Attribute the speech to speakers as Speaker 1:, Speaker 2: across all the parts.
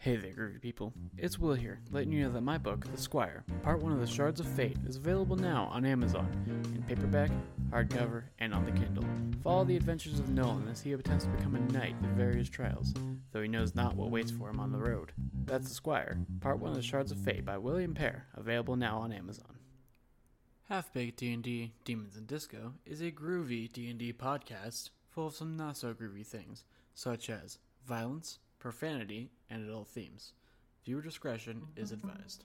Speaker 1: Hey there, groovy people. It's Will here, letting you know that my book, The Squire, Part 1 of the Shards of Fate, is available now on Amazon, in paperback, hardcover, and on the Kindle. Follow the adventures of Nolan as he attempts to become a knight through various trials, though he knows not what waits for him on the road. That's The Squire, Part 1 of the Shards of Fate by William Pear, available now on Amazon. Half-Baked D&D Demons and Disco is a groovy D&D podcast full of some not so groovy things, such as violence, profanity, and adult themes. Viewer discretion is advised.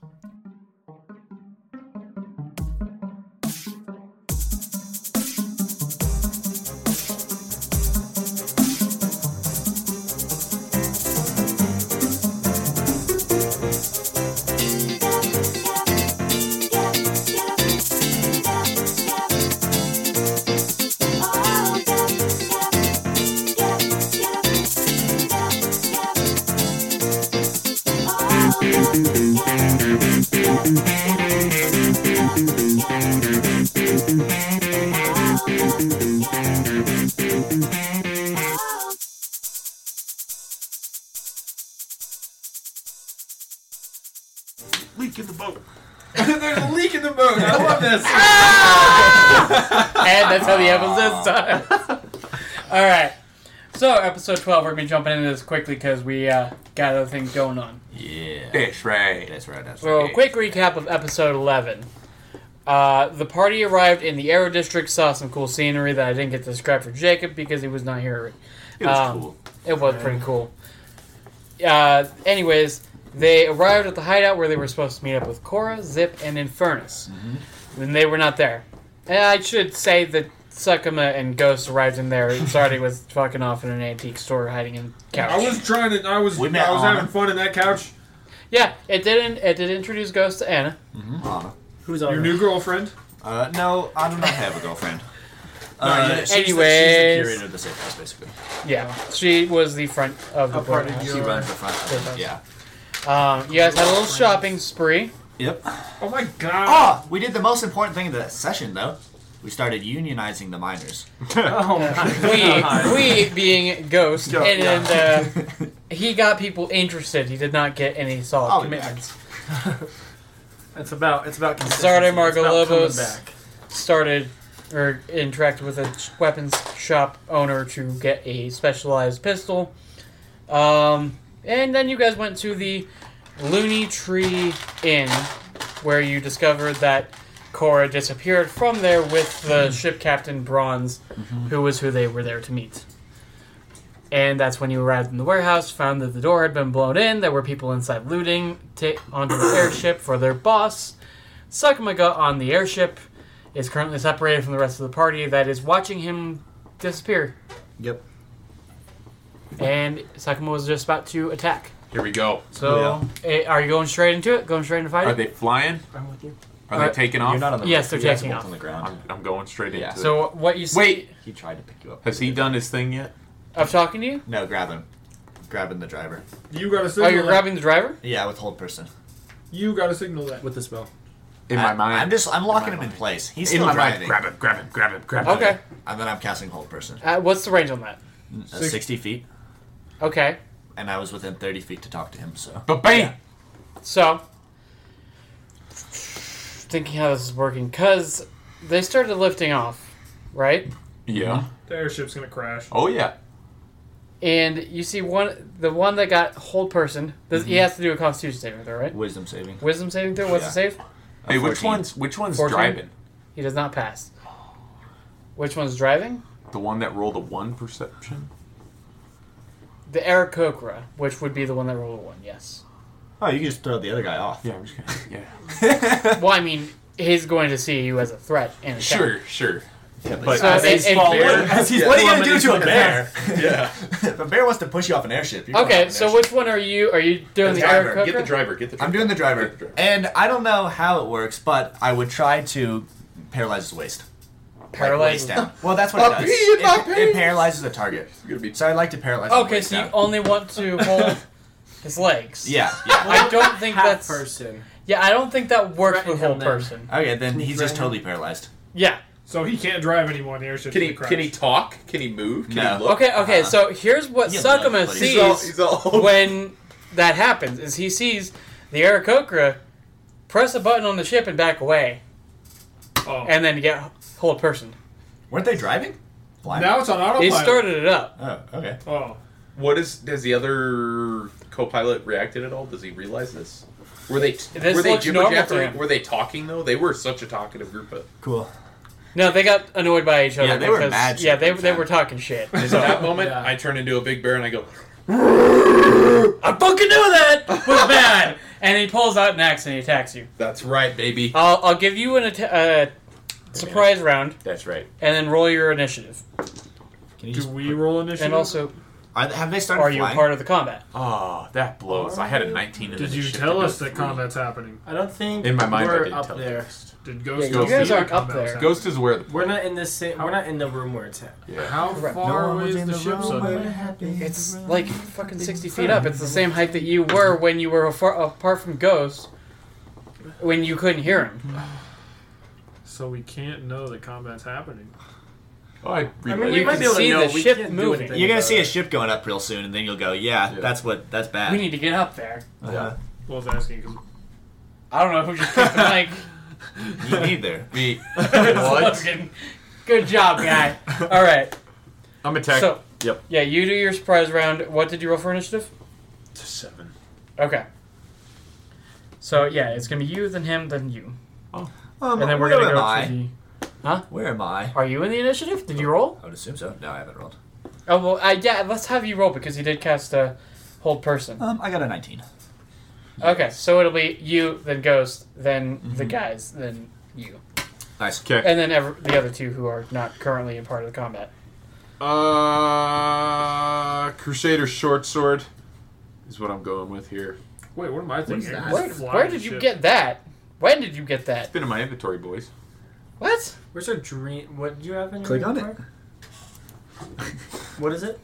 Speaker 2: leak in the boat. There's a leak in the boat. I love this.
Speaker 1: And that's how the episode starts. All right. So, episode 12, we're going to be jumping into this quickly because we uh, got other things going on.
Speaker 3: Yeah.
Speaker 2: That's right.
Speaker 3: That's right, that's
Speaker 1: So,
Speaker 3: right.
Speaker 1: a quick recap of episode 11. Uh, the party arrived in the Arrow District, saw some cool scenery that I didn't get to describe for Jacob because he was not here already.
Speaker 3: It was
Speaker 1: Um,
Speaker 3: cool.
Speaker 1: It was pretty cool. Uh, anyways, they arrived at the hideout where they were supposed to meet up with Cora, Zip, and Infernus.
Speaker 2: Mm-hmm.
Speaker 1: And they were not there. And I should say that Sakuma and Ghost arrived in there. and Sardi was fucking off in an antique store hiding in couch.
Speaker 2: I was trying to. I was.
Speaker 3: We met
Speaker 2: I was
Speaker 3: Anna.
Speaker 2: having fun in that couch.
Speaker 1: yeah, it didn't. It did introduce Ghost to Anna.
Speaker 3: Anna.
Speaker 4: Who's
Speaker 2: Your
Speaker 4: on?
Speaker 2: new girlfriend.
Speaker 3: Uh, no, I do not have a girlfriend. Uh,
Speaker 1: yeah,
Speaker 3: she's the-
Speaker 1: anyways.
Speaker 3: she's the curator of the safe house, basically.
Speaker 1: Yeah, she was the front of the
Speaker 2: A part of
Speaker 1: boardhouse.
Speaker 3: She
Speaker 2: You're-
Speaker 3: runs the front.
Speaker 1: house.
Speaker 3: End. Yeah.
Speaker 1: Um, you guys had a little shopping spree.
Speaker 3: Yep.
Speaker 2: Oh my
Speaker 1: Ah!
Speaker 2: god.
Speaker 3: Oh, we did the most important thing of that session, though. We started unionizing the miners.
Speaker 2: Oh,
Speaker 1: We, we being Ghost,
Speaker 3: Yeah,
Speaker 1: and,
Speaker 3: yeah.
Speaker 1: and, uh, he got people interested. He did not get any solid
Speaker 3: Oh, yeah.
Speaker 1: commitments.
Speaker 4: It's about it's about consistency.
Speaker 1: Sorry,
Speaker 4: It's
Speaker 1: Marco
Speaker 4: about coming
Speaker 1: Lobos.
Speaker 4: back.
Speaker 1: Started or interacted with a ch- weapons shop owner to get a specialized pistol. Um, and then you guys went to the Looney Tree Inn, where you discovered that Cora disappeared from there with the ship captain Bronze, who was who they were there to meet. And that's when you arrived in the warehouse, found that the door had been blown in, there were people inside looting ta onto the airship for their boss. Sakuma got on the airship, is currently separated from the rest of the party that is watching him disappear.
Speaker 3: Yep.
Speaker 1: And Sakuma was just about to attack.
Speaker 5: Here we go.
Speaker 1: So, eh, are you going straight into it? Going straight into
Speaker 5: Are
Speaker 1: fighting?
Speaker 5: they flying?
Speaker 4: I'm with you.
Speaker 5: Are
Speaker 1: Alright,
Speaker 5: they taking
Speaker 3: Uh, You're
Speaker 5: off?
Speaker 3: not on the.
Speaker 1: Yes, they're
Speaker 3: you guys
Speaker 1: taking
Speaker 3: are both
Speaker 1: off.
Speaker 3: on the ground.
Speaker 5: I'm, I'm going straight
Speaker 3: Yeah.
Speaker 5: into it.
Speaker 1: so, what you see
Speaker 5: Wait.
Speaker 3: He tried to pick you up.
Speaker 5: Has he done his thing yet?
Speaker 1: of talking to you?
Speaker 3: No, grab him. Grabbing the driver.
Speaker 2: you got a
Speaker 1: Oh,
Speaker 2: signal.
Speaker 1: you're
Speaker 2: that.
Speaker 1: grabbing the driver?
Speaker 3: Yeah, with hold person.
Speaker 2: You got a signal that.
Speaker 4: With the spell.
Speaker 5: In
Speaker 3: I-
Speaker 5: my mind.
Speaker 3: I'm just. I'm locking
Speaker 5: my
Speaker 3: him in
Speaker 5: mind.
Speaker 3: place. He's
Speaker 5: in
Speaker 3: still
Speaker 5: my
Speaker 3: driving.
Speaker 5: mind. Grab him, grab him, grab him, grab him.
Speaker 1: Okay.
Speaker 3: And then I'm casting hold person.
Speaker 1: Uh, what's the range on that?
Speaker 3: Uh,
Speaker 2: Six-
Speaker 3: 60 feet.
Speaker 1: Okay.
Speaker 3: And I was within 30 feet to talk to him, so.
Speaker 5: But bam!
Speaker 1: So, thinking how this is working, because they started lifting off, right?
Speaker 3: Mm-hmm.
Speaker 5: Yeah.
Speaker 2: The airship's gonna crash.
Speaker 5: Oh yeah.
Speaker 1: And you see one, the one that got hold person. Does, He has to do a Constitution saving throw, right?
Speaker 3: Wisdom saving.
Speaker 1: Wisdom saving throw. What's the
Speaker 3: Yeah.
Speaker 1: save?
Speaker 5: Hey, which
Speaker 3: 14.
Speaker 5: one's which one's
Speaker 1: 14?
Speaker 5: driving?
Speaker 1: He does not pass. Which one's driving?
Speaker 5: The one that rolled a one perception.
Speaker 1: The Eric Kokra, which would be the one that rolled a one. Yes.
Speaker 3: Oh, you can just throw the other guy off.
Speaker 5: Yeah, I'm just gonna, yeah.
Speaker 1: Well, I mean, he's going to see you as a threat and attack.
Speaker 5: Sure, sure.
Speaker 3: Yeah, but
Speaker 5: But-
Speaker 1: So
Speaker 5: As
Speaker 1: it-
Speaker 5: he's
Speaker 1: it-
Speaker 5: falling.
Speaker 4: As he's
Speaker 3: What are you
Speaker 4: blowing
Speaker 3: gonna do
Speaker 4: his
Speaker 3: to a
Speaker 4: fucking
Speaker 3: bear?
Speaker 4: ass.
Speaker 5: Yeah.
Speaker 3: if a bear wants to push you off an airship, you're going
Speaker 1: Okay,
Speaker 3: off an
Speaker 1: so
Speaker 3: airship.
Speaker 1: which one are you? Are you doing the,
Speaker 3: driver.
Speaker 1: Eric Kokra?
Speaker 5: Get the driver. Get the. Driver.
Speaker 3: I'm doing the driver, and I don't know how it works, but I would try to paralyze his waist. like,
Speaker 1: Paralyze.
Speaker 3: waist down. Well, that's what
Speaker 2: I'll
Speaker 3: it does.
Speaker 2: pee in my
Speaker 3: It, it
Speaker 2: pants.
Speaker 3: paralyzes the target.
Speaker 5: gonna be-
Speaker 3: So I like to paralyze. his
Speaker 1: Okay,
Speaker 3: waist
Speaker 1: so you
Speaker 3: down.
Speaker 1: only want to hold his legs.
Speaker 3: yeah, yeah.
Speaker 1: I don't think
Speaker 4: Half
Speaker 1: that's.
Speaker 4: person.
Speaker 1: Yeah, I don't think that works
Speaker 4: Threaten
Speaker 1: with
Speaker 4: him
Speaker 1: whole
Speaker 4: then.
Speaker 1: person.
Speaker 3: Okay, then he's just
Speaker 4: Right.
Speaker 3: totally paralyzed.
Speaker 1: Yeah.
Speaker 2: So he can't drive anymore. The airship's
Speaker 5: Can
Speaker 2: gonna
Speaker 5: he?
Speaker 2: crash.
Speaker 5: Can he talk? Can he move? Can
Speaker 3: No.
Speaker 5: he look?
Speaker 1: Okay, okay, so here's what
Speaker 3: Uh-huh. Yeah,
Speaker 1: Sakuma
Speaker 3: but- but he's
Speaker 1: sees
Speaker 5: He's all. He's all
Speaker 1: when that happens is he sees the Aarakocra press a button on the ship and back away,
Speaker 4: Oh.
Speaker 1: and then get hold person.
Speaker 3: Weren't they driving? Blind?
Speaker 2: Now it's on
Speaker 1: They
Speaker 2: autopilot.
Speaker 1: started it up.
Speaker 3: Oh, okay.
Speaker 4: oh.
Speaker 5: What is? Has the other co-pilot reacted at all? Does he realize this? Were they?
Speaker 1: This
Speaker 5: were they
Speaker 1: looks normal to
Speaker 5: jibber-jabbering?
Speaker 1: him.
Speaker 5: Were they talking though? They were such a talkative group of.
Speaker 3: Cool.
Speaker 1: No, they got annoyed by each other.
Speaker 3: Yeah, they were
Speaker 1: because-
Speaker 3: mad
Speaker 1: Yeah, they,
Speaker 3: shit.
Speaker 1: they were talking shit.
Speaker 5: At that moment,
Speaker 4: Yeah.
Speaker 5: I turn into a big bear and I go.
Speaker 1: I fucking knew that was bad. And he pulls out an axe and he attacks you.
Speaker 5: That's right, baby.
Speaker 1: I'll, I'll give you an atta- uh, surprise round
Speaker 5: That's right.
Speaker 1: and then roll your initiative.
Speaker 3: Can you
Speaker 4: Do
Speaker 3: just,
Speaker 4: we roll initiative?
Speaker 1: And also,
Speaker 3: are they, have they started
Speaker 1: are you
Speaker 3: flying?
Speaker 1: a part of the combat?
Speaker 5: Oh, that blows. I had a 19. and
Speaker 4: did
Speaker 5: then
Speaker 4: you
Speaker 5: it shifted
Speaker 4: tell
Speaker 5: to
Speaker 4: us that
Speaker 5: three.
Speaker 4: combat's happening?
Speaker 6: I don't think
Speaker 5: In my mind, I
Speaker 6: we're
Speaker 5: did
Speaker 6: up
Speaker 5: tell
Speaker 6: there.
Speaker 5: you.
Speaker 4: Did Ghost?
Speaker 1: Yeah, you
Speaker 4: go
Speaker 5: guys
Speaker 4: see
Speaker 1: aren't
Speaker 4: the
Speaker 1: up
Speaker 4: combat's
Speaker 1: there.
Speaker 4: happening?
Speaker 5: Ghost is where the
Speaker 6: We're not in the same. We're not in the room where it's at.
Speaker 5: yeah.
Speaker 4: How
Speaker 1: Correct.
Speaker 4: far away is the, ship? Suddenly?
Speaker 1: It's like fucking 60 feet up. It's the same height that you were when you were afar- apart from Ghost when you couldn't hear him.
Speaker 4: So we can't know that combat's happening.
Speaker 5: Oh, I
Speaker 6: I
Speaker 5: relayed
Speaker 6: mean,
Speaker 5: it.
Speaker 6: we
Speaker 1: You
Speaker 6: might
Speaker 1: can
Speaker 6: be able
Speaker 1: see
Speaker 6: to know.
Speaker 1: the
Speaker 6: we
Speaker 1: ship
Speaker 6: can't
Speaker 1: moving.
Speaker 6: do anything.
Speaker 3: You're gonna
Speaker 6: about
Speaker 3: see a
Speaker 6: it.
Speaker 3: ship going up real soon, and then you'll go, "Yeah,
Speaker 5: Yeah.
Speaker 3: that's what. That's bad."
Speaker 1: We need to get up there.
Speaker 3: Uh-huh.
Speaker 4: Well, I was asking because
Speaker 1: I don't know who just picked the mic.
Speaker 3: you neither.
Speaker 5: Me.
Speaker 1: Just looking. Good job, guy. All right.
Speaker 5: I'm attacked.
Speaker 1: So-
Speaker 5: yep.
Speaker 1: Yeah, you do your surprise round. What did you roll for initiative?
Speaker 5: It's a seven.
Speaker 1: Okay. So yeah, it's gonna be you, then him, then you,
Speaker 3: Um,
Speaker 1: and then we're
Speaker 3: where
Speaker 1: gonna
Speaker 3: am
Speaker 1: go
Speaker 3: I?
Speaker 1: to the.
Speaker 3: Where am I?
Speaker 1: Are you in the initiative? Did you roll?
Speaker 3: I would assume so. No, I haven't rolled.
Speaker 1: Oh well, uh, yeah. Let's have you roll because you did cast a hold person.
Speaker 3: Um, I got a 19.
Speaker 1: Okay, so it'll be you, then Ghost, then the guys, then you,
Speaker 3: Nice.
Speaker 5: Okay.
Speaker 1: and then ever, the other two who are not currently a part of the combat.
Speaker 5: Uh, Crusader short sword is what I'm going with here.
Speaker 4: wait, what am I thinking?
Speaker 5: that?
Speaker 4: Just
Speaker 1: Where,
Speaker 4: flying
Speaker 1: where did
Speaker 4: the
Speaker 1: you
Speaker 4: ship.
Speaker 1: get that? When did you get that?
Speaker 5: It's been in my inventory, boys.
Speaker 1: What?
Speaker 6: Where's our dream? What do you have in your
Speaker 3: Click on it.
Speaker 6: inventory? What is it?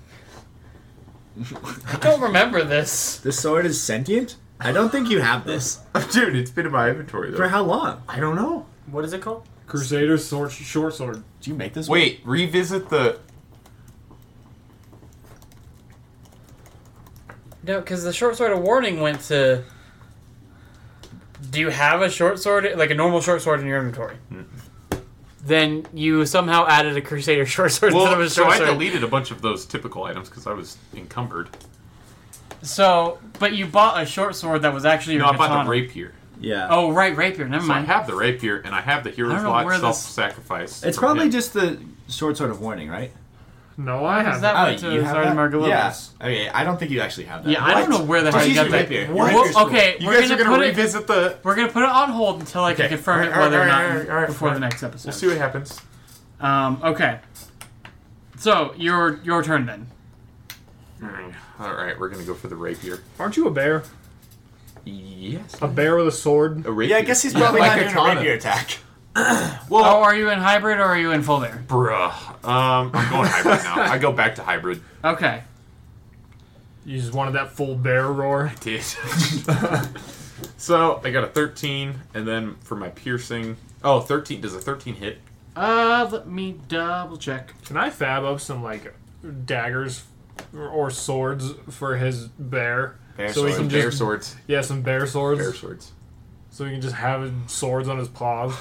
Speaker 1: I don't remember this.
Speaker 3: This sword is sentient. I don't think you have this.
Speaker 5: Dude, it's been in my inventory though.
Speaker 3: how long?
Speaker 5: I don't know.
Speaker 6: What is it called?
Speaker 4: Crusader sword, short sword.
Speaker 3: Did you make this? one?
Speaker 5: Wait, revisit the.
Speaker 1: No, because the short sword of warning went to. Do you have a short sword, like a normal short sword, in your inventory?
Speaker 5: Mm.
Speaker 1: Then you somehow added a crusader short sword instead of
Speaker 5: Well,
Speaker 1: a
Speaker 5: so
Speaker 1: short
Speaker 5: I
Speaker 1: sword.
Speaker 5: deleted a bunch of those typical items because I was encumbered.
Speaker 1: so, but you bought a short sword that was actually your
Speaker 5: No, I bought
Speaker 1: katana.
Speaker 5: the rapier.
Speaker 3: Yeah.
Speaker 1: Oh, right, rapier. Never
Speaker 5: So I
Speaker 1: mind.
Speaker 5: have the rapier and I have the
Speaker 1: I
Speaker 5: hero's
Speaker 1: don't know
Speaker 5: lot
Speaker 1: where this-
Speaker 5: self-sacrifice.
Speaker 3: It's
Speaker 5: from
Speaker 3: probably
Speaker 5: him.
Speaker 3: just the short sword of warning, right? Oh,
Speaker 4: No, I
Speaker 1: Is
Speaker 4: haven't.
Speaker 1: that- went to Sergeant
Speaker 3: that?
Speaker 1: Margolyes.
Speaker 3: Yeah. Okay, I don't think you actually have that.
Speaker 1: yeah, I don't know where the hell you
Speaker 3: Just
Speaker 1: got
Speaker 3: use
Speaker 1: that.
Speaker 3: your rapier.
Speaker 1: Well,
Speaker 3: Your rapier's cool.
Speaker 1: okay,
Speaker 5: You
Speaker 1: we're
Speaker 5: guys
Speaker 1: gonna,
Speaker 5: are gonna
Speaker 1: put it.
Speaker 5: revisit the.
Speaker 1: We're gonna put it on hold until I can
Speaker 5: Okay.
Speaker 1: confirm it
Speaker 5: Alright,
Speaker 1: whether or not
Speaker 5: alright, alright,
Speaker 1: before the
Speaker 5: fine.
Speaker 1: next episode.
Speaker 5: We'll see what happens.
Speaker 1: Um. Okay. So your your turn then.
Speaker 5: All right, we're gonna go for the rapier.
Speaker 4: Aren't you a bear?
Speaker 5: Yes.
Speaker 4: A bear with a sword?
Speaker 5: A rapier.
Speaker 3: Yeah, I guess he's probably
Speaker 5: like
Speaker 3: not doing a
Speaker 5: katana.
Speaker 3: rapier attack.
Speaker 5: Well,
Speaker 1: Oh, are you in hybrid or are you in full bear?
Speaker 5: bruh. Um, I'm going hybrid now. I go back to hybrid.
Speaker 1: Okay.
Speaker 4: You just wanted that full bear roar.
Speaker 5: Dude. so I got a 13, and then for my piercing, oh, 13 does a 13 hit?
Speaker 1: Uh, let me double check.
Speaker 4: Can I fab up some like daggers or, or swords for his bear?
Speaker 3: Bear
Speaker 4: so he
Speaker 3: sword.
Speaker 4: can
Speaker 5: Bear
Speaker 4: just
Speaker 5: swords.
Speaker 4: yeah, some bear swords.
Speaker 5: Bear swords.
Speaker 4: So he can just have his swords on his paws,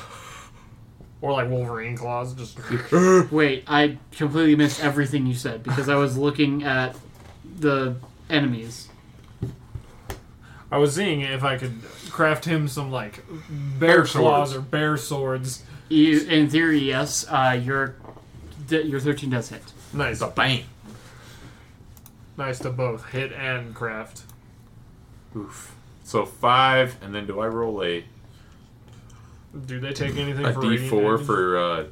Speaker 4: or like Wolverine claws. Just
Speaker 1: Wait, I completely missed everything you said because I was looking at the enemies.
Speaker 4: I was seeing if I could craft him some like bear,
Speaker 5: Bear
Speaker 4: claws
Speaker 5: swords.
Speaker 4: or bear swords.
Speaker 1: You, E, in theory, yes. Uh, your d- your thirteen does hit.
Speaker 4: Nice,
Speaker 5: Bang.
Speaker 4: nice to both hit and craft.
Speaker 5: Oof. So five, and then do I roll a
Speaker 4: Do they take anything
Speaker 5: a
Speaker 4: for
Speaker 5: D
Speaker 4: radiant
Speaker 5: four
Speaker 4: damage?
Speaker 5: for uh,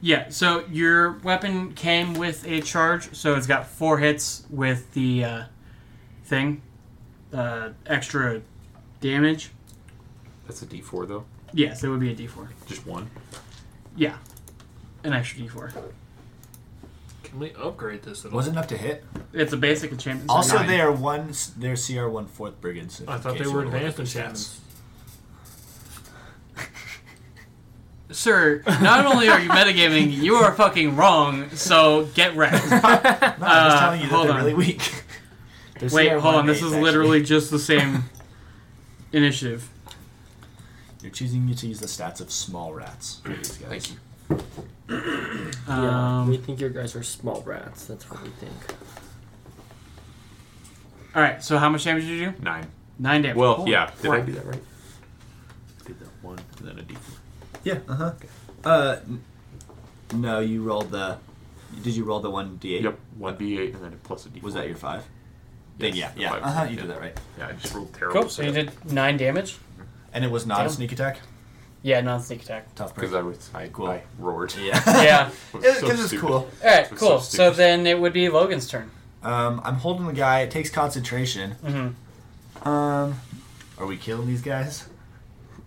Speaker 1: Yeah. So your weapon came with a charge, so it's got four hits with the uh, thing, uh, extra damage.
Speaker 5: that's a D four though,
Speaker 1: Yes, it would be a D four.
Speaker 5: just one.
Speaker 1: Yeah, an extra D four.
Speaker 4: Can we upgrade this at all?
Speaker 3: Wasn't enough to hit.
Speaker 1: It's a basic enchantment. so
Speaker 3: Also,
Speaker 1: nine.
Speaker 3: they are one. They're CR one fourth brigands.
Speaker 4: I thought they were advanced enchantments.
Speaker 1: Sir, not only are you metagaming, you are fucking wrong, so get wrecked.
Speaker 3: No, I'm just
Speaker 1: Uh,
Speaker 3: telling you that
Speaker 1: hold
Speaker 3: they're
Speaker 1: on.
Speaker 3: really weak. There's
Speaker 1: Wait,
Speaker 3: CR1
Speaker 1: hold on.
Speaker 3: and
Speaker 1: This
Speaker 3: eight,
Speaker 1: is
Speaker 3: actually.
Speaker 1: literally just the same initiative.
Speaker 3: You're choosing to use the stats of small rats. for these guys.
Speaker 5: Thank you.
Speaker 6: Yeah,
Speaker 1: Um,
Speaker 6: we think your guys are small rats. That's what we think.
Speaker 1: all right. So how much damage did you do?
Speaker 5: Nine.
Speaker 1: Nine damage.
Speaker 5: Well,
Speaker 1: Cool.
Speaker 5: yeah. Did I
Speaker 3: Right.
Speaker 5: do that right? Did that one and then a D4.
Speaker 3: Yeah. Uh huh. Uh, n- no, you rolled the. Did you roll the one d8?
Speaker 5: Yep, one D8 and then a plus a D4.
Speaker 3: Was that your five? Then yeah,
Speaker 5: Yes, the
Speaker 3: yeah.
Speaker 5: five.
Speaker 3: Uh huh. You
Speaker 5: Yeah.
Speaker 3: did that right.
Speaker 5: Yeah, I just rolled terrible.
Speaker 1: Cool. So you did nine damage.
Speaker 3: And it was not a
Speaker 1: Damn.
Speaker 3: sneak attack.
Speaker 1: Yeah, non sneak attack.
Speaker 3: Tough break.
Speaker 5: Because I was I,
Speaker 3: Cool.
Speaker 5: I roared.
Speaker 3: Yeah.
Speaker 1: Yeah.
Speaker 5: It was
Speaker 3: Because
Speaker 5: so
Speaker 3: it's
Speaker 5: stupid.
Speaker 3: cool.
Speaker 1: All right.
Speaker 5: That's so
Speaker 1: Cool. So
Speaker 5: stupid.
Speaker 1: then it would be Logan's turn.
Speaker 3: Um, I'm holding the guy. It takes concentration.
Speaker 1: Mm-hmm.
Speaker 3: Um, are we killing these guys?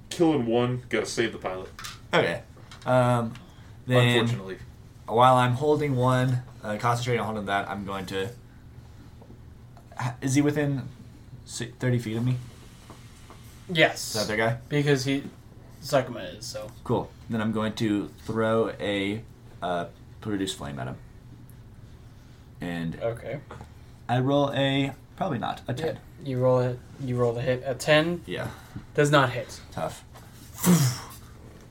Speaker 5: Killing one, gotta save the pilot.
Speaker 3: Okay. Um, then
Speaker 5: Unfortunately.
Speaker 3: while I'm holding one, uh, concentrating on holding that, I'm going to. Is he within si- 30 feet of me? Is that
Speaker 1: Yes.
Speaker 3: their guy?
Speaker 1: Because he Zuckerman is so.
Speaker 3: Cool. Then I'm going to throw a uh, produce flame at him. And
Speaker 1: Okay.
Speaker 3: I roll a probably not a
Speaker 1: Yeah.
Speaker 3: ten.
Speaker 1: You roll it. You roll the hit. A ten
Speaker 3: Yeah,
Speaker 1: does not hit.
Speaker 3: tough.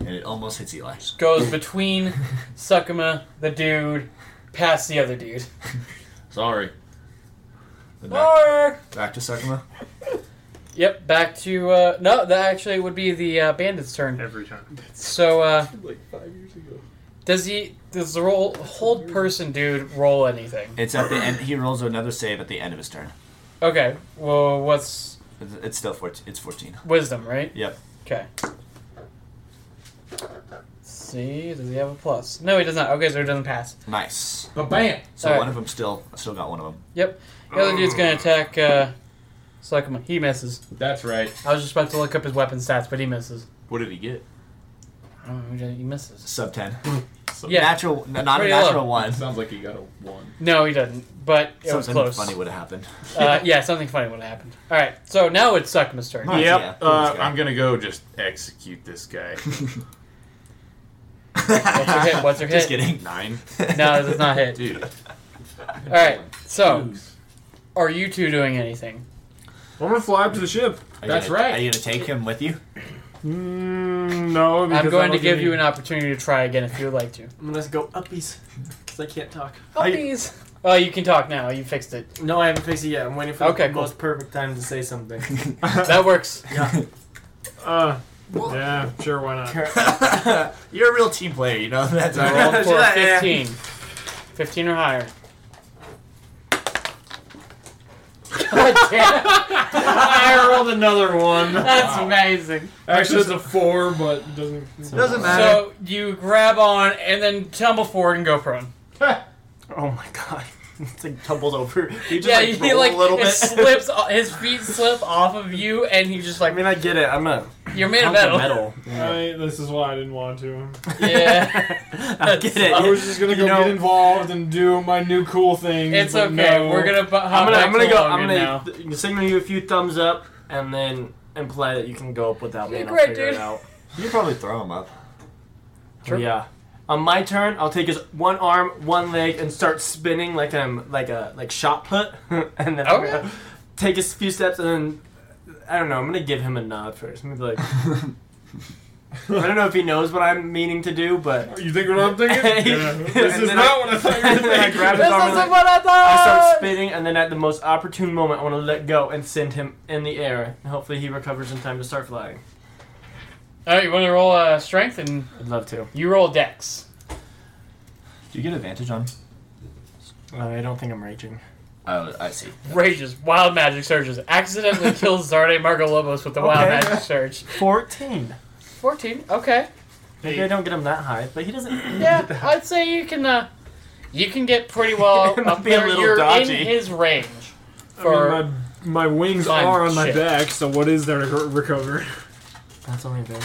Speaker 3: and it almost hits Eli.
Speaker 1: Goes between Sukuma, the dude, past the other dude.
Speaker 3: Sorry. Then back,
Speaker 1: Mark.
Speaker 3: back to Sakuma.
Speaker 1: Yep. Back to uh, no. That actually would be the uh, bandit's turn.
Speaker 4: every time.
Speaker 1: So uh,
Speaker 5: Like five years ago.
Speaker 1: does he? Does the roll hold person dude roll anything?
Speaker 3: It's at the end. He rolls another save at the end of his turn.
Speaker 1: Okay. Well, what's
Speaker 3: It's, it's still fourteen. It's fourteen.
Speaker 1: wisdom, right?
Speaker 3: Yep.
Speaker 1: Okay. See, does he have a plus? No, he does not. Okay, so it doesn't pass.
Speaker 3: Nice.
Speaker 2: But bam!
Speaker 3: So
Speaker 1: Alright.
Speaker 3: one of them still I still got one of them.
Speaker 1: Yep. The other dude's
Speaker 3: Oh.
Speaker 1: gonna attack. Uh, Slakuma. He misses.
Speaker 5: That's right.
Speaker 1: I was just about to look up his weapon stats, but he misses.
Speaker 5: What did he get?
Speaker 1: I don't know, he didn't- he misses.
Speaker 3: Sub ten.
Speaker 5: Some-
Speaker 1: Yeah.
Speaker 3: Natural. n- Not
Speaker 1: Pretty
Speaker 3: a natural
Speaker 1: low.
Speaker 3: one.
Speaker 5: Sounds like he got a one.
Speaker 1: No, he doesn't. But it was
Speaker 3: Something
Speaker 1: close.
Speaker 3: funny would have happened.
Speaker 1: Uh, yeah, something funny would have happened. All right, so now it's Suckuma's turn.
Speaker 3: Nice,
Speaker 5: yep.
Speaker 3: yeah. Cool,
Speaker 5: uh,
Speaker 3: this guy.
Speaker 5: I'm gonna go just execute this guy.
Speaker 1: What's your hit? What's your
Speaker 3: Just
Speaker 1: hit?
Speaker 3: kidding.
Speaker 5: Nine,
Speaker 1: No, that's not hit.
Speaker 5: dude.
Speaker 1: All right, so are you two doing anything?
Speaker 4: I'm gonna fly up to the ship.
Speaker 3: Are you
Speaker 2: That's
Speaker 3: gonna-
Speaker 2: right.
Speaker 3: Are you gonna take him with you?
Speaker 4: Mm, no, because
Speaker 1: I'm going
Speaker 4: that'll
Speaker 1: to give you
Speaker 4: me-
Speaker 1: an opportunity to try again if you would like to.
Speaker 6: I'm gonna go uppies because I can't talk.
Speaker 1: Oh,
Speaker 3: I-
Speaker 1: please. Oh, you can talk now. You fixed it.
Speaker 6: No, I haven't fixed it yet. I'm waiting for
Speaker 1: Okay,
Speaker 6: the
Speaker 1: cool.
Speaker 6: most perfect time to say something.
Speaker 1: That works.
Speaker 4: Uh, yeah, sure, why not?
Speaker 3: You're a real team player, you know. That's
Speaker 1: I rolled for
Speaker 3: Yeah, yeah.
Speaker 1: 15. 15 or higher. God damn it.
Speaker 4: I rolled another one.
Speaker 1: That's amazing.
Speaker 4: Actually, it's a four, but it doesn't.
Speaker 3: Doesn't matter.
Speaker 1: So you grab on and then tumble forward and go prone.
Speaker 4: Oh my god.
Speaker 3: it's like tumbled over. You just
Speaker 1: Yeah,
Speaker 3: like,
Speaker 1: he
Speaker 3: roll
Speaker 1: like
Speaker 3: a little
Speaker 1: it
Speaker 3: bit.
Speaker 1: slips. o- His feet slip off of you, and he just
Speaker 6: I
Speaker 1: like
Speaker 6: mean, I get it. I'm a
Speaker 1: you're made of
Speaker 6: I'm
Speaker 1: metal.
Speaker 6: a metal.
Speaker 4: I, this is why I didn't want to.
Speaker 1: Yeah,
Speaker 3: I get it.
Speaker 4: I was just gonna go
Speaker 6: You know-
Speaker 4: get involved and do my new cool thing.
Speaker 1: it's
Speaker 4: but
Speaker 1: okay.
Speaker 4: no.
Speaker 1: We're gonna. Bu-
Speaker 6: I'm
Speaker 1: hop
Speaker 6: gonna,
Speaker 1: back
Speaker 6: I'm gonna
Speaker 1: to
Speaker 6: go.
Speaker 1: Logan
Speaker 6: I'm
Speaker 1: now.
Speaker 6: gonna th- signal you a few thumbs up and then imply that you can go up without me.
Speaker 1: You're
Speaker 6: And I'll
Speaker 1: great,
Speaker 6: figure it
Speaker 1: dude.
Speaker 6: out.
Speaker 3: You could probably throw him up.
Speaker 1: Sure.
Speaker 6: Yeah. On my turn, I'll take his one arm, one leg, and start spinning like I'm like a like shot put, and then I'm
Speaker 1: Okay.
Speaker 6: gonna take a few steps and then I don't know. I'm gonna give him a nod first. I'm gonna be like, I don't know if he knows what I'm meaning to do, but
Speaker 4: You think what I'm thinking? Yeah. This
Speaker 6: And
Speaker 4: is
Speaker 6: then
Speaker 4: not
Speaker 6: I-
Speaker 4: what I thought you
Speaker 6: and
Speaker 4: were
Speaker 6: then I
Speaker 4: thinking.
Speaker 6: grab his
Speaker 1: This
Speaker 6: arm and
Speaker 1: isn't
Speaker 6: like,
Speaker 1: what I
Speaker 6: I
Speaker 1: thought.
Speaker 6: start spinning, and then at the most opportune moment, I want to let go and send him in the air. And hopefully, he recovers in time to start flying.
Speaker 1: All right, you want to roll uh, strength, and
Speaker 6: I'd love to.
Speaker 1: you roll dex.
Speaker 3: Do you get advantage on?
Speaker 6: I don't think I'm raging.
Speaker 3: Oh, I see.
Speaker 1: Rages, wild magic surges, accidentally kills Zarde Margolobos with the wild
Speaker 6: Okay.
Speaker 1: magic surge.
Speaker 6: 14.
Speaker 1: 14, okay.
Speaker 6: Maybe I don't get him that high, but he doesn't.
Speaker 1: Yeah, I'd say you can uh, you can get pretty well
Speaker 6: It
Speaker 1: up
Speaker 6: might be a
Speaker 1: there.
Speaker 6: little
Speaker 1: You're
Speaker 6: dodgy.
Speaker 1: in his range.
Speaker 4: I
Speaker 1: For
Speaker 4: mean, my, my wings
Speaker 1: Fine,
Speaker 4: are on my
Speaker 1: shit.
Speaker 4: back, so what is there to re- recover?
Speaker 6: That's only available.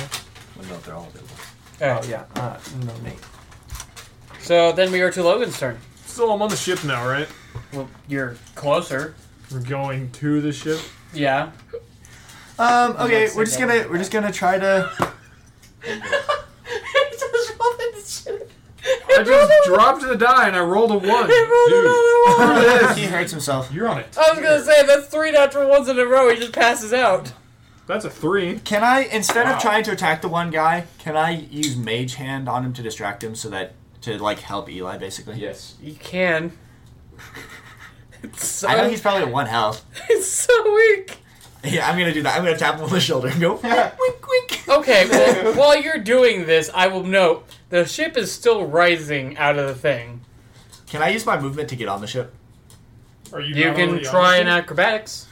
Speaker 3: Well, no, they're all available.
Speaker 1: All
Speaker 6: Oh,
Speaker 1: right,
Speaker 6: yeah. Uh, no, me.
Speaker 1: So then we are to Logan's turn.
Speaker 4: So I'm on the ship now, right?
Speaker 1: Well, you're closer.
Speaker 4: We're going to the ship.
Speaker 1: Yeah.
Speaker 3: Um. Okay,
Speaker 1: Let's
Speaker 3: we're
Speaker 1: see
Speaker 3: just
Speaker 1: that.
Speaker 3: gonna we're just gonna try to.
Speaker 1: just rolled into shit.
Speaker 4: I just dropped the die and I rolled a one.
Speaker 3: he hurts himself.
Speaker 4: You're on it.
Speaker 1: I was gonna say that's three natural ones in a row. He just passes out.
Speaker 4: That's a three.
Speaker 3: Can I, instead
Speaker 4: Wow.
Speaker 3: of trying to attack the one guy, can I use Mage Hand on him to distract him so that to like help Eli basically?
Speaker 5: Yes.
Speaker 1: You can. It's so,
Speaker 3: I know he's probably at one health.
Speaker 1: it's so weak.
Speaker 3: Yeah, I'm gonna do that. I'm gonna tap him on the shoulder and go wink wink.
Speaker 1: Okay, well, while you're doing this, I will note the ship is still rising out of the thing.
Speaker 3: Can I use my movement to get on the ship?
Speaker 4: Are you?
Speaker 1: You
Speaker 4: not
Speaker 1: can
Speaker 4: already on
Speaker 1: try
Speaker 4: it?
Speaker 1: an acrobatics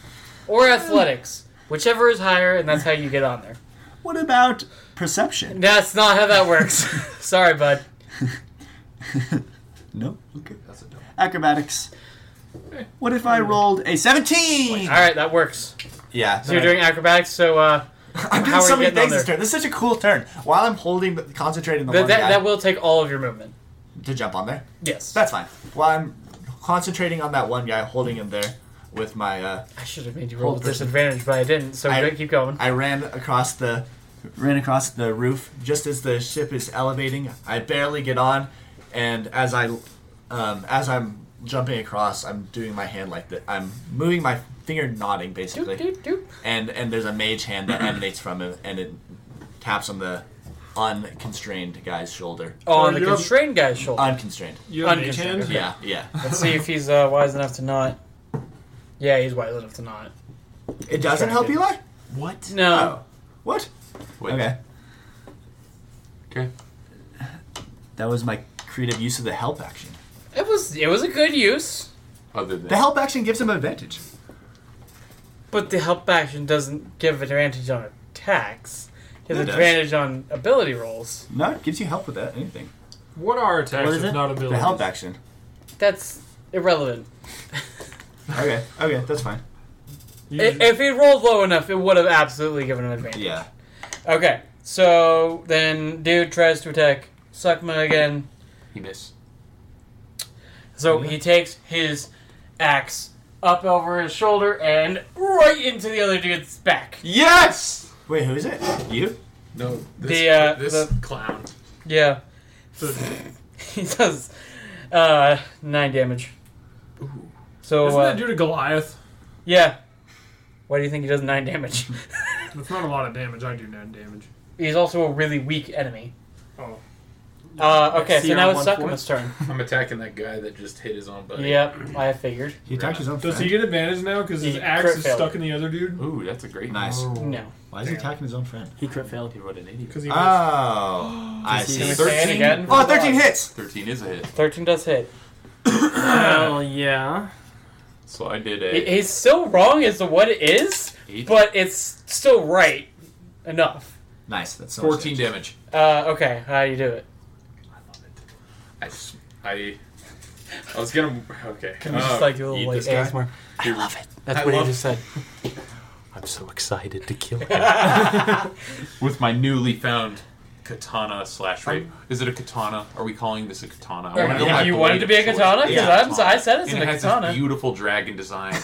Speaker 1: or athletics, whichever is higher, and that's how you get on there.
Speaker 3: What about perception?
Speaker 1: That's not how that works. Sorry, bud.
Speaker 3: No. Okay.
Speaker 2: That's a dumb.
Speaker 3: Acrobatics.
Speaker 1: Eh.
Speaker 3: What if I rolled a 17?
Speaker 1: All right, that works.
Speaker 3: Yeah.
Speaker 1: So you're doing acrobatics, so uh,
Speaker 3: I'm
Speaker 1: how
Speaker 3: doing
Speaker 1: are
Speaker 3: so
Speaker 1: you
Speaker 3: many
Speaker 1: getting on
Speaker 3: things this
Speaker 1: there?
Speaker 3: turn. This is such a cool turn. While I'm holding, the, concentrating the
Speaker 1: th-
Speaker 3: one
Speaker 1: that
Speaker 3: guy
Speaker 1: that will take all of your movement.
Speaker 3: to jump on there.
Speaker 1: Yes.
Speaker 3: That's fine. While I'm concentrating on that one guy, holding him there with my, uh,
Speaker 1: I should have made you roll
Speaker 3: Hold
Speaker 1: with
Speaker 3: this.
Speaker 1: disadvantage, but I didn't. So
Speaker 3: I-
Speaker 1: go- keep going.
Speaker 3: I ran across the, ran across the roof just as the ship is elevating. I barely get on, and as I, um, as I'm jumping across, I'm doing my hand like that. I'm moving my finger, nodding basically.
Speaker 1: Doop doop doop.
Speaker 3: and and there's a mage hand that emanates from him and it taps on the unconstrained guy's shoulder
Speaker 1: On
Speaker 4: Oh,
Speaker 1: the
Speaker 4: you have-
Speaker 1: constrained guy's shoulder.
Speaker 3: unconstrained
Speaker 4: You have an eight
Speaker 1: Unconstrained.
Speaker 4: hand?
Speaker 3: yeah yeah
Speaker 1: Let's see if he's uh, wise enough to not. Yeah, he's wise enough to not.
Speaker 3: it doesn't help eli what
Speaker 1: No.
Speaker 3: what
Speaker 5: Wait.
Speaker 3: okay
Speaker 5: Okay.
Speaker 3: that was my creative use of the help action
Speaker 1: It was it was a good use,
Speaker 5: Other than
Speaker 3: the help action gives him advantage
Speaker 1: but the help action doesn't give advantage on attacks. It
Speaker 3: It
Speaker 1: has
Speaker 3: does.
Speaker 1: advantage on ability rolls.
Speaker 3: no it gives you help with that anything
Speaker 4: What are attacks
Speaker 3: What is
Speaker 4: if
Speaker 3: it?
Speaker 4: not abilities?
Speaker 3: the help action
Speaker 1: That's irrelevant.
Speaker 3: okay okay that's fine
Speaker 4: You-
Speaker 1: I- If he rolled low enough, it would have absolutely given him advantage.
Speaker 3: yeah
Speaker 1: Okay, so then dude tries to attack Suckman again.
Speaker 5: he missed.
Speaker 1: So he takes his axe up over his shoulder and right into the other dude's back.
Speaker 5: Yes.
Speaker 3: wait who is it you
Speaker 5: No. This,
Speaker 1: The, uh,
Speaker 5: this
Speaker 1: the-
Speaker 5: clown.
Speaker 1: Yeah, he does uh, nine damage. So
Speaker 4: Isn't
Speaker 1: uh,
Speaker 4: that due to Goliath?
Speaker 1: yeah, why do you think he does nine damage?
Speaker 4: That's not a lot of damage. I do nine damage.
Speaker 1: He's also a really weak enemy.
Speaker 4: Oh.
Speaker 1: Uh, okay, so
Speaker 6: Zero
Speaker 1: now it's
Speaker 6: one fourth.
Speaker 1: Suckman's turn.
Speaker 5: I'm attacking that guy that just hit his own buddy.
Speaker 1: Yep, I figured.
Speaker 3: he attacked his own
Speaker 4: Does he get advantage now because his
Speaker 1: He
Speaker 4: axe
Speaker 1: crit
Speaker 4: is
Speaker 1: failed.
Speaker 4: stuck in the other dude?
Speaker 5: Ooh, that's a great
Speaker 3: nice
Speaker 4: Oh.
Speaker 1: No.
Speaker 3: why is he attacking his own friend
Speaker 6: He crit failed.
Speaker 5: He rolled an 80.
Speaker 4: Because he
Speaker 3: Ah. oh i
Speaker 6: Does he-
Speaker 1: Can
Speaker 3: see
Speaker 1: we say it
Speaker 5: 13?
Speaker 1: again?
Speaker 3: oh 13 hits
Speaker 5: 13 is a hit.
Speaker 1: 13 does hit.
Speaker 6: Hell yeah.
Speaker 5: So I did
Speaker 1: It-
Speaker 5: a
Speaker 1: It's still wrong as to what it is,
Speaker 5: eight,
Speaker 1: but it's still right enough.
Speaker 3: nice that's so much
Speaker 5: 14
Speaker 3: damage.
Speaker 5: damage.
Speaker 1: Uh, okay, how do you do it?
Speaker 5: I, s- I, I was gonna. Okay.
Speaker 1: Can we just like do a little like ASMR?
Speaker 5: I love it.
Speaker 1: That's
Speaker 5: I
Speaker 1: what
Speaker 5: love-
Speaker 1: he just said.
Speaker 6: I'm so excited to kill him.
Speaker 5: With my newly found katana slash rape. Is it a katana? Are we calling this a katana? I wanna
Speaker 1: Alright,
Speaker 5: know
Speaker 1: yeah.
Speaker 5: my
Speaker 1: You want it
Speaker 5: blade
Speaker 1: to be a
Speaker 5: of choice.
Speaker 1: katana? 'Cause
Speaker 5: Yeah,
Speaker 1: I'm so- I said it's
Speaker 5: and
Speaker 1: in
Speaker 5: it
Speaker 1: a
Speaker 5: has
Speaker 1: katana.
Speaker 5: This beautiful dragon design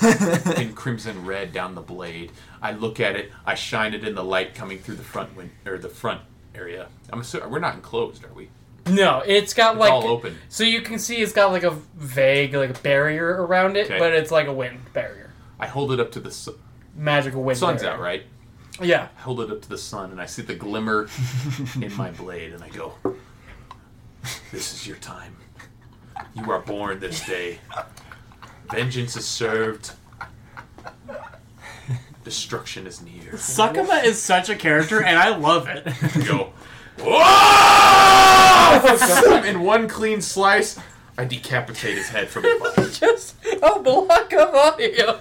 Speaker 5: in crimson red down the blade. I look at it. I shine it in the light coming through the front win- or the front area. I'm assuming we're not enclosed, are we?
Speaker 1: No, it's got
Speaker 5: It's
Speaker 1: like
Speaker 5: all open.
Speaker 1: so you can see it's got like a vague like barrier around it,
Speaker 5: Okay.
Speaker 1: but it's like a wind barrier,
Speaker 5: I hold it up to the su-
Speaker 1: magical wind.
Speaker 5: sun's
Speaker 1: barrier.
Speaker 5: out, right?
Speaker 1: Yeah,
Speaker 5: I hold it up to the sun and I see the glimmer in my blade and I go, This is your time. You are born this day. Vengeance is served. Destruction is near.
Speaker 6: Sakuma is such a character, and I love it.
Speaker 5: I go, Whoa! in one clean slice, I decapitate his head from his body.
Speaker 1: just a block of audio.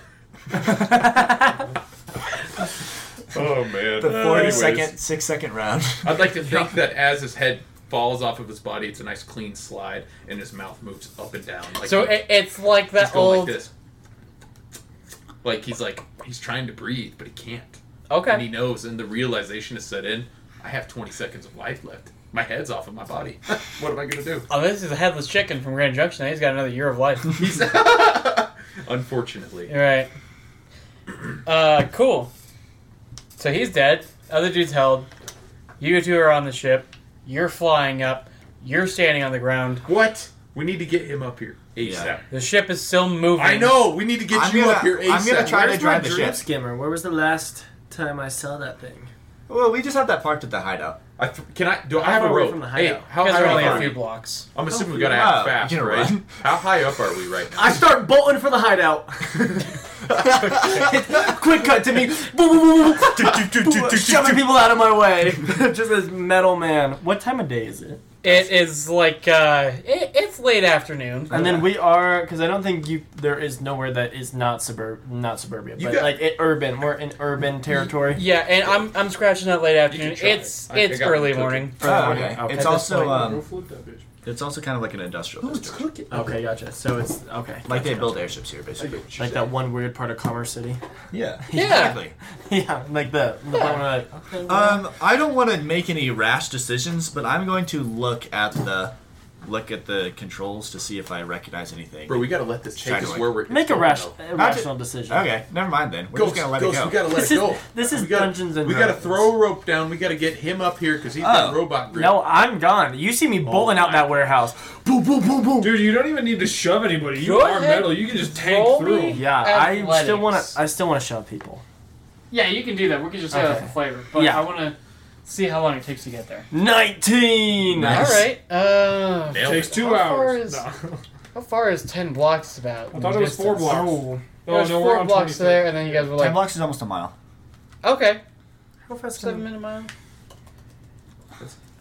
Speaker 5: Oh man.
Speaker 3: the 40 second, six second round.
Speaker 5: I'd like to think that as his head falls off of his body, it's a nice clean slide and his mouth moves up and down. Like
Speaker 1: So it, it's like
Speaker 5: He's
Speaker 1: that
Speaker 5: going
Speaker 1: old.
Speaker 5: like this. Like he's like he's trying to breathe, but he can't. And
Speaker 1: okay,
Speaker 5: he knows, and the realization is set in. I have 20 seconds of life left. My head's off of my body. what am I gonna do?
Speaker 1: oh, this is a headless chicken from Grand Junction. He's got another year of life.
Speaker 5: He's unfortunately.
Speaker 1: All right. Uh, cool. So he's dead. Other dude's held. You two are on the ship. You're flying up. You're standing on the ground.
Speaker 5: What? We need to get him up here ASAP.
Speaker 3: Yeah.
Speaker 1: The ship is still moving.
Speaker 5: I know. We need to get
Speaker 3: I'm
Speaker 5: you
Speaker 3: gonna-
Speaker 5: up here ASAP.
Speaker 3: I'm gonna try to
Speaker 5: Where's
Speaker 3: drive the
Speaker 5: my drink?
Speaker 3: ship.
Speaker 6: Ship skimmer. Where was the last time I saw that thing?
Speaker 3: Well, we just have that parked at the hideout.
Speaker 5: I th- can I? Do I
Speaker 6: How
Speaker 5: have a
Speaker 6: far away
Speaker 5: rope?
Speaker 6: from the
Speaker 5: hey,
Speaker 6: hideout?
Speaker 5: how
Speaker 1: Because
Speaker 5: high
Speaker 1: we're
Speaker 5: up
Speaker 1: only
Speaker 5: are
Speaker 1: a few
Speaker 5: we?
Speaker 1: blocks.
Speaker 5: I'm assuming we're gonna
Speaker 3: few-
Speaker 5: act
Speaker 3: Oh,
Speaker 5: fast,
Speaker 3: you know
Speaker 5: right?
Speaker 3: what?
Speaker 5: How high up are we right now?
Speaker 6: I start bolting for the hideout.
Speaker 3: Oh,
Speaker 6: Quick cut to me. Shoving people out of my way. Just this metal man. What time of day is it?
Speaker 1: It is like uh, it, it's late afternoon.
Speaker 6: And then we are because I don't think you there is nowhere that is not suburb not suburbia,
Speaker 5: You
Speaker 6: but
Speaker 5: got-
Speaker 6: like it, urban. We're in urban territory.
Speaker 1: Yeah, and I'm I'm scratching that late afternoon.
Speaker 5: try it.
Speaker 1: It's
Speaker 5: I- I
Speaker 1: it's
Speaker 5: got
Speaker 1: early
Speaker 5: cooking.
Speaker 1: morning.
Speaker 3: Oh,
Speaker 6: Right,
Speaker 3: okay. It's
Speaker 6: okay. At this
Speaker 3: also
Speaker 6: point,
Speaker 3: um,
Speaker 2: flip that bitch.
Speaker 3: it's also kind of like an industrial district.
Speaker 2: cooking.
Speaker 6: Okay, gotcha. So it's okay.
Speaker 3: Like they
Speaker 6: Oh, gotcha,
Speaker 3: build
Speaker 6: gotcha.
Speaker 3: airships here, basically.
Speaker 6: like that one weird part of Commerce City.
Speaker 3: Yeah.
Speaker 1: Yeah.
Speaker 3: Exactly.
Speaker 6: yeah, like the, the part where like okay, well,
Speaker 3: Um, I don't want to make any rash decisions, but I'm going to look at the look at the controls to see if I recognize anything.
Speaker 5: Bro, we gotta let this take
Speaker 3: Try to,
Speaker 5: us
Speaker 3: like,
Speaker 5: where we're.
Speaker 6: make a
Speaker 5: going,
Speaker 6: rash,
Speaker 5: though.
Speaker 6: a rational decision.
Speaker 3: Okay, never mind then. We're
Speaker 5: Ghost,
Speaker 3: just gonna let
Speaker 5: Ghost,
Speaker 3: it go.
Speaker 5: we gotta let
Speaker 6: This
Speaker 5: it
Speaker 6: is-
Speaker 5: go.
Speaker 6: this is
Speaker 5: we gotta,
Speaker 6: Dungeons and
Speaker 5: We gotta
Speaker 6: Dragons.
Speaker 5: throw a rope down. We gotta get him up here because he's got
Speaker 3: Oh.
Speaker 5: robot grip.
Speaker 6: No, I'm gone. You see me bolting out that warehouse. Boom, boom, boom, boom.
Speaker 4: Dude, you don't even need to shove anybody. You
Speaker 1: Go
Speaker 4: are
Speaker 1: ahead.
Speaker 4: metal. You can just tank
Speaker 1: Roll
Speaker 4: through.
Speaker 1: me.
Speaker 4: 'em.
Speaker 6: Yeah, I still want
Speaker 1: Athletics.
Speaker 6: to. I still want to shove people.
Speaker 1: Yeah, you can do that. We can just say that
Speaker 6: Okay.
Speaker 1: for flavor. But
Speaker 6: Yeah.
Speaker 1: I want to see how long it takes to get there.
Speaker 6: Nineteen.
Speaker 3: Nice.
Speaker 1: All right. Uh,
Speaker 5: Nailed
Speaker 4: Takes
Speaker 5: it.
Speaker 4: two
Speaker 1: How far
Speaker 4: hours.
Speaker 1: is-
Speaker 4: No.
Speaker 1: how far is ten blocks about?
Speaker 4: I thought it was four blocks. Oh,
Speaker 1: There's
Speaker 4: no, we're
Speaker 1: four
Speaker 4: on
Speaker 1: blocks
Speaker 4: 23.
Speaker 1: there, and then you guys were
Speaker 3: Ten
Speaker 1: like,
Speaker 3: blocks is almost a mile.
Speaker 1: okay,
Speaker 6: How fast
Speaker 1: seven
Speaker 6: can-
Speaker 1: minute mile.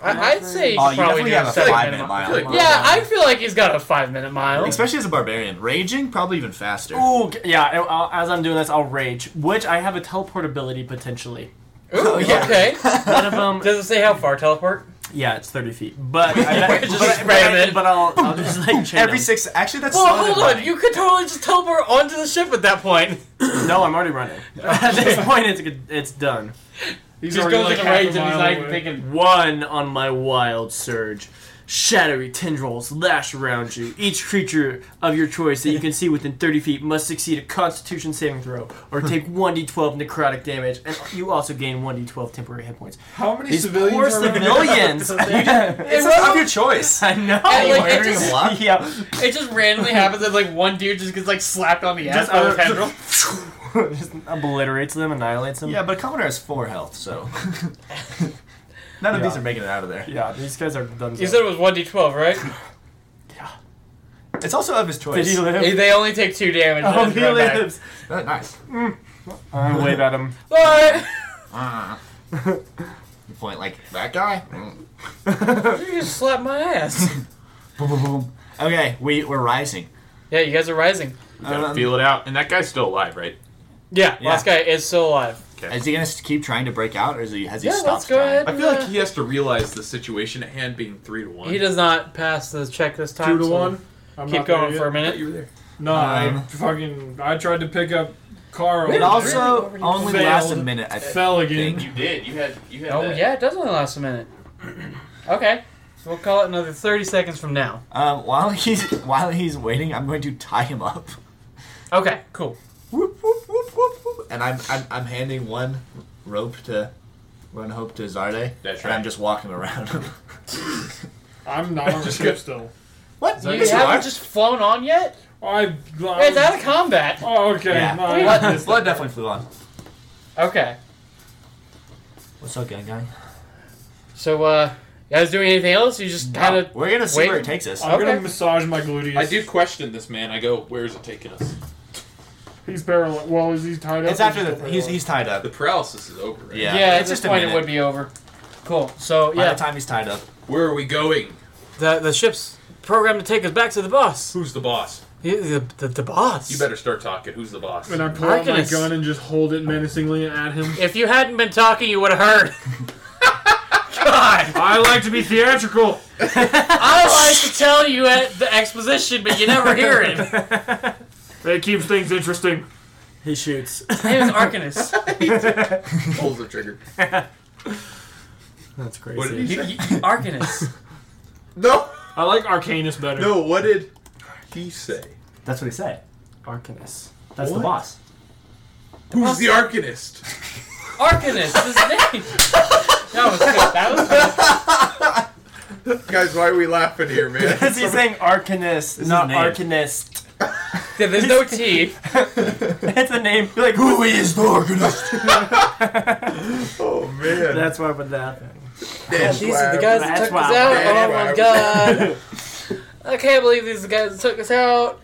Speaker 1: I, I'd say you
Speaker 3: Oh,
Speaker 1: could
Speaker 3: you
Speaker 1: probably
Speaker 3: definitely
Speaker 1: do
Speaker 3: have
Speaker 1: a
Speaker 3: a
Speaker 1: seven
Speaker 3: five
Speaker 1: minute
Speaker 3: minute
Speaker 1: mile.
Speaker 3: mile.
Speaker 5: Good.
Speaker 1: Yeah, I feel like he's got a five minute mile.
Speaker 3: Especially as a barbarian, raging probably even faster.
Speaker 6: Ooh, g- yeah. I- I'll- as I'm doing this, I'll rage, which I have a teleportability potentially.
Speaker 1: Ooh,
Speaker 3: yeah.
Speaker 1: okay.
Speaker 6: One of them,
Speaker 1: Does it say how far teleport?
Speaker 6: yeah, it's thirty feet, but I,
Speaker 1: Just
Speaker 6: but, but,
Speaker 1: spam
Speaker 6: I,
Speaker 1: it.
Speaker 6: but I'll, I'll just like chain
Speaker 3: Every
Speaker 6: him.
Speaker 3: six, actually, that's
Speaker 1: Well,
Speaker 3: slower than
Speaker 1: hold on.
Speaker 3: running.
Speaker 1: You could totally just teleport onto the ship at that point.
Speaker 6: No, I'm already running. At this point, it's good- it's done.
Speaker 4: He's
Speaker 1: Just
Speaker 4: already
Speaker 1: goes
Speaker 4: like
Speaker 1: in a
Speaker 4: half
Speaker 1: rage and he's
Speaker 4: mile
Speaker 1: like
Speaker 4: away.
Speaker 1: thinking,
Speaker 6: One on my wild surge. Shadowy tendrils lash around you. Each creature of your choice that you can see within 30 feet must succeed a constitution saving throw or take 1d12 necrotic damage, and you also gain 1d12 temporary hit points.
Speaker 4: How many
Speaker 6: These
Speaker 4: civilians
Speaker 6: poor
Speaker 4: are around?
Speaker 6: civilians!
Speaker 3: it's
Speaker 1: It
Speaker 3: of
Speaker 1: will-
Speaker 3: your choice.
Speaker 6: I know!
Speaker 1: And, like, it
Speaker 3: Wearing
Speaker 1: just-
Speaker 3: a block?
Speaker 6: yeah.
Speaker 1: it just randomly happens that like one dude just gets like slapped on the ass
Speaker 6: Just
Speaker 1: by the
Speaker 6: other-
Speaker 1: tendril.
Speaker 6: Just obliterates them, annihilates them.
Speaker 3: Yeah, but a commoner has four health, so none of
Speaker 6: Yeah.
Speaker 3: these are making it out of there.
Speaker 6: Yeah, these guys are done.
Speaker 1: You said it was one d twelve, right?
Speaker 3: It's also of his
Speaker 6: Did
Speaker 3: choice.
Speaker 6: he live?
Speaker 1: they only take two damage. and
Speaker 6: oh,
Speaker 1: it's
Speaker 6: he
Speaker 1: right back.
Speaker 6: lives!
Speaker 3: Oh, nice.
Speaker 6: I wave at him.
Speaker 1: But
Speaker 3: Ah. You point like that guy. Mm.
Speaker 1: you just slapped my ass.
Speaker 3: Boom, boom, boom. Okay, we we're rising.
Speaker 1: yeah, you guys are rising.
Speaker 5: We gotta
Speaker 3: Um,
Speaker 5: feel it out. And that guy's still alive, right?
Speaker 1: Yeah, last guy is still alive.
Speaker 3: Is he gonna s- keep trying to break out, or is he has he
Speaker 1: Yeah,
Speaker 3: stopped
Speaker 1: let's go
Speaker 3: trying?
Speaker 1: ahead.
Speaker 5: I feel like
Speaker 1: and,
Speaker 5: he has to realize the situation at hand being three to
Speaker 1: uh,
Speaker 5: one.
Speaker 1: he does not pass the check this time.
Speaker 5: two to
Speaker 1: so
Speaker 5: one.
Speaker 4: I'm
Speaker 1: Keep
Speaker 4: not there
Speaker 1: going
Speaker 4: yet.
Speaker 1: for a minute. Uh,
Speaker 5: You were there.
Speaker 4: No, I
Speaker 3: Um,
Speaker 4: fucking. I tried to pick up Carl.
Speaker 3: It
Speaker 4: and
Speaker 3: also only
Speaker 4: Failed.
Speaker 3: lasts a minute. I think.
Speaker 4: fell again.
Speaker 5: You did. You had. You had.
Speaker 1: Oh yeah, it does only last a minute. Okay, so we'll call it another thirty seconds from now.
Speaker 3: Um, while he's while he's waiting, I'm going to tie him up.
Speaker 1: Okay, cool.
Speaker 3: Whoop, whoop, whoop, whoop, whoop. And I'm, I'm I'm handing one rope to one hope to Zarde.
Speaker 5: That's
Speaker 3: And I'm
Speaker 5: right.
Speaker 3: just walking around.
Speaker 4: I'm not on the ship still.
Speaker 3: what?
Speaker 1: You
Speaker 3: Yes,
Speaker 1: haven't
Speaker 3: you are?
Speaker 1: just flown on yet?
Speaker 4: I.
Speaker 5: Oh.
Speaker 1: It's out of combat.
Speaker 4: Oh, okay.
Speaker 3: Yeah.
Speaker 4: No, I-
Speaker 3: Blood, blood definitely flew on.
Speaker 1: Okay,
Speaker 3: What's up, gang gang?
Speaker 1: so uh, you guys doing anything else? You just kind of
Speaker 3: We're gonna see
Speaker 1: wait. Oh,
Speaker 3: where it takes us.
Speaker 4: I'm
Speaker 1: Okay.
Speaker 4: gonna massage my gluteus.
Speaker 5: I do question this man. I go, where is it taking us?
Speaker 4: He's paralyzed. Well, is he tied up?
Speaker 3: It's
Speaker 4: or
Speaker 3: after
Speaker 4: is he
Speaker 3: the
Speaker 4: still
Speaker 3: he's
Speaker 4: paralyzed?
Speaker 3: he's tied up.
Speaker 5: The paralysis is over. Right?
Speaker 3: Yeah.
Speaker 1: yeah. at
Speaker 3: it's
Speaker 1: this
Speaker 3: just a
Speaker 1: point, it
Speaker 3: minute.
Speaker 1: would be over. Cool. So
Speaker 3: By
Speaker 1: yeah,
Speaker 3: the time he's tied up,
Speaker 5: Where are we going?
Speaker 1: the the ship's programmed to take us back to the boss.
Speaker 5: Who's the boss?
Speaker 1: The the, the, the boss.
Speaker 5: You better start talking. Who's the boss?
Speaker 4: And I pull
Speaker 1: I
Speaker 4: out my
Speaker 1: can-
Speaker 4: gun and just hold it menacingly at him.
Speaker 1: If you hadn't been talking, you would have heard. God,
Speaker 4: I like to be theatrical.
Speaker 1: I like to tell you at the exposition, but you never hear it.
Speaker 4: It keeps things interesting.
Speaker 6: He shoots.
Speaker 1: His name is Arcanus.
Speaker 5: pulls the trigger.
Speaker 6: That's crazy.
Speaker 5: What did he say?
Speaker 1: Arcanus.
Speaker 5: No,
Speaker 4: I like Arcanus better.
Speaker 5: no. What did he say?
Speaker 3: that's what he said.
Speaker 6: Arcanus. That's
Speaker 5: What?
Speaker 6: the boss.
Speaker 5: Who's the Arcanist?
Speaker 1: Arcanus. His name. That was good. That was good.
Speaker 5: Guys, why are we laughing here, man?
Speaker 6: Because he's saying Arcanist,
Speaker 3: is
Speaker 6: not
Speaker 3: name.
Speaker 6: Arcanist.
Speaker 1: Yeah, there's no T.
Speaker 6: It's a name. You're like,
Speaker 3: Who is the organist?
Speaker 5: Oh man.
Speaker 6: That's why I put that.
Speaker 5: That's
Speaker 1: These
Speaker 5: why
Speaker 1: are the
Speaker 5: I-
Speaker 1: guys that
Speaker 6: That's
Speaker 1: took
Speaker 6: why
Speaker 1: us
Speaker 6: I'm
Speaker 1: out.
Speaker 5: mad.
Speaker 1: Oh my
Speaker 5: That's
Speaker 1: god. I can't believe these are the guys that took us out.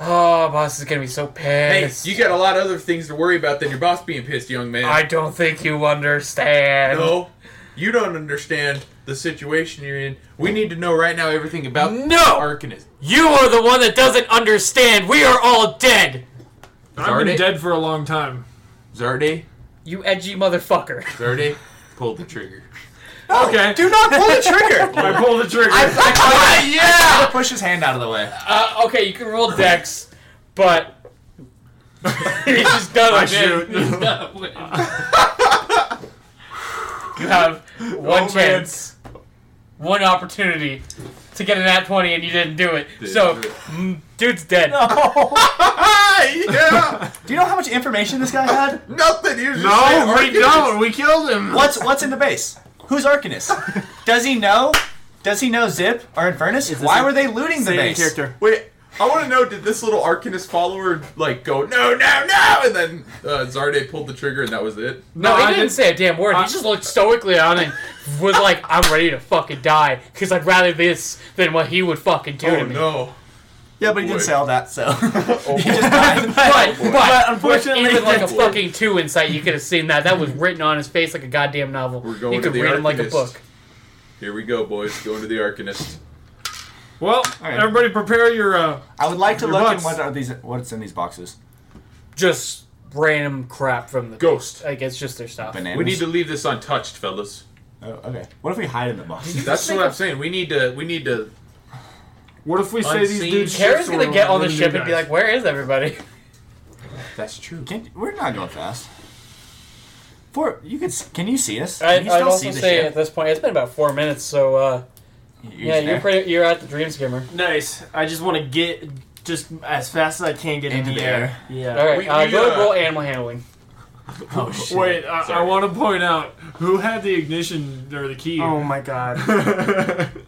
Speaker 1: Oh, boss is gonna be so
Speaker 5: Hey,
Speaker 1: pissed.
Speaker 5: you got a lot of other things to worry about than your boss being pissed, young man.
Speaker 1: I don't think you understand.
Speaker 5: No, you don't understand the situation you're in. We need to know right now everything about
Speaker 1: No!
Speaker 5: Arcanist.
Speaker 1: You are the one that doesn't understand. We are all dead.
Speaker 4: I've
Speaker 7: Zarde?
Speaker 4: been dead for a long time.
Speaker 7: Zarde,
Speaker 1: You edgy motherfucker.
Speaker 7: Zarde, pulled the trigger.
Speaker 4: okay.
Speaker 3: Do not pull the trigger.
Speaker 4: I pulled the trigger.
Speaker 3: yeah. Push his hand out of the way.
Speaker 1: Uh, okay, you can roll dex, but he's just gonna
Speaker 7: I
Speaker 1: win.
Speaker 7: shoot.
Speaker 1: He's gonna win. you have one
Speaker 7: Oh, man.
Speaker 1: chance, one opportunity to get an at twenty, and you didn't do it.
Speaker 7: Didn't
Speaker 1: so,
Speaker 7: do it.
Speaker 1: mm, dude's dead.
Speaker 5: yeah,
Speaker 3: Do you know how much information this guy had?
Speaker 5: nothing. He was just saying
Speaker 7: No, we
Speaker 5: Arcanist.
Speaker 7: don't. We killed him.
Speaker 3: What's what's in the base? Who's Arcanist? Does he know? Does he know Zip or Infernus?
Speaker 6: this
Speaker 3: Why
Speaker 6: a-
Speaker 3: were they looting the
Speaker 6: Same
Speaker 3: base?
Speaker 6: character.
Speaker 5: Wait, I want to know did this little Arcanist follower like go no, no, no, and then uh, Zarde pulled the trigger and that was it?
Speaker 1: No, he
Speaker 4: I
Speaker 1: didn't,
Speaker 4: didn't-
Speaker 1: say a damn word.
Speaker 4: I-
Speaker 1: he just looked stoically on it and was like, I'm ready to fucking die because I'd rather this than what he would fucking do
Speaker 5: Oh
Speaker 1: to me.
Speaker 5: no!
Speaker 3: Yeah, but he didn't
Speaker 5: Boy.
Speaker 3: say all that, so.
Speaker 5: Oh,
Speaker 3: he just died.
Speaker 1: But, but,
Speaker 6: unfortunately,
Speaker 1: even like a
Speaker 5: that's-
Speaker 1: fucking two insight, you could have seen that. That was written on his face like a goddamn novel.
Speaker 5: We're going
Speaker 1: you
Speaker 5: to
Speaker 1: could
Speaker 5: the
Speaker 1: read him like a
Speaker 5: Arcanist.
Speaker 1: book.
Speaker 5: Here we go, boys. Going to the Arcanist.
Speaker 4: Well,
Speaker 3: right.
Speaker 4: everybody prepare your. Uh,
Speaker 3: I would like to
Speaker 4: Your
Speaker 3: look
Speaker 4: butts.
Speaker 3: in what are these what's in these boxes.
Speaker 1: Just random crap from the
Speaker 5: Ghost.
Speaker 1: Like it's just their stuff.
Speaker 3: Bananas.
Speaker 5: We need to leave this untouched, fellas.
Speaker 3: Oh, okay. What if we hide in the box?
Speaker 5: That's what I'm saying. We need to. We need to.
Speaker 4: what if we say
Speaker 5: Unseen.
Speaker 4: these dudes?
Speaker 1: Kara's
Speaker 4: ships
Speaker 1: gonna
Speaker 4: were
Speaker 1: get on the
Speaker 4: really
Speaker 1: ship
Speaker 4: good
Speaker 1: and be
Speaker 4: guys?
Speaker 1: like, "Where is everybody?"
Speaker 5: That's true.
Speaker 3: Can, we're not going fast. For you could s- can you see us?
Speaker 1: I,
Speaker 3: Can
Speaker 1: I'd
Speaker 3: you still
Speaker 1: also
Speaker 3: see the
Speaker 1: say
Speaker 3: ship?
Speaker 1: at this point, it's been about four minutes, so uh,
Speaker 3: You-
Speaker 1: yeah,
Speaker 3: there?
Speaker 1: you're pretty, you're at the dream skimmer.
Speaker 6: Nice. I just want to get just as fast as I can get in
Speaker 3: Into
Speaker 6: the
Speaker 3: the
Speaker 6: air.
Speaker 3: air.
Speaker 6: Yeah.
Speaker 1: All right,
Speaker 5: We-
Speaker 1: uh,
Speaker 5: we,
Speaker 1: go ahead
Speaker 5: uh,
Speaker 1: and roll animal handling.
Speaker 3: Oh shit.
Speaker 4: Wait, I, I want to point out who had the ignition or the key.
Speaker 6: Oh my god.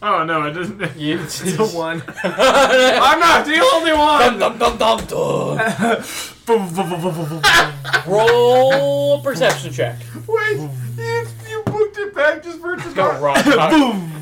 Speaker 4: Oh, no, it doesn't.
Speaker 1: You
Speaker 6: the one.
Speaker 4: I'm not the only one.
Speaker 1: dum, dum, dum, dum. roll perception check.
Speaker 5: Wait, you, you booked it back just for
Speaker 1: Go
Speaker 5: tonight.
Speaker 1: wrong.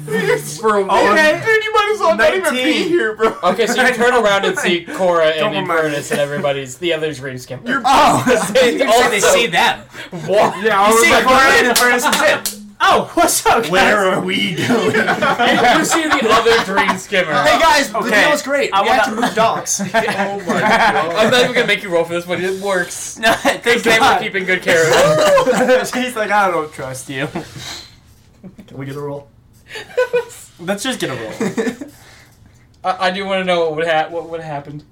Speaker 5: for
Speaker 6: Okay.
Speaker 5: Dude, you might as well not even
Speaker 6: 19.
Speaker 5: be here, bro.
Speaker 1: Okay, so you turn around and see Cora and
Speaker 6: Don't remind
Speaker 1: Infernus and everybody's the other dream skimmer.
Speaker 3: Oh, you can say they
Speaker 1: Also-
Speaker 3: see them.
Speaker 1: What?
Speaker 4: Yeah, I
Speaker 3: You
Speaker 4: was
Speaker 3: see
Speaker 4: like,
Speaker 3: Brian and Infernus and Zip.
Speaker 6: Oh, what's up, guys?
Speaker 3: Where are we going? hey
Speaker 1: You see the other dream skimmer.
Speaker 3: guys, the
Speaker 6: Okay.
Speaker 3: deal is great.
Speaker 6: I
Speaker 3: we
Speaker 6: wanna-
Speaker 3: have to move dogs.
Speaker 5: Oh my god.
Speaker 1: I'm not even gonna make you roll for this one. It works.
Speaker 6: No, thank
Speaker 1: They were
Speaker 6: God.
Speaker 1: keeping good care of him.
Speaker 6: She's like, I don't trust you.
Speaker 3: Can we get a roll?
Speaker 6: Let's just get a roll.
Speaker 1: I, I do want to know what would ha- what would have happened.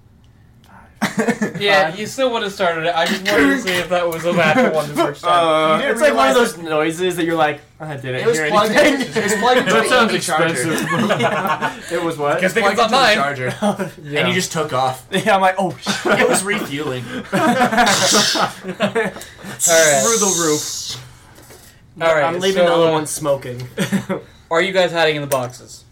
Speaker 1: Yeah, you still would have started it. I just wanted to see if that was a natural one the first time.
Speaker 6: Uh,
Speaker 3: didn't
Speaker 6: it's like one of
Speaker 3: realize
Speaker 6: those noises that you're like, I didn't
Speaker 3: It was
Speaker 6: hear
Speaker 3: plugged.
Speaker 6: anything.
Speaker 3: It was plugged into
Speaker 4: that
Speaker 3: the
Speaker 4: sounds
Speaker 3: EV charger.
Speaker 4: expensive.
Speaker 6: it was what?
Speaker 1: Because think it's
Speaker 3: Plugged into
Speaker 1: not mine.
Speaker 3: the charger.
Speaker 6: yeah.
Speaker 3: And you just took off.
Speaker 6: yeah, I'm like, oh, shit.
Speaker 3: It was refueling.
Speaker 1: All
Speaker 6: through the roof.
Speaker 1: right, all right.
Speaker 6: I'm leaving
Speaker 1: so,
Speaker 6: the other
Speaker 1: uh,
Speaker 6: one smoking.
Speaker 1: Are you guys hiding in the boxes?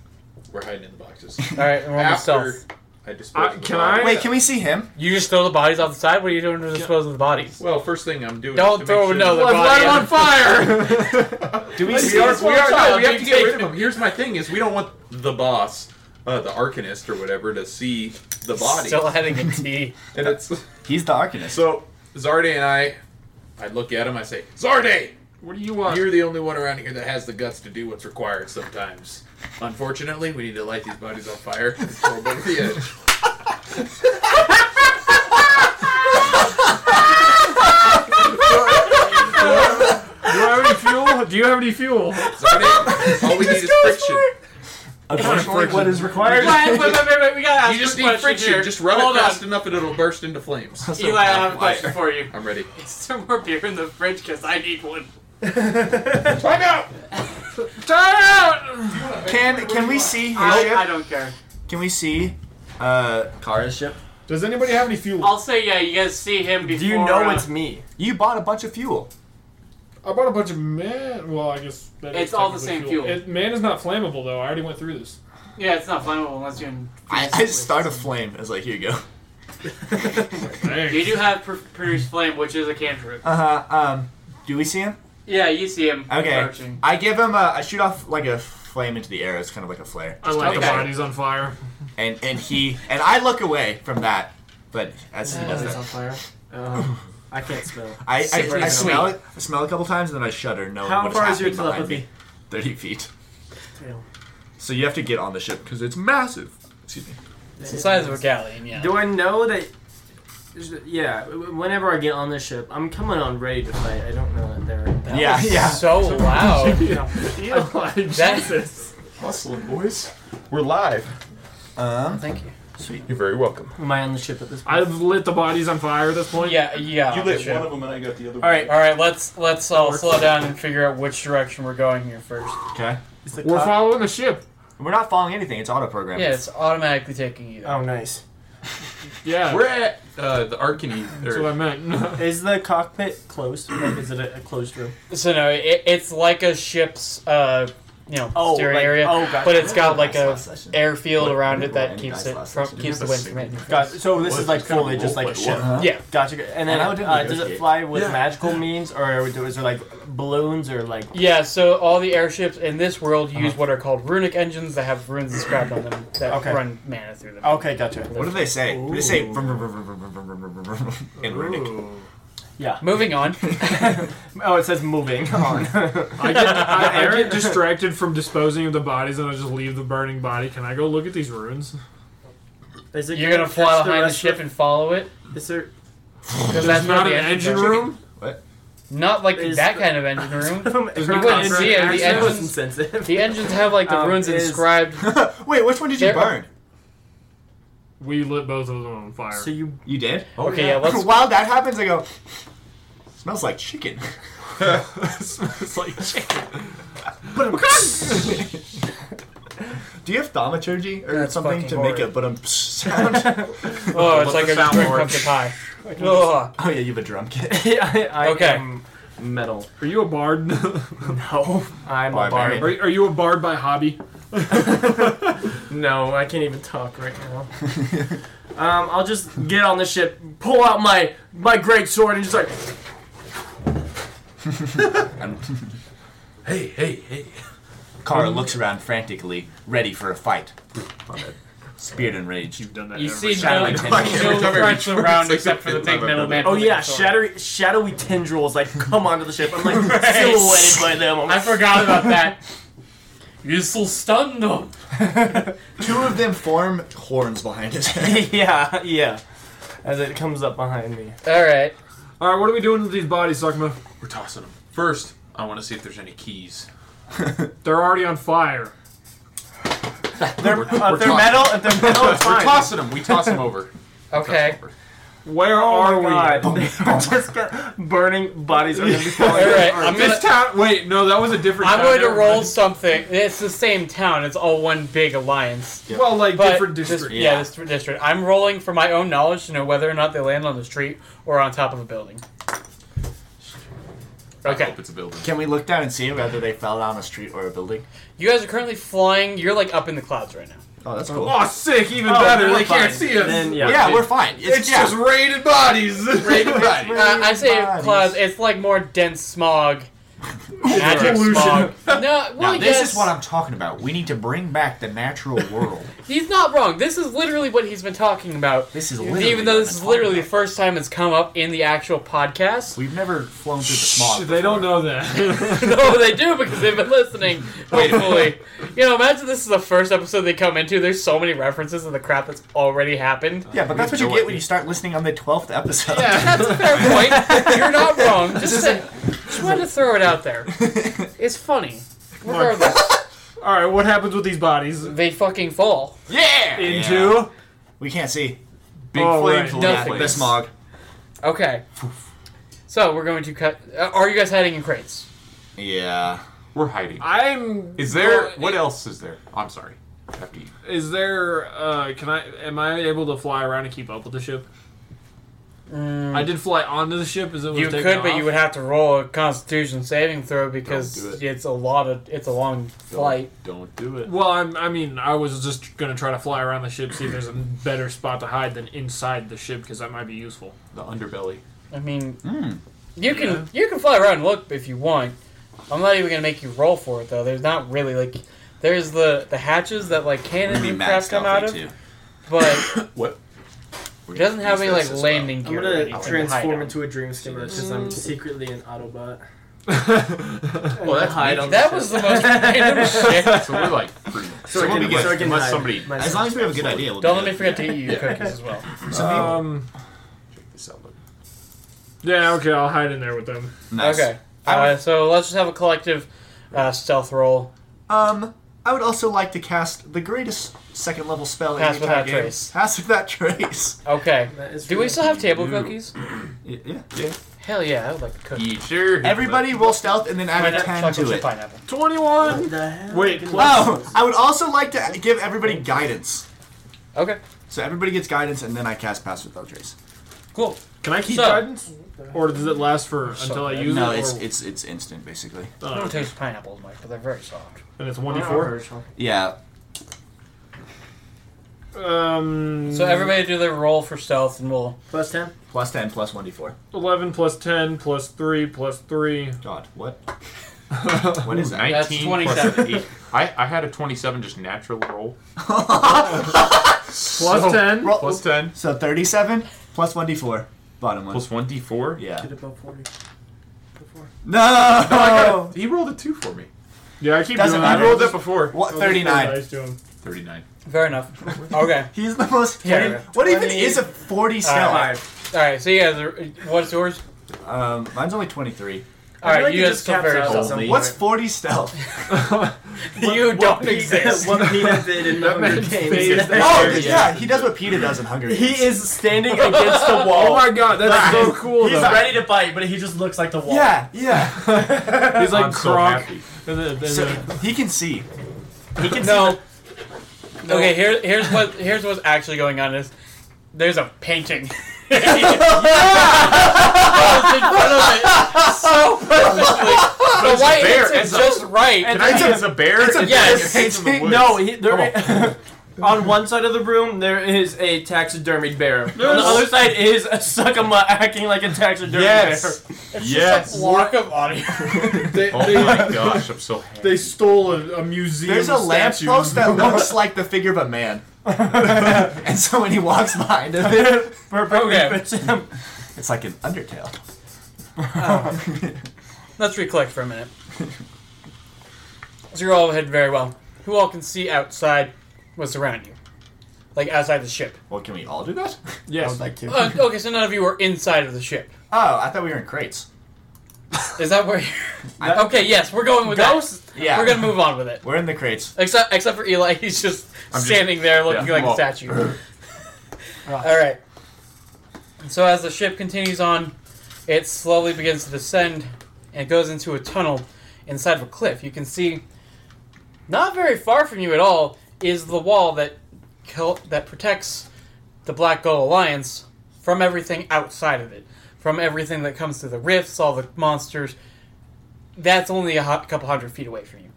Speaker 5: We're hiding in the boxes.
Speaker 1: All right, and roll the
Speaker 5: After
Speaker 1: stealth.
Speaker 5: I dispose
Speaker 4: Uh,
Speaker 5: of the
Speaker 4: can
Speaker 5: body.
Speaker 4: I-
Speaker 3: Wait, can we see him?
Speaker 1: You just throw the bodies off the side. What are you doing to dispose of the bodies?
Speaker 5: Well, first thing I'm doing.
Speaker 1: Don't
Speaker 5: is to
Speaker 1: throw
Speaker 5: make sure
Speaker 1: another
Speaker 5: that-
Speaker 1: body.
Speaker 4: Light on fire.
Speaker 3: Do we
Speaker 5: We
Speaker 3: see
Speaker 5: are,
Speaker 3: him?
Speaker 5: we are, no, we have to
Speaker 1: Big
Speaker 5: get
Speaker 1: take.
Speaker 5: rid of him. Here's my thing: is we don't want the boss, uh, the Arcanist or whatever, to see the body.
Speaker 1: Still having a T.
Speaker 5: and it's
Speaker 3: He's the Arcanist.
Speaker 5: so Zarde and I. I look at him. I say, Zarde,
Speaker 4: what do you want?
Speaker 5: you're the only one around here that has the guts to do what's required. Sometimes, unfortunately, we need to light these bodies on fire and throw them over the edge.
Speaker 4: Do you have any fuel? Do you have any fuel?
Speaker 5: Zarde, all we need is friction.
Speaker 3: Unfortunately, what is required?
Speaker 1: wait, wait, wait, wait, we gotta ask
Speaker 5: You just
Speaker 1: a
Speaker 5: need
Speaker 1: question
Speaker 5: friction.
Speaker 1: here.
Speaker 5: Just rub
Speaker 1: Hold
Speaker 5: it
Speaker 1: on.
Speaker 5: fast enough and it'll burst into flames.
Speaker 1: Eli, I have a question
Speaker 5: Liar.
Speaker 1: for you.
Speaker 5: I'm ready.
Speaker 1: Is there more beer in the fridge? Because I need one.
Speaker 5: Time out.
Speaker 4: Turn out.
Speaker 3: Can can we see his
Speaker 1: I,
Speaker 3: ship?
Speaker 1: I don't care.
Speaker 3: Can we see uh Kara's ship?
Speaker 4: Does anybody have any fuel?
Speaker 1: I'll say yeah. You guys see him before.
Speaker 6: Do you know
Speaker 1: uh,
Speaker 6: it's me?
Speaker 3: You bought a bunch of fuel.
Speaker 4: I bought a bunch of man. Well, I guess that is
Speaker 1: It's all the
Speaker 4: technically
Speaker 1: same fuel.
Speaker 4: It, man is not flammable though. I already went through this.
Speaker 1: Yeah, it's not flammable unless you.
Speaker 3: I, I start a flame. I was like, here you go.
Speaker 4: Thanks.
Speaker 1: You do have pr- produce flame, which is a cantrip.
Speaker 3: Uh huh. Um, do we see him?
Speaker 1: Yeah, you see him
Speaker 3: Okay.
Speaker 1: approaching.
Speaker 3: I give him a. I shoot off like a flame into the air. It's kind of like a flare.
Speaker 4: I like the
Speaker 1: Okay.
Speaker 4: body's on fire.
Speaker 3: And and he and I look away from that, but as he does
Speaker 6: it's
Speaker 3: that,
Speaker 6: on fire. Um, I can't smell.
Speaker 3: I I, I
Speaker 6: Sweet.
Speaker 3: smell it. I smell it a couple times, and then I shudder, knowing
Speaker 6: How
Speaker 3: what
Speaker 6: far
Speaker 3: is
Speaker 6: is your
Speaker 3: happening behind
Speaker 6: telepathy?
Speaker 3: me. Thirty feet.
Speaker 6: Damn.
Speaker 3: So you have to get on the ship because it's massive. Excuse me.
Speaker 1: It's the size of a galleon, yeah.
Speaker 6: Do I know that? Yeah. Whenever I get on this ship, I'm coming on ready to fight. I don't know that they're. That
Speaker 3: Yeah,
Speaker 1: It's
Speaker 3: yeah.
Speaker 1: So loud.
Speaker 4: I'm like,
Speaker 1: That-
Speaker 4: Jesus.
Speaker 5: Hustling, boys. We're live.
Speaker 3: Um,
Speaker 1: Thank you.
Speaker 5: Sweet. You're very welcome.
Speaker 6: Am I on the ship at this point?
Speaker 4: I've lit the bodies on fire at this point.
Speaker 1: Yeah, yeah.
Speaker 5: You lit
Speaker 1: sure.
Speaker 5: one of them and I got the other one.
Speaker 6: All right.
Speaker 1: All right, let's let's all slow down and figure out which direction we're going here first.
Speaker 3: okay.
Speaker 6: It's the
Speaker 4: We're
Speaker 6: cop-
Speaker 4: following the ship.
Speaker 3: We're not following anything. It's auto programmed.
Speaker 1: Yeah, it's automatically taking you. there.
Speaker 6: oh, nice.
Speaker 4: Yeah.
Speaker 2: We're at uh, the Arcany.
Speaker 4: That's what I meant.
Speaker 6: Is the cockpit closed? Like, is it a, a closed room?
Speaker 1: So no, it, it's like a ship's uh, you know,
Speaker 6: Oh,
Speaker 1: steering
Speaker 6: like-
Speaker 1: area,
Speaker 6: oh, gotcha.
Speaker 1: but it's got like
Speaker 3: Nice
Speaker 1: a
Speaker 3: last session.
Speaker 1: airfield
Speaker 3: What-
Speaker 1: around
Speaker 3: what
Speaker 1: it that
Speaker 3: did
Speaker 1: keeps
Speaker 3: nice
Speaker 1: it
Speaker 3: last
Speaker 1: from
Speaker 3: session?
Speaker 1: keeps the
Speaker 5: Have a
Speaker 1: wind
Speaker 5: seat.
Speaker 1: from hitting. you.
Speaker 6: Got so this
Speaker 5: What?
Speaker 6: is like
Speaker 5: It's kind of
Speaker 6: fully
Speaker 5: a
Speaker 6: just
Speaker 5: roll
Speaker 6: like a
Speaker 5: like
Speaker 6: ship.
Speaker 3: Uh-huh.
Speaker 1: Yeah,
Speaker 6: Gotcha. And then
Speaker 3: And I didn't
Speaker 6: uh, does it
Speaker 3: negotiate.
Speaker 6: fly with
Speaker 5: Yeah.
Speaker 6: magical means, or do- is there like balloons or like?
Speaker 1: yeah. So all the airships in this world use what are called runic engines that have runes inscribed on them that
Speaker 6: Uh-huh. Okay.
Speaker 1: run mana through them.
Speaker 6: Okay, gotcha.
Speaker 3: What do they say? Do they say
Speaker 6: Ooh.
Speaker 3: vroom, vroom, vroom, vroom, vroom, vroom, vroom, vroom, vroom, in runic?
Speaker 6: Yeah.
Speaker 1: Moving on.
Speaker 6: Oh, it says moving on.
Speaker 4: I get, I, I get distracted from disposing of the bodies and I just leave the burning body. Can I go look at these ruins?
Speaker 6: Is it
Speaker 1: You're gonna
Speaker 6: catch
Speaker 1: fly behind the
Speaker 6: rest
Speaker 1: ship
Speaker 6: of-
Speaker 1: and follow it.
Speaker 6: Is there?
Speaker 1: Because
Speaker 4: There's
Speaker 1: that's where
Speaker 4: not an
Speaker 1: the
Speaker 4: engine
Speaker 1: engines are.
Speaker 4: room.
Speaker 1: Not like
Speaker 6: Is
Speaker 1: that
Speaker 6: the-
Speaker 1: kind of engine room.
Speaker 6: There's
Speaker 4: no
Speaker 1: wouldn't see it, the
Speaker 6: That was
Speaker 1: engines-
Speaker 6: insensitive.
Speaker 1: The engines have like the
Speaker 6: Um,
Speaker 1: runes
Speaker 6: is-
Speaker 1: inscribed.
Speaker 3: Wait, which one did you
Speaker 1: There-
Speaker 3: burn?
Speaker 4: We lit both of them on fire.
Speaker 6: So you
Speaker 3: You did?
Speaker 1: Okay, yeah. Let's
Speaker 3: While that happens, I go. Smells like chicken.
Speaker 4: it's like
Speaker 3: Do you have thaumaturgy or
Speaker 1: That's
Speaker 3: something
Speaker 1: fucking
Speaker 3: to make a
Speaker 1: horrid.
Speaker 3: but um sound?
Speaker 1: Oh, it's
Speaker 2: Let
Speaker 1: like
Speaker 2: the
Speaker 1: a
Speaker 2: sound
Speaker 1: drink
Speaker 2: work.
Speaker 1: pumpkin pie. Ugh.
Speaker 3: oh yeah, you have a drum kit.
Speaker 6: I, I
Speaker 1: Okay.
Speaker 6: am metal.
Speaker 4: Are you a bard? are,
Speaker 6: No, I'm a
Speaker 3: Barbarian.
Speaker 6: bard.
Speaker 4: are you a bard by hobby?
Speaker 6: No, I can't even talk right now. um, I'll just get on the ship, pull out my my great sword, and just like
Speaker 5: Hey, hey, hey.
Speaker 3: Kara looks around frantically, ready for a fight. On it. Spirit enraged.
Speaker 4: You've done that.
Speaker 1: You
Speaker 4: never.
Speaker 1: see no,
Speaker 3: Shadowy
Speaker 1: no
Speaker 3: tendrils.
Speaker 1: threats around
Speaker 2: Like
Speaker 1: except for the
Speaker 2: something
Speaker 1: big
Speaker 2: about
Speaker 1: metal
Speaker 2: that.
Speaker 1: man.
Speaker 6: oh
Speaker 1: with
Speaker 6: yeah,
Speaker 1: the sword.
Speaker 6: shadowy shadowy tendrils like come onto the ship. I'm like silhouetted by them. I'm
Speaker 1: I
Speaker 6: like,
Speaker 1: forgot about that. You still stunned them.
Speaker 3: Two of them form horns behind his head.
Speaker 6: yeah, yeah. As it comes up behind me.
Speaker 1: All right.
Speaker 4: All right, what are we doing with these bodies, Sakma?
Speaker 5: We're tossing them. First, I want to see if there's any keys.
Speaker 4: They're already on fire.
Speaker 5: We're-
Speaker 6: They're, uh,
Speaker 5: we're
Speaker 6: if they're
Speaker 5: talking.
Speaker 6: metal, if they're metal, it's
Speaker 5: We're
Speaker 6: fine.
Speaker 5: tossing them. We toss them over.
Speaker 1: Okay.
Speaker 4: Where
Speaker 6: Oh
Speaker 4: are
Speaker 6: my
Speaker 4: we?
Speaker 6: god. They're just gonna, burning bodies are gonna be
Speaker 1: All
Speaker 6: falling.
Speaker 1: right. I'm
Speaker 4: This
Speaker 1: gonna.
Speaker 4: town. Wait, no, that was a different.
Speaker 1: I'm
Speaker 4: town.
Speaker 1: going to
Speaker 4: Never
Speaker 1: roll
Speaker 4: mind.
Speaker 1: something. It's the same town. It's all one big alliance.
Speaker 4: Well, like
Speaker 1: But
Speaker 4: different
Speaker 1: this-
Speaker 4: district.
Speaker 1: yeah, this district. I'm rolling for my own knowledge to know whether or not they land on the street or on top of a building.
Speaker 5: Okay. I
Speaker 1: Okay.
Speaker 5: hope it's a building.
Speaker 3: Can we look down and see whether they fell down a street or a building?
Speaker 1: You guys are currently flying. You're like up in the clouds right now.
Speaker 3: Oh, that's cool.
Speaker 4: Oh, sick! Even
Speaker 6: Oh,
Speaker 4: better.
Speaker 6: we're
Speaker 4: They
Speaker 6: fine.
Speaker 4: can't see us.
Speaker 6: Then, yeah.
Speaker 3: yeah, we're fine. It's,
Speaker 2: It's
Speaker 3: yeah.
Speaker 2: just raided bodies. Raided bodies.
Speaker 1: Uh, I say
Speaker 3: Bodies.
Speaker 1: clouds. It's like more dense smog. Magic
Speaker 4: Pollution.
Speaker 1: smog. No, well,
Speaker 3: Now this
Speaker 1: yes.
Speaker 3: is what I'm talking about. We need to bring back the natural world.
Speaker 1: He's not wrong. This is literally what he's been talking about.
Speaker 3: This is literally
Speaker 1: Even though
Speaker 3: what
Speaker 1: this
Speaker 3: I've
Speaker 1: is
Speaker 3: been
Speaker 1: literally the
Speaker 3: talking
Speaker 1: first time it's come up in the actual podcast.
Speaker 3: We've never flown through the smog.
Speaker 4: Shit, They don't know that.
Speaker 1: no, they do because they've been listening. Hopefully, you know. Imagine this is the first episode they come into. There's so many references and the crap that's already happened.
Speaker 3: Yeah, but that's what you get when you start listening on the twelfth episode.
Speaker 1: That's a fair point. You're not wrong. Just, say, just wanted to throw it out there. It's funny. Regardless,
Speaker 4: All right, what happens with these bodies?
Speaker 1: they fucking fall.
Speaker 3: yeah.
Speaker 4: Into
Speaker 3: We can't see.
Speaker 5: Big
Speaker 4: Oh, right.
Speaker 5: flames. little
Speaker 1: Nothing.
Speaker 3: The
Speaker 5: flames.
Speaker 3: smog.
Speaker 1: Okay. So we're going to cut. Uh, are you guys hiding in crates?
Speaker 3: Yeah.
Speaker 5: We're hiding.
Speaker 4: I'm.
Speaker 5: Is there?
Speaker 4: Well,
Speaker 5: What else is there? I'm sorry. After you.
Speaker 4: Is there? Uh, can I? Am I able to fly around and keep up with the ship? I did fly onto the ship as it was
Speaker 1: You
Speaker 4: taking
Speaker 1: could, but
Speaker 4: off.
Speaker 1: you would have to roll a Constitution saving throw because
Speaker 5: Don't do
Speaker 1: it's a lot of it's a long flight.
Speaker 5: Don't do it.
Speaker 4: Well, I'm, I mean, I was just gonna try to fly around the ship, see if there's a better spot to hide than inside the ship, because that might be useful.
Speaker 5: The underbelly.
Speaker 1: I mean,
Speaker 8: Hmm.
Speaker 1: you can you can fly around and look if you want. I'm not even gonna make you roll for it though. There's not really like there's the the hatches that like cannon
Speaker 8: We're
Speaker 1: and
Speaker 8: gonna be
Speaker 1: crap
Speaker 8: maxed
Speaker 1: come
Speaker 8: out
Speaker 1: out of,
Speaker 8: for you, too.
Speaker 1: but
Speaker 5: What?
Speaker 8: We're
Speaker 1: it doesn't
Speaker 8: gonna
Speaker 1: have
Speaker 8: use
Speaker 1: any like
Speaker 8: this as well.
Speaker 1: landing
Speaker 6: I'm
Speaker 1: gear. or anything
Speaker 6: gonna
Speaker 1: to
Speaker 6: transform
Speaker 1: hide
Speaker 6: into a dream skimmer because I'm secretly an Autobot.
Speaker 5: Well, that's
Speaker 6: hide
Speaker 5: me.
Speaker 1: on. That was the most random shit.
Speaker 5: So we're like pretty.
Speaker 3: So
Speaker 5: unless-
Speaker 3: we get-
Speaker 6: so I can
Speaker 5: unless
Speaker 6: hide.
Speaker 5: somebody.
Speaker 6: My
Speaker 3: As long as we have a good idea, we'll
Speaker 1: Don't
Speaker 3: do
Speaker 1: let me
Speaker 3: it.
Speaker 1: forget to eat your cookies as well. Oh.
Speaker 4: Um,
Speaker 5: This out, look.
Speaker 4: yeah, okay, I'll hide in there with them.
Speaker 8: Nice.
Speaker 1: Okay,
Speaker 3: I
Speaker 1: uh, so let's just have a collective uh, stealth roll.
Speaker 3: Um, I would also like to cast the greatest second level spell
Speaker 1: Pass
Speaker 3: in the entire
Speaker 1: without
Speaker 3: game.
Speaker 1: trace.
Speaker 3: Pass without trace.
Speaker 1: Okay.
Speaker 6: That is
Speaker 1: Do we
Speaker 6: really-
Speaker 1: still have table cookies?
Speaker 3: Yeah, yeah. yeah.
Speaker 1: Hell yeah, I would like a cookie.
Speaker 5: You sure?
Speaker 3: Everybody roll stealth and then add a
Speaker 1: Pineapple,
Speaker 3: ten
Speaker 1: chocolate
Speaker 3: to
Speaker 1: chip
Speaker 3: it.
Speaker 1: pineapple.
Speaker 6: What
Speaker 4: 21!
Speaker 6: the hell?
Speaker 4: Wait,
Speaker 6: Can-
Speaker 3: Oh, I would also like to give everybody guidance.
Speaker 1: Okay,
Speaker 3: So everybody gets guidance, and then I cast pass without trace.
Speaker 1: cool.
Speaker 4: Can I keep
Speaker 1: So-
Speaker 4: guidance? Or does it last for until I use
Speaker 3: No,
Speaker 4: it?
Speaker 3: it's
Speaker 4: or,
Speaker 3: it's it's instant basically.
Speaker 1: I
Speaker 4: Oh,
Speaker 1: don't
Speaker 4: okay.
Speaker 1: taste pineapples much, but they're very soft.
Speaker 4: And it's
Speaker 6: Oh,
Speaker 4: 1d4?
Speaker 6: Herschel.
Speaker 3: Yeah.
Speaker 4: Um,
Speaker 1: So everybody do their roll for stealth, and we'll.
Speaker 6: Plus ten.
Speaker 3: Plus ten, plus one d four.
Speaker 4: 11 plus 10 plus 3 plus 3.
Speaker 3: God, what? what is that?
Speaker 1: That's
Speaker 5: 19
Speaker 1: 27.
Speaker 5: plus 8. I, I had a 27 just natural roll.
Speaker 4: Plus 10?
Speaker 3: Roll-
Speaker 5: Plus 10.
Speaker 3: So thirty-seven plus one d four. Bottom one.
Speaker 5: Plus 1d4.
Speaker 3: yeah.
Speaker 6: Get above forty. Before.
Speaker 3: Oh, No.
Speaker 5: No, I got a, he rolled a 2 for me.
Speaker 4: Yeah, I keep
Speaker 3: Doesn't
Speaker 4: doing that.
Speaker 5: I
Speaker 3: matter.
Speaker 5: rolled that before.
Speaker 3: What?
Speaker 4: I'll just throw
Speaker 3: Thirty-nine.
Speaker 4: dice to him.
Speaker 5: 39.
Speaker 1: Fair enough. Okay.
Speaker 3: He's the most.
Speaker 1: Yeah,
Speaker 3: what
Speaker 1: yeah.
Speaker 3: e- what even
Speaker 1: 20.
Speaker 3: is a forty stealth?
Speaker 1: All right. So you guys, are, what's yours?
Speaker 3: Um, mine's only twenty-three.
Speaker 1: All
Speaker 6: I
Speaker 1: right,
Speaker 6: feel like
Speaker 1: you
Speaker 6: it
Speaker 1: guys
Speaker 6: just
Speaker 1: still
Speaker 6: caps
Speaker 1: very
Speaker 6: out at
Speaker 1: soft.
Speaker 6: some
Speaker 5: Only-
Speaker 3: What's
Speaker 6: point.
Speaker 3: forty stealth?
Speaker 1: You don't exist.
Speaker 6: what Peter did in the Hunger
Speaker 4: man's face
Speaker 6: Games?
Speaker 4: is there.
Speaker 3: oh
Speaker 6: Oh,
Speaker 3: yeah. he does what Peter does in Hunger Games.
Speaker 6: He is standing against the wall.
Speaker 4: Oh my god, that's so cool
Speaker 6: He's
Speaker 4: though.
Speaker 6: ready to bite, but he just looks like the wall.
Speaker 3: Yeah, yeah.
Speaker 4: He's like
Speaker 5: I'm so
Speaker 4: Croc.
Speaker 5: happy.
Speaker 4: And then- then-
Speaker 3: So
Speaker 4: then-
Speaker 3: he can see.
Speaker 6: He can
Speaker 1: No.
Speaker 6: see
Speaker 1: Okay. Here, here's what here's what's actually going on is there's a painting. It's in front of it so perfectly. The
Speaker 5: it's a
Speaker 1: white
Speaker 5: bear.
Speaker 1: hits it
Speaker 5: It's a-
Speaker 1: just right.
Speaker 5: Can I
Speaker 3: It's
Speaker 5: say
Speaker 3: a-
Speaker 5: it's a bear?
Speaker 3: It's a
Speaker 1: yes.
Speaker 3: it's
Speaker 5: in the
Speaker 3: painting.
Speaker 5: woods.
Speaker 6: No, he, there on. one side of the room there is a taxidermied bear. On the other side is a suckama acting like a taxidermied
Speaker 5: Yes.
Speaker 6: bear.
Speaker 5: yes.
Speaker 1: block of audio.
Speaker 4: they,
Speaker 5: Oh my gosh, I'm so happy.
Speaker 4: they stole a, a museum.
Speaker 3: There's a
Speaker 4: of statues.
Speaker 3: lamppost that looks like the figure of a man. and so when he walks behind it,
Speaker 1: Okay,
Speaker 3: it's like an Undertale.
Speaker 1: let's recollect for a minute. So you're all hidden very well. Who all can see outside what's around you? Like outside the ship.
Speaker 3: Well, can we all do that? I
Speaker 4: Yes.
Speaker 3: would like to.
Speaker 1: Uh, okay, so none of you are inside of the ship.
Speaker 3: Oh, I thought we were in crates.
Speaker 1: Is that where you're... Okay, yes, we're going with
Speaker 6: Ghost.
Speaker 1: that.
Speaker 3: Yeah,
Speaker 1: We're going to move on with it.
Speaker 3: We're in the crates.
Speaker 1: Except except for Eli, he's just
Speaker 5: just-
Speaker 1: standing there looking
Speaker 5: yeah,
Speaker 1: like
Speaker 5: well.
Speaker 1: a statue. All right. So as the ship continues on, it slowly begins to descend and it goes into a tunnel inside of a cliff. You can see, not very far from you at all, is the wall that kel- that protects the Black Gull Alliance from everything outside of it, from everything that comes through the rifts, all the monsters. That's only a hu- couple hundred feet away from you.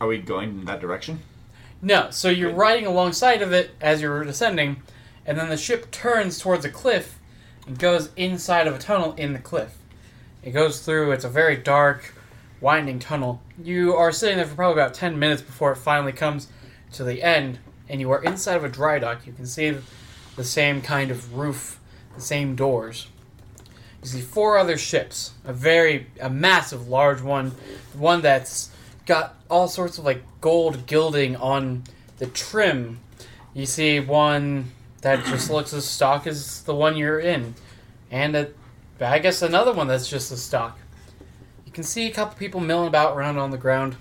Speaker 3: Are we going in that direction?
Speaker 1: No, so you're riding alongside of it as you're descending, and then the ship turns towards a cliff and goes inside of a tunnel in the cliff. It goes through, it's a very dark, winding tunnel. You are sitting there for probably about 10 minutes before it finally comes to the end, and you are inside of a dry dock. You can see the same kind of roof, the same doors. You see four other ships. A very, a massive, large one. One that's got all sorts of like gold gilding on the trim. You see one that just looks as stock as the one you're in, and a, I guess another one that's just as stock. You can see a couple people milling about around on the ground,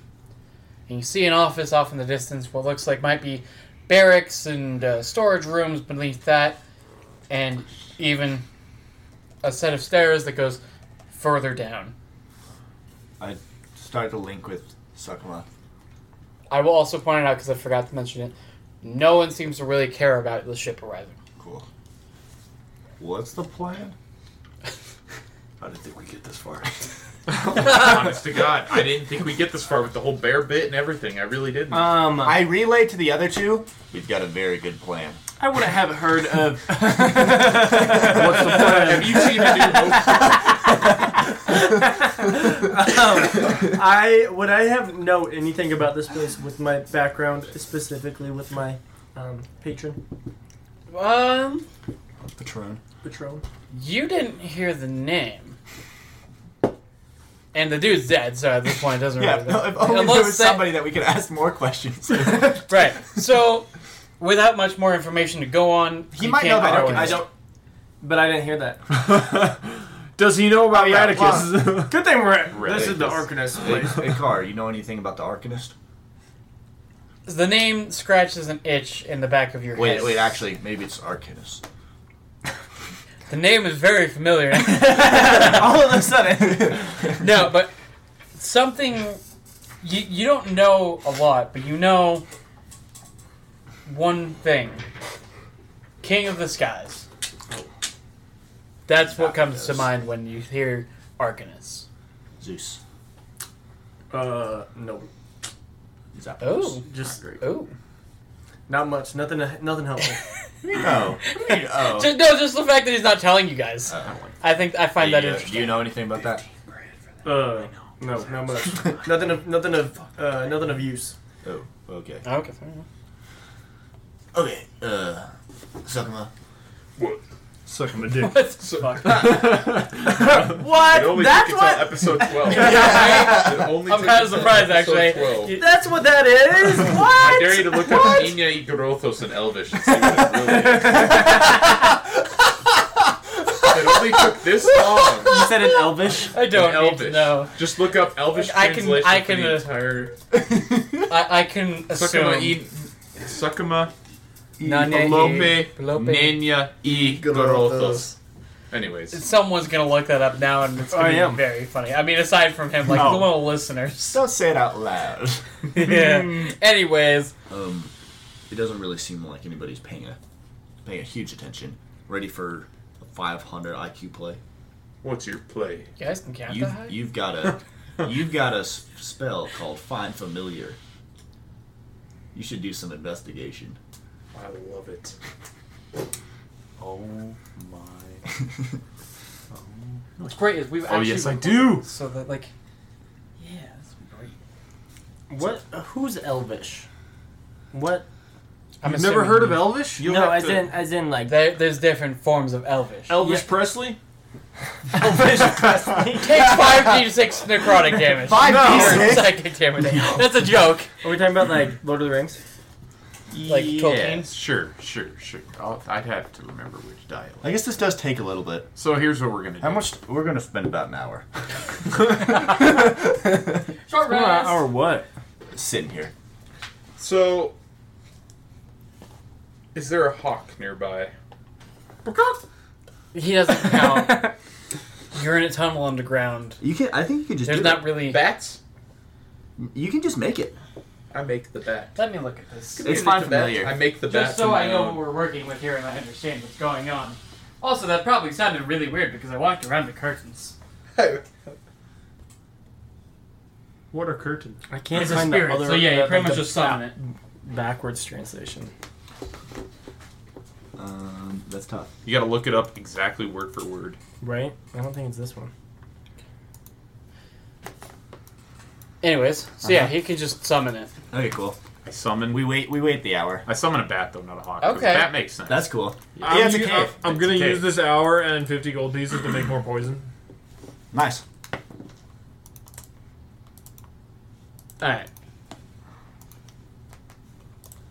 Speaker 1: and you see an office off in the distance. What looks like might be barracks and uh, storage rooms beneath that, and even a set of stairs that goes further down.
Speaker 3: I start to link with Sakuma.
Speaker 1: I will also point it out because I forgot to mention it. No one seems to really care about the ship arriving.
Speaker 3: Cool. What's the plan?
Speaker 5: I didn't think we'd get this far.
Speaker 2: Honest to God, I didn't think we'd get this far with the whole bear bit and everything. I really didn't.
Speaker 1: Uh,
Speaker 6: Um, I,
Speaker 3: I relay to the other two. We've got a very good plan.
Speaker 6: wouldn't have heard of.
Speaker 4: What's the plan?
Speaker 2: Have you seen the
Speaker 6: Um, I would I have know anything about this place with my background, specifically with my um, patron
Speaker 1: Um,
Speaker 3: Patron.
Speaker 6: patron.
Speaker 1: you didn't hear the name. And the dude's dead, so at this point it doesn't
Speaker 3: Yeah,
Speaker 1: really
Speaker 3: no, if only there
Speaker 1: Unless
Speaker 3: was
Speaker 1: that-
Speaker 3: somebody that we could ask more questions.
Speaker 1: Right. So, without much more information to go on,
Speaker 3: he
Speaker 1: you
Speaker 3: might know
Speaker 1: can't
Speaker 3: that.
Speaker 1: go in.
Speaker 3: I don't.
Speaker 6: But I didn't hear that.
Speaker 4: Does he know about
Speaker 3: Oh, yeah,
Speaker 4: Radicus?
Speaker 6: Good thing we're at.
Speaker 5: This is the
Speaker 6: Arcanist
Speaker 3: Hey, Car, you know anything about the Arcanist?
Speaker 1: The name scratches an itch in the back of your
Speaker 3: Wait,
Speaker 1: head.
Speaker 3: wait, actually, maybe it's Arcanist.
Speaker 1: The name is very familiar.
Speaker 6: All of a sudden.
Speaker 1: no, but something you, you don't know a lot, but you know one thing. King of the Skies. That's what comes to mind when you hear Arcanus.
Speaker 3: Zeus.
Speaker 6: Uh, no,
Speaker 3: Zappos.
Speaker 1: Oh,
Speaker 6: just great.
Speaker 1: oh.
Speaker 6: Not much. Nothing. Nothing helpful.
Speaker 3: No. Oh. Uh,
Speaker 1: Just, no, just the fact that he's not telling you guys. I think I find that
Speaker 3: Do you- uh, Do
Speaker 1: interesting.
Speaker 3: you know anything about that?
Speaker 6: Uh, no, not much. nothing of nothing of uh, nothing of use.
Speaker 3: Oh, okay.
Speaker 1: Okay, fair enough.
Speaker 3: Okay, uh, Sakuma.
Speaker 4: Suck him a dick.
Speaker 1: What the fuck?
Speaker 6: What?
Speaker 2: It only
Speaker 6: That's
Speaker 2: took until
Speaker 6: what.
Speaker 2: episode twelve. It only
Speaker 1: I'm
Speaker 2: took
Speaker 1: kind
Speaker 2: until
Speaker 1: of surprised,
Speaker 2: episode
Speaker 1: actually.
Speaker 2: 12.
Speaker 1: You-
Speaker 6: That's what that is.
Speaker 2: I
Speaker 6: What?
Speaker 2: dare you to look up Inya Igorothos in Elvish and see what it really is. it only took this long.
Speaker 6: You said an Elvish.
Speaker 1: I don't
Speaker 2: In
Speaker 1: need to know.
Speaker 2: Just look up Elvish
Speaker 1: I can-
Speaker 2: translation
Speaker 1: I
Speaker 2: for the
Speaker 1: can, uh,
Speaker 2: entire
Speaker 1: I, I can assume.
Speaker 2: Sukuma e Sukuma
Speaker 1: Nanya
Speaker 2: Lope
Speaker 1: Lope.
Speaker 2: Nenya e Gorothos. Anyways,
Speaker 1: Someone's gonna look that up now, and it's gonna
Speaker 6: I
Speaker 1: be
Speaker 6: am.
Speaker 1: very funny. I mean, aside from him, like
Speaker 3: No.
Speaker 1: the one of the listeners.
Speaker 3: Don't say it out loud.
Speaker 1: yeah. Anyways,
Speaker 3: Um, it doesn't really seem like anybody's paying a paying a huge attention. Ready for a 500 IQ play?
Speaker 2: what's your play?
Speaker 1: you guys can count
Speaker 3: You've
Speaker 1: that high.
Speaker 3: you've got a you've got a s- spell called Find Familiar. You should do some investigation.
Speaker 2: I love it.
Speaker 5: Oh my.
Speaker 1: What's great is we've
Speaker 5: Oh
Speaker 1: actually
Speaker 5: yes, I do.
Speaker 1: so that like yeah, that's great.
Speaker 6: What? Who's Elvish? What?
Speaker 1: I'm
Speaker 4: You've never
Speaker 1: assuming
Speaker 4: heard of Elvish?
Speaker 5: You'll
Speaker 6: no,
Speaker 5: have
Speaker 6: as
Speaker 5: to-
Speaker 6: in as in like
Speaker 1: There, there's different forms of Elvish.
Speaker 4: Elvis
Speaker 6: Yeah.
Speaker 4: Presley?
Speaker 6: Elvish Presley.
Speaker 1: Take five d6 necrotic damage.
Speaker 3: Five
Speaker 1: Or
Speaker 3: D6?
Speaker 1: psychic damage. That's a joke.
Speaker 6: Are we talking about like Lord of the Rings?
Speaker 1: Like Tolkien?
Speaker 5: Sure, sure, sure. I'll, I'd have to remember which dialect.
Speaker 3: I guess this does take a little bit.
Speaker 5: So here's what we're gonna do.
Speaker 3: How much? We're gonna spend about an hour
Speaker 1: Short rest.
Speaker 6: or what?
Speaker 3: sitting here.
Speaker 2: So, is there a hawk nearby?
Speaker 1: He doesn't count. You're in a tunnel underground.
Speaker 3: You can. I think you can just.
Speaker 1: There's
Speaker 3: do
Speaker 1: not
Speaker 3: that.
Speaker 1: really.
Speaker 2: Bats?
Speaker 3: You can just make it.
Speaker 2: I make the bat.
Speaker 1: Let me look at this.
Speaker 3: It's
Speaker 2: I make
Speaker 3: fine
Speaker 2: the bat.
Speaker 3: familiar.
Speaker 2: I make the bat.
Speaker 1: Just so
Speaker 2: to
Speaker 1: I
Speaker 2: my
Speaker 1: know
Speaker 2: own.
Speaker 1: what we're working with here and I understand what's going on. Also, that probably sounded really weird because I walked around the curtains.
Speaker 4: What are curtains?
Speaker 6: I can't
Speaker 1: It's a
Speaker 6: find
Speaker 1: spirit,
Speaker 6: the other.
Speaker 1: so yeah, you
Speaker 6: the-
Speaker 1: pretty
Speaker 6: the
Speaker 1: much just summon it.
Speaker 6: backwards translation.
Speaker 3: Um, that's tough.
Speaker 5: You gotta look it up exactly word for word.
Speaker 6: Right? I don't think it's this one.
Speaker 1: Anyways, so yeah, he can just summon it.
Speaker 3: Okay, cool.
Speaker 5: I summon.
Speaker 3: We wait. We wait the hour.
Speaker 5: I summon a bat though, not a hawk. 'cause
Speaker 1: Okay.
Speaker 5: That makes sense.
Speaker 3: That's cool.
Speaker 4: I'm,
Speaker 3: yeah, it's a
Speaker 4: u-
Speaker 3: cave.
Speaker 4: I'm
Speaker 5: It's
Speaker 4: gonna
Speaker 5: a cave.
Speaker 4: use this hour and 50 gold pieces to make more poison.
Speaker 3: Nice.
Speaker 1: Alright.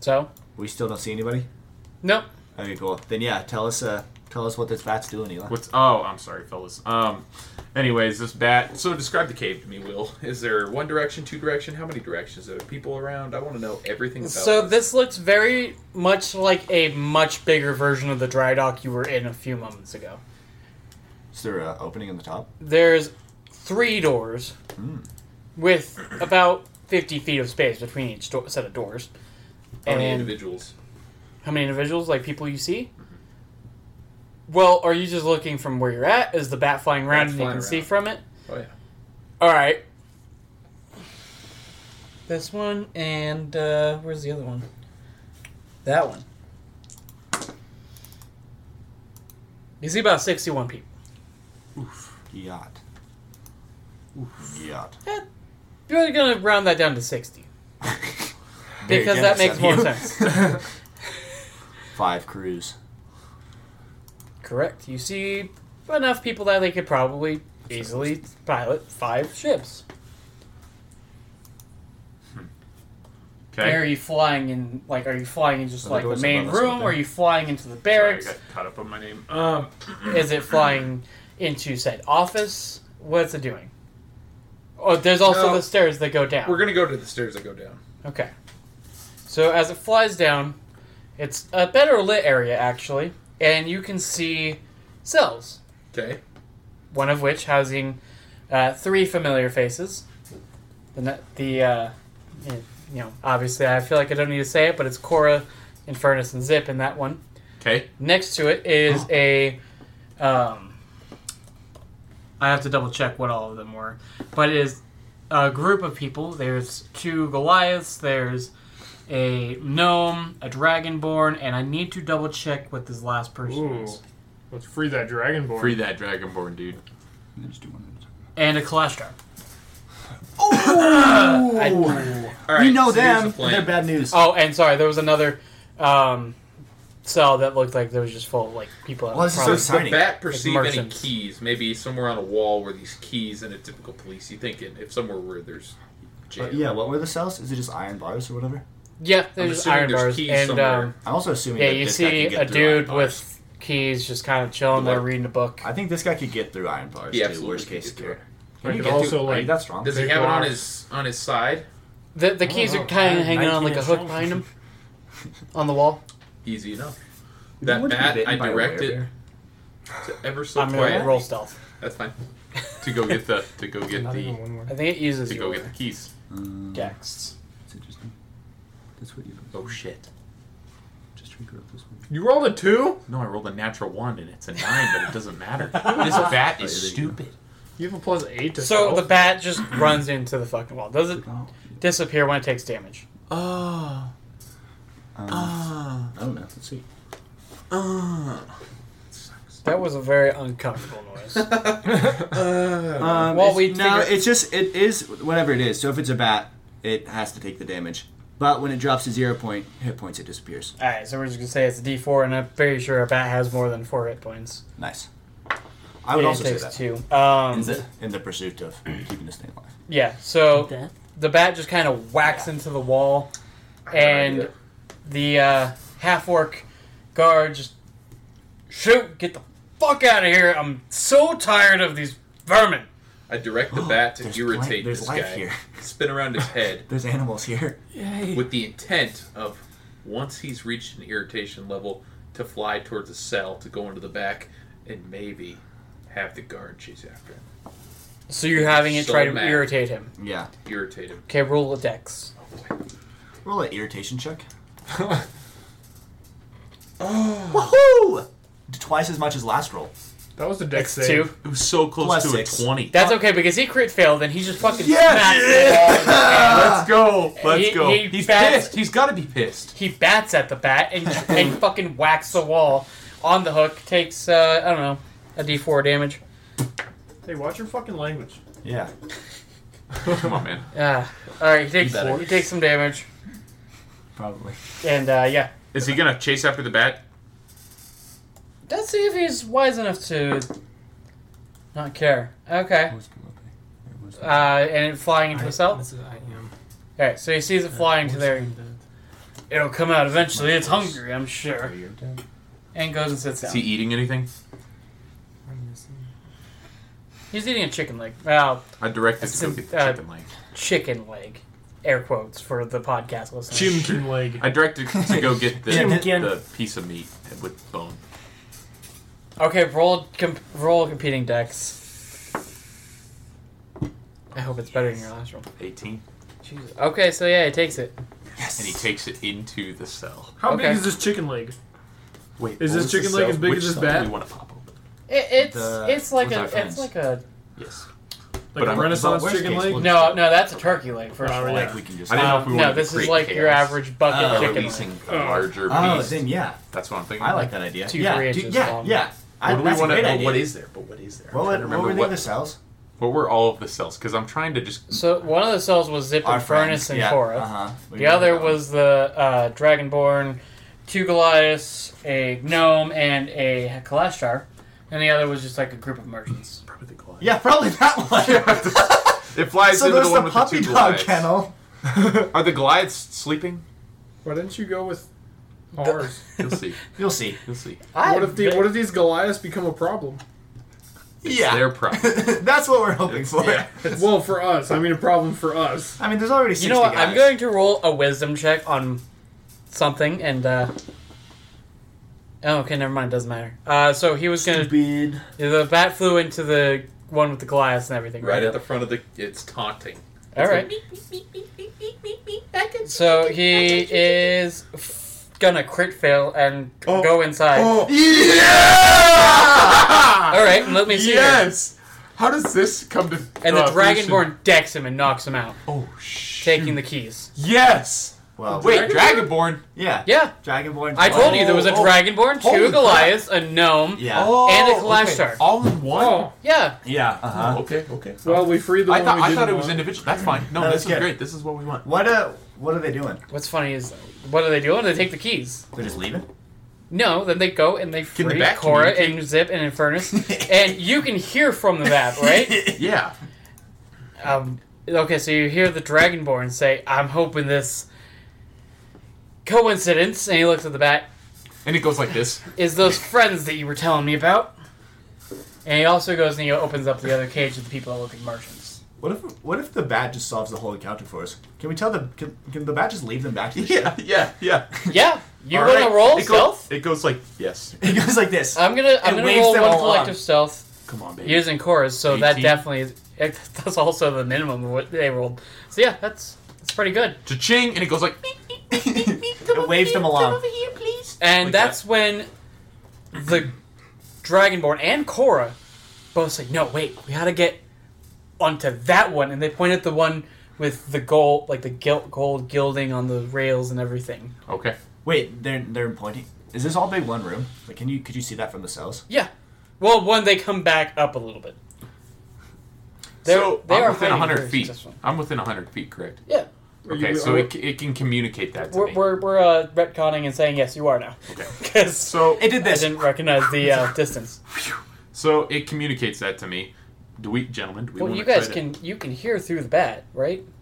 Speaker 1: So?
Speaker 3: We still don't see anybody.
Speaker 1: Nope.
Speaker 3: Okay, cool. Then yeah, tell us. Uh, tell us what this bat's doing, Eli.
Speaker 5: What's? Oh, I'm sorry, fellas. Um. Anyways, this bat.
Speaker 2: So describe the cave to me, Will. Is there one direction, two direction? How many directions? Are there people around? I want to know everything about
Speaker 1: So this looks very much like a much bigger version of the dry dock you were in a few moments ago.
Speaker 3: Is there an opening on the top?
Speaker 1: There's three doors
Speaker 2: Hmm.
Speaker 1: with about 50 feet of space between each do- set of doors.
Speaker 2: how many
Speaker 1: and-
Speaker 2: individuals.
Speaker 1: How many individuals, like people you see? Well, are you just looking from where you're at? Is the bat flying around
Speaker 2: Bat's
Speaker 1: and you
Speaker 2: flying
Speaker 1: can see
Speaker 2: around.
Speaker 1: from it?
Speaker 2: Oh yeah.
Speaker 1: All right. This one and uh, where's the other one? That one. You see about sixty-one people.
Speaker 3: Yacht. Yacht.
Speaker 1: You're gonna round that down to sixty
Speaker 3: Very
Speaker 1: because that
Speaker 3: generous
Speaker 1: makes
Speaker 3: of
Speaker 1: more
Speaker 3: you.
Speaker 1: sense.
Speaker 3: Five crews.
Speaker 1: Correct. You see enough people that they could probably easily pilot five ships.
Speaker 5: Okay.
Speaker 1: Are you flying in like? Are you flying in just
Speaker 3: Well,
Speaker 1: like
Speaker 3: the
Speaker 1: the
Speaker 3: doors
Speaker 1: main
Speaker 3: above us
Speaker 1: room?
Speaker 3: open.
Speaker 1: Or are you flying into the
Speaker 5: Sorry, I
Speaker 1: barracks?
Speaker 5: got caught up on my name. Um,
Speaker 1: Is it flying into said office? What's it doing? Oh, there's also
Speaker 2: No.
Speaker 1: the stairs that go down.
Speaker 2: We're gonna go to the stairs that go down.
Speaker 1: Okay. So as it flies down, it's a better lit area actually, and you can see cells,
Speaker 2: Okay.
Speaker 1: one of which housing uh, three familiar faces. The ne- the uh, you know obviously I feel like I don't need to say it, but it's Cora, Infernus, and Zip in that one.
Speaker 5: okay.
Speaker 1: Next to it is a. Um, I have to double check what all of them were, but it is a group of people. There's two Goliaths. There's a gnome, a dragonborn, and I need to double check what this last person
Speaker 4: Ooh.
Speaker 1: is.
Speaker 4: Let's free that dragonborn.
Speaker 5: Free that dragonborn, dude.
Speaker 8: Just do one at a time.
Speaker 1: And a Kalashtar.
Speaker 2: All right.
Speaker 3: we know
Speaker 2: so here's
Speaker 3: them.
Speaker 2: the plan.
Speaker 3: They're bad news.
Speaker 1: Oh, and sorry, there was another um, cell that looked like there was just full of like people. That
Speaker 3: Well,
Speaker 1: were
Speaker 3: this is so
Speaker 1: probably-
Speaker 2: Does
Speaker 3: Tiny.
Speaker 2: the bat perceive any
Speaker 1: merchants.
Speaker 2: keys? Maybe somewhere on a wall were these keys in a typical police. You thinking if somewhere where there's jail.
Speaker 3: But yeah, what were the cells? Is it just iron bars or whatever?
Speaker 1: yeah,
Speaker 2: I'm
Speaker 1: there's
Speaker 2: assuming
Speaker 1: iron
Speaker 2: there's
Speaker 1: bars
Speaker 2: keys
Speaker 1: and
Speaker 2: somewhere.
Speaker 1: um,
Speaker 3: I'm also assuming.
Speaker 1: yeah,
Speaker 3: that
Speaker 1: you
Speaker 3: this guy
Speaker 1: see
Speaker 3: can get
Speaker 1: a
Speaker 3: through iron
Speaker 1: dude
Speaker 3: bars.
Speaker 1: with keys just kind of chilling there reading a book.
Speaker 3: I think this guy could get through iron bars.
Speaker 2: He
Speaker 3: too,
Speaker 2: absolutely
Speaker 3: worst
Speaker 2: can
Speaker 3: case
Speaker 2: get through
Speaker 3: scenario.
Speaker 4: I
Speaker 2: You
Speaker 4: could
Speaker 2: can
Speaker 4: also
Speaker 3: Are you
Speaker 4: like
Speaker 3: that strong?
Speaker 2: Does he
Speaker 4: Big
Speaker 2: have it on
Speaker 4: bar.
Speaker 2: his on his side?
Speaker 1: The, the keys
Speaker 4: know.
Speaker 1: are kind of hanging on
Speaker 4: 19
Speaker 1: like a
Speaker 4: inch
Speaker 1: hook
Speaker 4: long.
Speaker 1: behind him, on the wall.
Speaker 2: Easy enough.
Speaker 3: You
Speaker 2: That
Speaker 3: wouldn't be
Speaker 2: bat
Speaker 3: bitten
Speaker 2: I
Speaker 3: by a
Speaker 2: directed
Speaker 3: werebear.
Speaker 2: to ever so
Speaker 1: I'm gonna
Speaker 2: quiet.
Speaker 1: roll stealth.
Speaker 2: That's fine.
Speaker 5: To go get the to go get
Speaker 4: not even
Speaker 5: the
Speaker 4: one more.
Speaker 1: I think it uses
Speaker 5: to go
Speaker 1: your
Speaker 5: get the keys.
Speaker 8: Um,
Speaker 1: dex.
Speaker 8: It's interesting. That's what you
Speaker 2: Oh shit.
Speaker 8: just trigger up this one.
Speaker 4: You rolled a two?
Speaker 5: No, I rolled a natural one and it's a nine, but it doesn't matter. This bat is
Speaker 8: there you go.
Speaker 5: stupid.
Speaker 4: You have a plus eight to
Speaker 1: So
Speaker 4: stealth?
Speaker 1: the bat just runs into the fucking wall. Does it
Speaker 8: Oh,
Speaker 1: disappear when it takes damage?
Speaker 5: Oh,
Speaker 8: um,
Speaker 2: Ah.
Speaker 5: uh,
Speaker 3: I don't know. Let's see.
Speaker 5: uh.
Speaker 1: That was a very uncomfortable noise. Uh,
Speaker 3: Um,
Speaker 1: Well,
Speaker 3: it's-
Speaker 1: we
Speaker 3: no,
Speaker 1: figure-
Speaker 3: it's just it is whatever it is. So if it's a bat, it has to take the damage. But when it drops to zero point hit points, it disappears.
Speaker 1: All right, so we're just gonna say it's a D4, and I'm pretty sure a bat has more than four hit points.
Speaker 3: Nice. I would
Speaker 1: And
Speaker 3: also
Speaker 1: it
Speaker 3: say
Speaker 1: takes
Speaker 3: that
Speaker 1: two. Um,
Speaker 3: in the in the pursuit of keeping this thing alive.
Speaker 1: yeah. So the bat just kind of whacks into the wall, and
Speaker 2: idea.
Speaker 1: the uh, half orc guard just shoot, get the fuck out of here! I'm so tired of these vermin.
Speaker 2: I direct the bat to
Speaker 3: There's
Speaker 2: irritate
Speaker 3: plant- there's
Speaker 2: this
Speaker 3: life
Speaker 2: guy.
Speaker 3: here.
Speaker 2: Spin around his head
Speaker 3: There's animals here.
Speaker 2: with the intent of once he's reached an irritation level to fly towards a cell to go into the back and maybe have the guard chase after him.
Speaker 1: So you're having it
Speaker 2: So
Speaker 1: try to
Speaker 2: mad.
Speaker 1: irritate him.
Speaker 3: Yeah.
Speaker 2: Irritate him.
Speaker 1: Okay, roll a dex.
Speaker 3: Roll an irritation check.
Speaker 4: oh,
Speaker 3: Woohoo! Twice as much as last roll.
Speaker 4: that was the deck
Speaker 1: That's
Speaker 4: save.
Speaker 1: two.
Speaker 5: It was so close
Speaker 3: Plus
Speaker 5: to
Speaker 3: six.
Speaker 5: a twenty.
Speaker 1: That's okay because he crit failed and he just fucking smacks the wall.
Speaker 5: Let's go. Let's
Speaker 1: He-
Speaker 5: go.
Speaker 1: he
Speaker 5: He's
Speaker 1: bats-
Speaker 5: pissed. He's got to be pissed.
Speaker 1: He bats at the bat and and fucking whacks the wall on the hook. Takes uh, I don't know a D4 damage.
Speaker 4: Hey, watch your fucking language.
Speaker 3: Yeah.
Speaker 5: Come on, man.
Speaker 1: Yeah. All right, Uh, he takes
Speaker 3: better.
Speaker 1: he takes some damage
Speaker 3: Probably.
Speaker 1: and uh, yeah.
Speaker 5: Is he gonna chase after the bat?
Speaker 1: Let's see if he's wise enough to not care. Okay.
Speaker 8: what was Penelope? Where was
Speaker 1: Uh, and it flying into the cell.
Speaker 4: That's- I am.
Speaker 1: Alright, so he sees it flying to there. It'll come out eventually. It's hungry, I'm sure.
Speaker 8: You're dead.
Speaker 1: And goes and sits
Speaker 5: Is he
Speaker 1: down.
Speaker 5: eating anything?
Speaker 1: He's eating a chicken leg. Well,
Speaker 5: I directed
Speaker 1: That's
Speaker 5: to go
Speaker 1: some-
Speaker 5: get
Speaker 1: uh,
Speaker 5: the chicken leg.
Speaker 1: chicken leg. Air quotes for the podcast listeners.
Speaker 4: Chimkin leg.
Speaker 5: I directed to go get the,
Speaker 3: Yeah,
Speaker 6: Jim.
Speaker 5: the piece of meat with bone.
Speaker 1: Okay, roll com- roll competing decks. I hope it's better than your last roll.
Speaker 5: Eighteen.
Speaker 1: Jesus. Okay, so yeah, he takes it.
Speaker 5: And he takes it into the cell.
Speaker 4: How
Speaker 1: Okay.
Speaker 4: big is this chicken leg?
Speaker 5: Wait,
Speaker 4: Is this
Speaker 5: what was
Speaker 4: chicken
Speaker 5: the
Speaker 4: leg
Speaker 5: cell?
Speaker 4: as big as
Speaker 5: Which
Speaker 4: this
Speaker 5: cell
Speaker 4: bat?
Speaker 5: do We want to pop open.
Speaker 1: It, it's
Speaker 3: The-
Speaker 1: it's like
Speaker 3: with
Speaker 1: a
Speaker 3: our
Speaker 1: it's
Speaker 3: friends.
Speaker 1: like a
Speaker 5: Yes.
Speaker 4: Like
Speaker 5: But
Speaker 4: a
Speaker 5: I'm-
Speaker 4: Renaissance
Speaker 3: but worst
Speaker 4: chicken
Speaker 3: case,
Speaker 4: leg?
Speaker 3: we'll-
Speaker 1: no no that's a turkey leg first
Speaker 4: Oh,
Speaker 1: of all.
Speaker 4: yeah.
Speaker 8: Like we can just.
Speaker 5: I didn't know if we
Speaker 1: Um,
Speaker 5: wanted
Speaker 1: no,
Speaker 5: to
Speaker 1: this is
Speaker 5: create
Speaker 1: like your
Speaker 5: chaos.
Speaker 1: average bucket
Speaker 3: Oh.
Speaker 1: chicken.
Speaker 5: Releasing
Speaker 1: leg.
Speaker 5: Um, a larger
Speaker 3: Oh,
Speaker 5: beast.
Speaker 3: then yeah,
Speaker 5: That's what I'm thinking.
Speaker 3: I like that idea.
Speaker 1: Two,
Speaker 3: yeah,
Speaker 1: three
Speaker 3: dude,
Speaker 1: inches
Speaker 3: yeah,
Speaker 1: long.
Speaker 3: yeah. I,
Speaker 5: What do we
Speaker 3: that's a
Speaker 5: want
Speaker 3: great
Speaker 5: to?
Speaker 3: idea.
Speaker 5: What is there? But what is there?
Speaker 3: What,
Speaker 5: I'm
Speaker 3: would-
Speaker 5: trying to
Speaker 3: what were
Speaker 5: remember
Speaker 3: the
Speaker 5: what,
Speaker 3: other cells?
Speaker 5: what were all of the cells? Because I'm trying to just.
Speaker 1: So one of the cells was Zip and Furnace and Cora.
Speaker 5: Uh,
Speaker 3: uh-huh. We
Speaker 1: The
Speaker 3: got
Speaker 1: other
Speaker 3: that one.
Speaker 1: was the uh, Dragonborn, two Goliaths, a gnome, and a Kalashtar. And the other was just like a group of merchants.
Speaker 5: Probably the Goliath.
Speaker 3: Yeah, probably that one.
Speaker 5: It flies
Speaker 3: so
Speaker 5: into
Speaker 3: there's
Speaker 5: the one
Speaker 3: the,
Speaker 5: with
Speaker 3: puppy
Speaker 5: the two
Speaker 3: dog
Speaker 5: Goliaths.
Speaker 3: kennel.
Speaker 5: Are the Goliaths sleeping?
Speaker 4: Why didn't you go with ours?
Speaker 5: You'll see.
Speaker 3: You'll see.
Speaker 5: You'll see.
Speaker 4: what if the, what if these Goliaths become a problem?
Speaker 5: It's
Speaker 3: yeah,
Speaker 5: their problem.
Speaker 3: that's what we're hoping for.
Speaker 5: yeah.
Speaker 4: well, for us, I mean, a problem for us.
Speaker 3: I mean, there's already 60
Speaker 1: you know what? I'm
Speaker 3: guys.
Speaker 1: going to roll a wisdom check on something and. uh... Oh, okay, never mind. Doesn't matter. Uh, so he was gonna.
Speaker 6: Stupid.
Speaker 1: The bat flew into the one with the Goliaths and everything,
Speaker 2: Right
Speaker 1: right?
Speaker 2: at the front of the. It's taunting.
Speaker 1: All right. So he is f- gonna crit fail and go inside.
Speaker 5: Oh. Yeah!
Speaker 1: All right, let me see. here.
Speaker 5: Yes! How does this come to.
Speaker 1: And the
Speaker 5: uh, fruition?
Speaker 1: Dragonborn decks him and knocks him out,
Speaker 5: Oh, shit.
Speaker 1: taking the keys.
Speaker 5: Yes!
Speaker 3: Well,
Speaker 5: Wait, Dragonborn?
Speaker 3: yeah,
Speaker 1: Yeah,
Speaker 3: Dragonborn.
Speaker 1: I told you there was a
Speaker 5: Oh, oh.
Speaker 1: Dragonborn,
Speaker 5: Holy
Speaker 1: two
Speaker 5: crap.
Speaker 1: Goliaths, a gnome.
Speaker 3: Yeah.
Speaker 5: Oh,
Speaker 1: And it's Lashtar.
Speaker 5: okay. All in one?
Speaker 4: Oh,
Speaker 1: Yeah.
Speaker 3: Yeah. Uh huh.
Speaker 5: Okay, okay.
Speaker 4: well, we freed the
Speaker 5: I
Speaker 4: one
Speaker 5: thought,
Speaker 4: we
Speaker 5: I
Speaker 4: didn't
Speaker 5: thought it was
Speaker 4: want.
Speaker 5: individual. That's fine. No,
Speaker 3: No,
Speaker 5: this is
Speaker 3: let's get it.
Speaker 5: great. This is what we want.
Speaker 3: What uh, what are they doing?
Speaker 1: What's funny is, what do they do? They take the keys.
Speaker 3: They're just leaving.
Speaker 1: No, then they go and they
Speaker 5: the
Speaker 1: free
Speaker 5: bat
Speaker 1: Cora
Speaker 5: communicate?
Speaker 1: and Zip and Infernus, and you can hear from the map, right?
Speaker 5: Yeah.
Speaker 1: Um, okay, so you hear the Dragonborn say, "I'm hoping this coincidence," and he looks at the bat.
Speaker 5: And it goes like this.
Speaker 1: Is those friends that you were telling me about? And he also goes and he opens up the other cage with the people that look like merchants.
Speaker 3: What if what if the bat just solves the whole encounter for us? Can we tell the can, can the bat just leave them back to the
Speaker 5: Yeah, yeah, yeah.
Speaker 1: Yeah, you
Speaker 5: All
Speaker 1: want
Speaker 5: right.
Speaker 1: to roll
Speaker 5: it
Speaker 1: stealth?
Speaker 5: Goes, it goes like yes.
Speaker 3: ship? It goes like this.
Speaker 4: Uh,
Speaker 1: I'm gonna I'm
Speaker 3: It
Speaker 1: gonna
Speaker 3: waves
Speaker 1: roll
Speaker 3: them
Speaker 1: one
Speaker 3: all
Speaker 1: collective
Speaker 3: on.
Speaker 1: stealth
Speaker 5: Come on, baby.
Speaker 1: using chorus, so that
Speaker 5: 18?
Speaker 1: definitely is, it, that's also the minimum of what they rolled. So yeah, that's that's pretty good.
Speaker 5: Cha-ching, and it goes like.
Speaker 3: it waves them along.
Speaker 1: And
Speaker 5: Like
Speaker 1: that's when the Dragonborn and Korra both say, "No, wait, we gotta get onto that one." And they point at the one with the gold, like the gilt gold gilding on the rails and everything.
Speaker 5: Okay.
Speaker 3: Wait, they're they're pointing. Is this all big one room? Like, can you could you see that from the cells?
Speaker 1: Yeah. Well, when they come back up a little bit. They're-
Speaker 5: so
Speaker 1: they
Speaker 5: I'm
Speaker 1: are
Speaker 5: within
Speaker 1: hiding
Speaker 5: hundred
Speaker 1: very
Speaker 5: feet.
Speaker 1: successful.
Speaker 5: I'm within hundred feet, correct?
Speaker 1: Yeah.
Speaker 4: Are you-
Speaker 5: Okay, so
Speaker 4: are-
Speaker 5: it, c- it can communicate that to
Speaker 1: We're,
Speaker 5: me.
Speaker 1: we're, we're uh, retconning and saying, yes, you are now.
Speaker 5: Okay.
Speaker 1: Because
Speaker 5: so
Speaker 3: It did
Speaker 1: I
Speaker 3: this.
Speaker 1: didn't recognize the uh, distance.
Speaker 5: so it communicates that to me. Do we, gentlemen? Do we
Speaker 1: Well,
Speaker 5: want
Speaker 1: you
Speaker 5: to
Speaker 1: guys
Speaker 5: try
Speaker 1: can you can hear through the bat, right?
Speaker 5: to,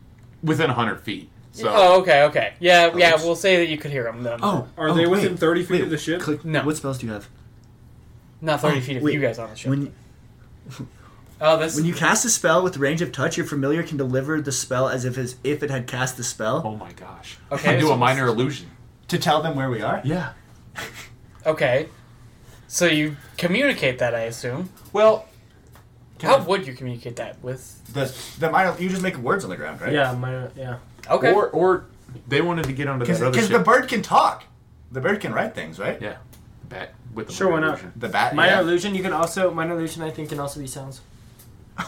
Speaker 5: within hundred feet. So
Speaker 1: oh, okay, okay. Yeah, yeah,
Speaker 5: Oops.
Speaker 1: we'll say that you could hear them then.
Speaker 8: Oh,
Speaker 4: Are
Speaker 8: oh,
Speaker 4: they
Speaker 8: wait,
Speaker 4: within 30 feet
Speaker 8: wait,
Speaker 4: of the ship?
Speaker 8: Click,
Speaker 1: No.
Speaker 8: What spells do you have?
Speaker 1: Not 30
Speaker 8: Oh,
Speaker 1: feet if
Speaker 8: wait.
Speaker 1: you guys are on the ship.
Speaker 8: When
Speaker 1: oh, this.
Speaker 8: when you cast a spell with range of touch, your familiar can deliver the spell as if as if it had cast the spell.
Speaker 5: Oh my gosh.
Speaker 1: Okay,
Speaker 5: I do
Speaker 1: so-
Speaker 5: a minor illusion.
Speaker 3: To tell them where we are.
Speaker 5: Yeah.
Speaker 1: okay. So you communicate that, I assume.
Speaker 5: Well,
Speaker 1: How would you communicate that with?
Speaker 3: The the minor. You just make words on the ground, right?
Speaker 6: Yeah, my, yeah.
Speaker 1: Okay.
Speaker 5: or or they wanted to get onto that other
Speaker 3: Because
Speaker 5: ship.
Speaker 3: the bird can talk. The bird can write things, right?
Speaker 5: yeah. Bat with the
Speaker 6: Sure,
Speaker 5: minor
Speaker 6: why not?
Speaker 5: illusion.
Speaker 3: The bat.
Speaker 6: Minor
Speaker 3: yeah.
Speaker 6: illusion. You can also minor illusion. I think can also be sounds.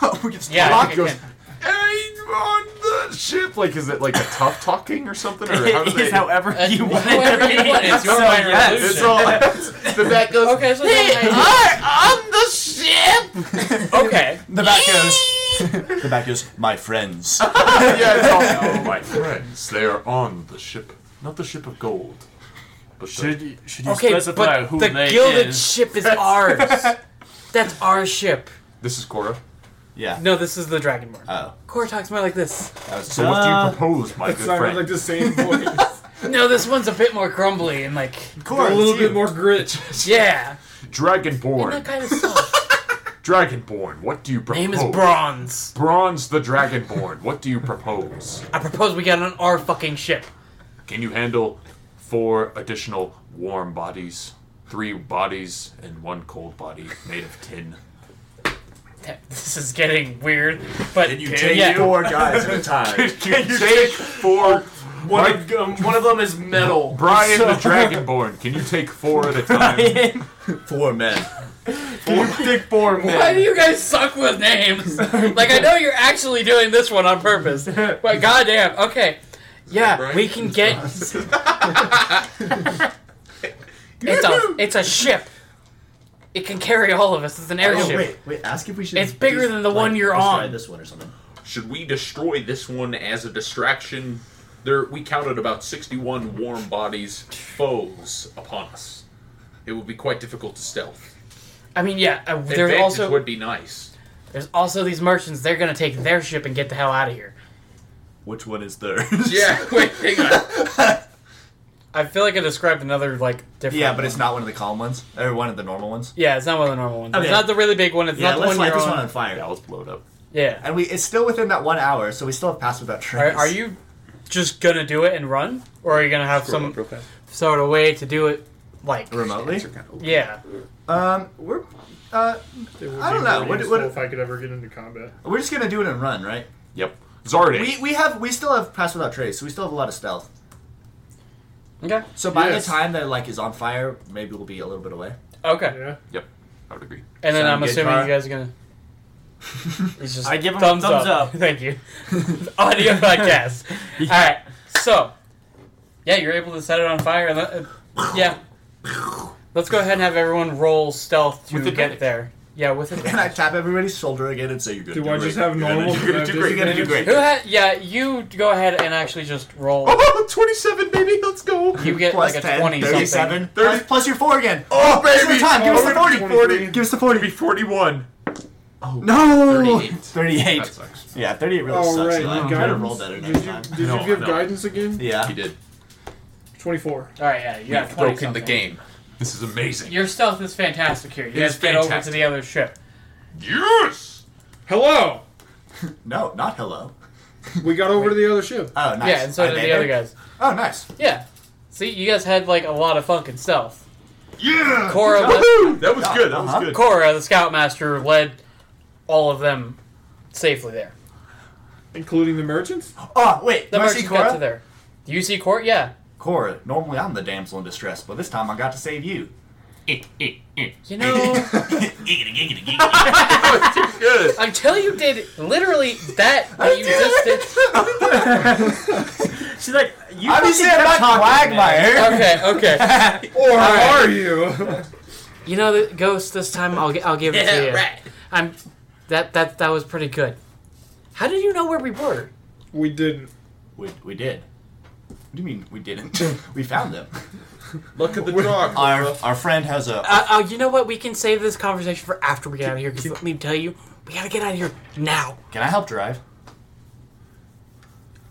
Speaker 3: oh, we can talk.
Speaker 1: yeah. I
Speaker 5: Talk
Speaker 1: think I
Speaker 5: goes.
Speaker 1: can.
Speaker 5: Hey, on the ship. Like, is it like a tough talking or something? Or how do
Speaker 8: It
Speaker 5: they?
Speaker 8: is however
Speaker 1: Uh,
Speaker 8: you want it.
Speaker 1: whatever
Speaker 8: to
Speaker 1: you
Speaker 8: be.
Speaker 1: want, it's your
Speaker 8: So,
Speaker 1: minor
Speaker 8: yes.
Speaker 1: illusion.
Speaker 5: It's all. the bat goes.
Speaker 1: Okay, so then I-
Speaker 5: on the ship.
Speaker 1: okay.
Speaker 3: The bat goes. the bat goes. My friends.
Speaker 5: yeah, it's all, oh, my friends, they are on the ship, not the ship of gold, but
Speaker 6: Should you, should you
Speaker 1: Okay,
Speaker 6: specify
Speaker 1: but
Speaker 6: who
Speaker 1: the
Speaker 6: they
Speaker 1: gilded
Speaker 6: is?
Speaker 1: ship is ours. That's our ship.
Speaker 5: the, this is Cora.
Speaker 3: yeah.
Speaker 1: No, this is the Dragonborn.
Speaker 3: Oh,
Speaker 1: Core talks more like this.
Speaker 3: that was
Speaker 5: So what do
Speaker 8: Uh,
Speaker 5: you propose, my
Speaker 4: It
Speaker 5: good
Speaker 4: sounded
Speaker 5: friend?
Speaker 4: like the same voice.
Speaker 1: No, this one's a bit more crumbly and like,
Speaker 4: a
Speaker 3: Cora,
Speaker 4: little
Speaker 3: it's you.
Speaker 4: bit more grit.
Speaker 1: yeah, and that
Speaker 5: Dragonborn,
Speaker 1: kind of stuff.
Speaker 5: Dragonborn, what do you propose?
Speaker 1: Name is
Speaker 9: Oh.
Speaker 1: Bronze.
Speaker 5: Bronze the Dragonborn, what do you propose?
Speaker 1: I propose we get on our fucking ship.
Speaker 5: Can you handle four additional warm bodies? Three bodies and one cold body made of tin.
Speaker 1: This is getting weird, but
Speaker 5: Can you
Speaker 1: Dude,
Speaker 5: take
Speaker 1: yeah.
Speaker 3: Four guys at a time.
Speaker 5: Can you take four
Speaker 1: One
Speaker 6: One,
Speaker 1: of-
Speaker 6: of, one of them is metal.
Speaker 1: Brian the Dragonborn, can you take four at a time?
Speaker 3: Four men.
Speaker 6: Dick Borm.
Speaker 8: Why do you guys suck with names? like I know you're actually doing this one on purpose, but goddamn. Okay, yeah,
Speaker 5: Brian?
Speaker 8: we can get. it's a it's a ship. It can carry all of us. It's an
Speaker 9: Oh,
Speaker 8: airship.
Speaker 9: wait, wait. Ask if we should.
Speaker 8: It's bigger
Speaker 9: just,
Speaker 8: than the one you're
Speaker 9: let's
Speaker 8: on.
Speaker 9: try This one or something.
Speaker 5: Should we destroy this one as a distraction? There, we counted about 61 warm bodies, foes, upon us. It would be quite difficult to stealth.
Speaker 8: I mean, yeah. Uh, there's
Speaker 5: Advantage
Speaker 8: also
Speaker 5: would be nice.
Speaker 8: there's also these merchants. They're gonna take their ship and get the hell out of here.
Speaker 3: Which one is theirs?
Speaker 5: Yeah, wait, hang on.
Speaker 8: I feel like I described another like different.
Speaker 3: Yeah, but it's not one of the calm ones. Or one of the normal ones.
Speaker 8: Yeah, it's not one of the normal ones.
Speaker 9: Okay.
Speaker 8: It's not the really big one. It's
Speaker 9: Yeah,
Speaker 8: not the
Speaker 9: let's
Speaker 8: one
Speaker 9: light
Speaker 8: you're
Speaker 9: this
Speaker 8: on.
Speaker 9: one on fire.
Speaker 1: yeah, let's blow it up.
Speaker 8: Yeah.
Speaker 3: And we it's still within that one hour, so we still have passed without trace.
Speaker 8: Are, are you just gonna do it and run, or are you gonna have some
Speaker 5: Real fast.
Speaker 8: sort of way to do it? Like,
Speaker 3: remotely?
Speaker 8: yeah.
Speaker 3: Um, we're uh,
Speaker 4: It would
Speaker 3: I don't
Speaker 4: be
Speaker 3: know.
Speaker 4: really
Speaker 3: What-
Speaker 4: useful
Speaker 3: what-
Speaker 4: if I could ever get into combat?
Speaker 3: we're just gonna do it and run, right?
Speaker 1: Yep. Zardy.
Speaker 3: We we have we still have passed without trace, so we still have a lot of stealth.
Speaker 8: Okay.
Speaker 3: So by
Speaker 4: Yes.
Speaker 3: the time that like is on fire, maybe we'll be a little bit away.
Speaker 8: Okay.
Speaker 4: Yeah.
Speaker 1: yep. I would agree.
Speaker 8: And then
Speaker 3: Sound
Speaker 8: I'm
Speaker 3: good,
Speaker 8: assuming
Speaker 3: Kara?
Speaker 8: you guys are gonna. It's just
Speaker 6: I give 'em
Speaker 8: thumbs,
Speaker 6: thumbs
Speaker 8: up.
Speaker 6: up.
Speaker 8: Thank you. Audio podcast. All right. So, yeah, you're able to set it on fire. And let, uh, yeah. Let's go ahead and have everyone roll stealth to
Speaker 1: With
Speaker 8: get
Speaker 1: advantage.
Speaker 8: there. Yeah, with
Speaker 3: And I
Speaker 8: advantage.
Speaker 3: tap everybody's shoulder again and say you're good.
Speaker 4: Do I just have normal?
Speaker 3: You're gonna do
Speaker 4: uh,
Speaker 3: great. You're gonna do
Speaker 4: disadvantage?
Speaker 3: great.
Speaker 8: Who had? Yeah, you go ahead and actually just roll.
Speaker 1: Oh, 27, baby. Let's go.
Speaker 8: You get
Speaker 3: Plus
Speaker 8: like a
Speaker 3: 10,
Speaker 8: twenty something.
Speaker 3: 37, plus, plus your 4 again.
Speaker 1: Oh,
Speaker 3: Give us the time, give us the
Speaker 4: Oh,
Speaker 3: 40.
Speaker 4: 40.
Speaker 3: Give us the 40.
Speaker 1: 41. Oh.
Speaker 3: No!
Speaker 5: 38.
Speaker 3: 38.
Speaker 1: That sucks.
Speaker 3: Yeah, 38 really
Speaker 4: All
Speaker 3: sucks.
Speaker 4: right,
Speaker 3: You'll have to try to
Speaker 4: guidance.
Speaker 3: roll better
Speaker 4: Did
Speaker 3: next
Speaker 4: you,
Speaker 3: time.
Speaker 4: did you
Speaker 1: No,
Speaker 4: give
Speaker 1: no.
Speaker 4: guidance again?
Speaker 3: Yeah.
Speaker 1: He did.
Speaker 4: Twenty-four.
Speaker 8: All right, yeah, you got
Speaker 5: You've
Speaker 8: 20
Speaker 5: broken the
Speaker 8: something.
Speaker 5: game.
Speaker 1: This is amazing.
Speaker 8: Your stealth is fantastic here. You
Speaker 1: It is
Speaker 8: guys get over to
Speaker 1: fantastic.
Speaker 8: the other ship.
Speaker 1: Yes!
Speaker 4: Hello.
Speaker 3: No, not hello.
Speaker 4: We got over to the other ship.
Speaker 3: Oh, nice.
Speaker 8: Yeah, and so
Speaker 3: Are
Speaker 8: did
Speaker 3: they
Speaker 8: the other
Speaker 3: there?
Speaker 8: guys.
Speaker 3: Oh, nice.
Speaker 8: Yeah. See, you guys had like a lot of funk and stealth.
Speaker 1: Yeah!
Speaker 8: Cora, the,
Speaker 1: Woohoo! That was good. That
Speaker 3: Uh-huh.
Speaker 1: was good.
Speaker 8: Cora, the scoutmaster, led all of them safely there.
Speaker 4: Including the merchants?
Speaker 3: Oh, wait.
Speaker 8: The
Speaker 3: do I see
Speaker 8: merchant got to
Speaker 3: Cora?
Speaker 8: there. Do you see Cora? Yeah.
Speaker 3: Cora, normally I'm the damsel in distress, but this time I got to save you.
Speaker 8: You know,
Speaker 1: Good.
Speaker 8: until you did literally that that you just did.
Speaker 6: She's like, you
Speaker 3: I'm
Speaker 6: fucking
Speaker 3: saying about Quagmire.
Speaker 8: Okay, okay.
Speaker 4: Or
Speaker 8: right.
Speaker 4: are you?
Speaker 8: You know, the ghost. This time I'll get. I'll give it to you. I'm. That that that was pretty good. How did you know where we were?
Speaker 4: we didn't.
Speaker 3: We, we did. What do you mean we didn't? we found them.
Speaker 5: Look at the dog.
Speaker 3: Our our friend has a.
Speaker 8: Uh, uh, you know what? We can save this conversation for after we get out of here. Because let me tell you, we gotta get out of here now.
Speaker 3: Can I help drive?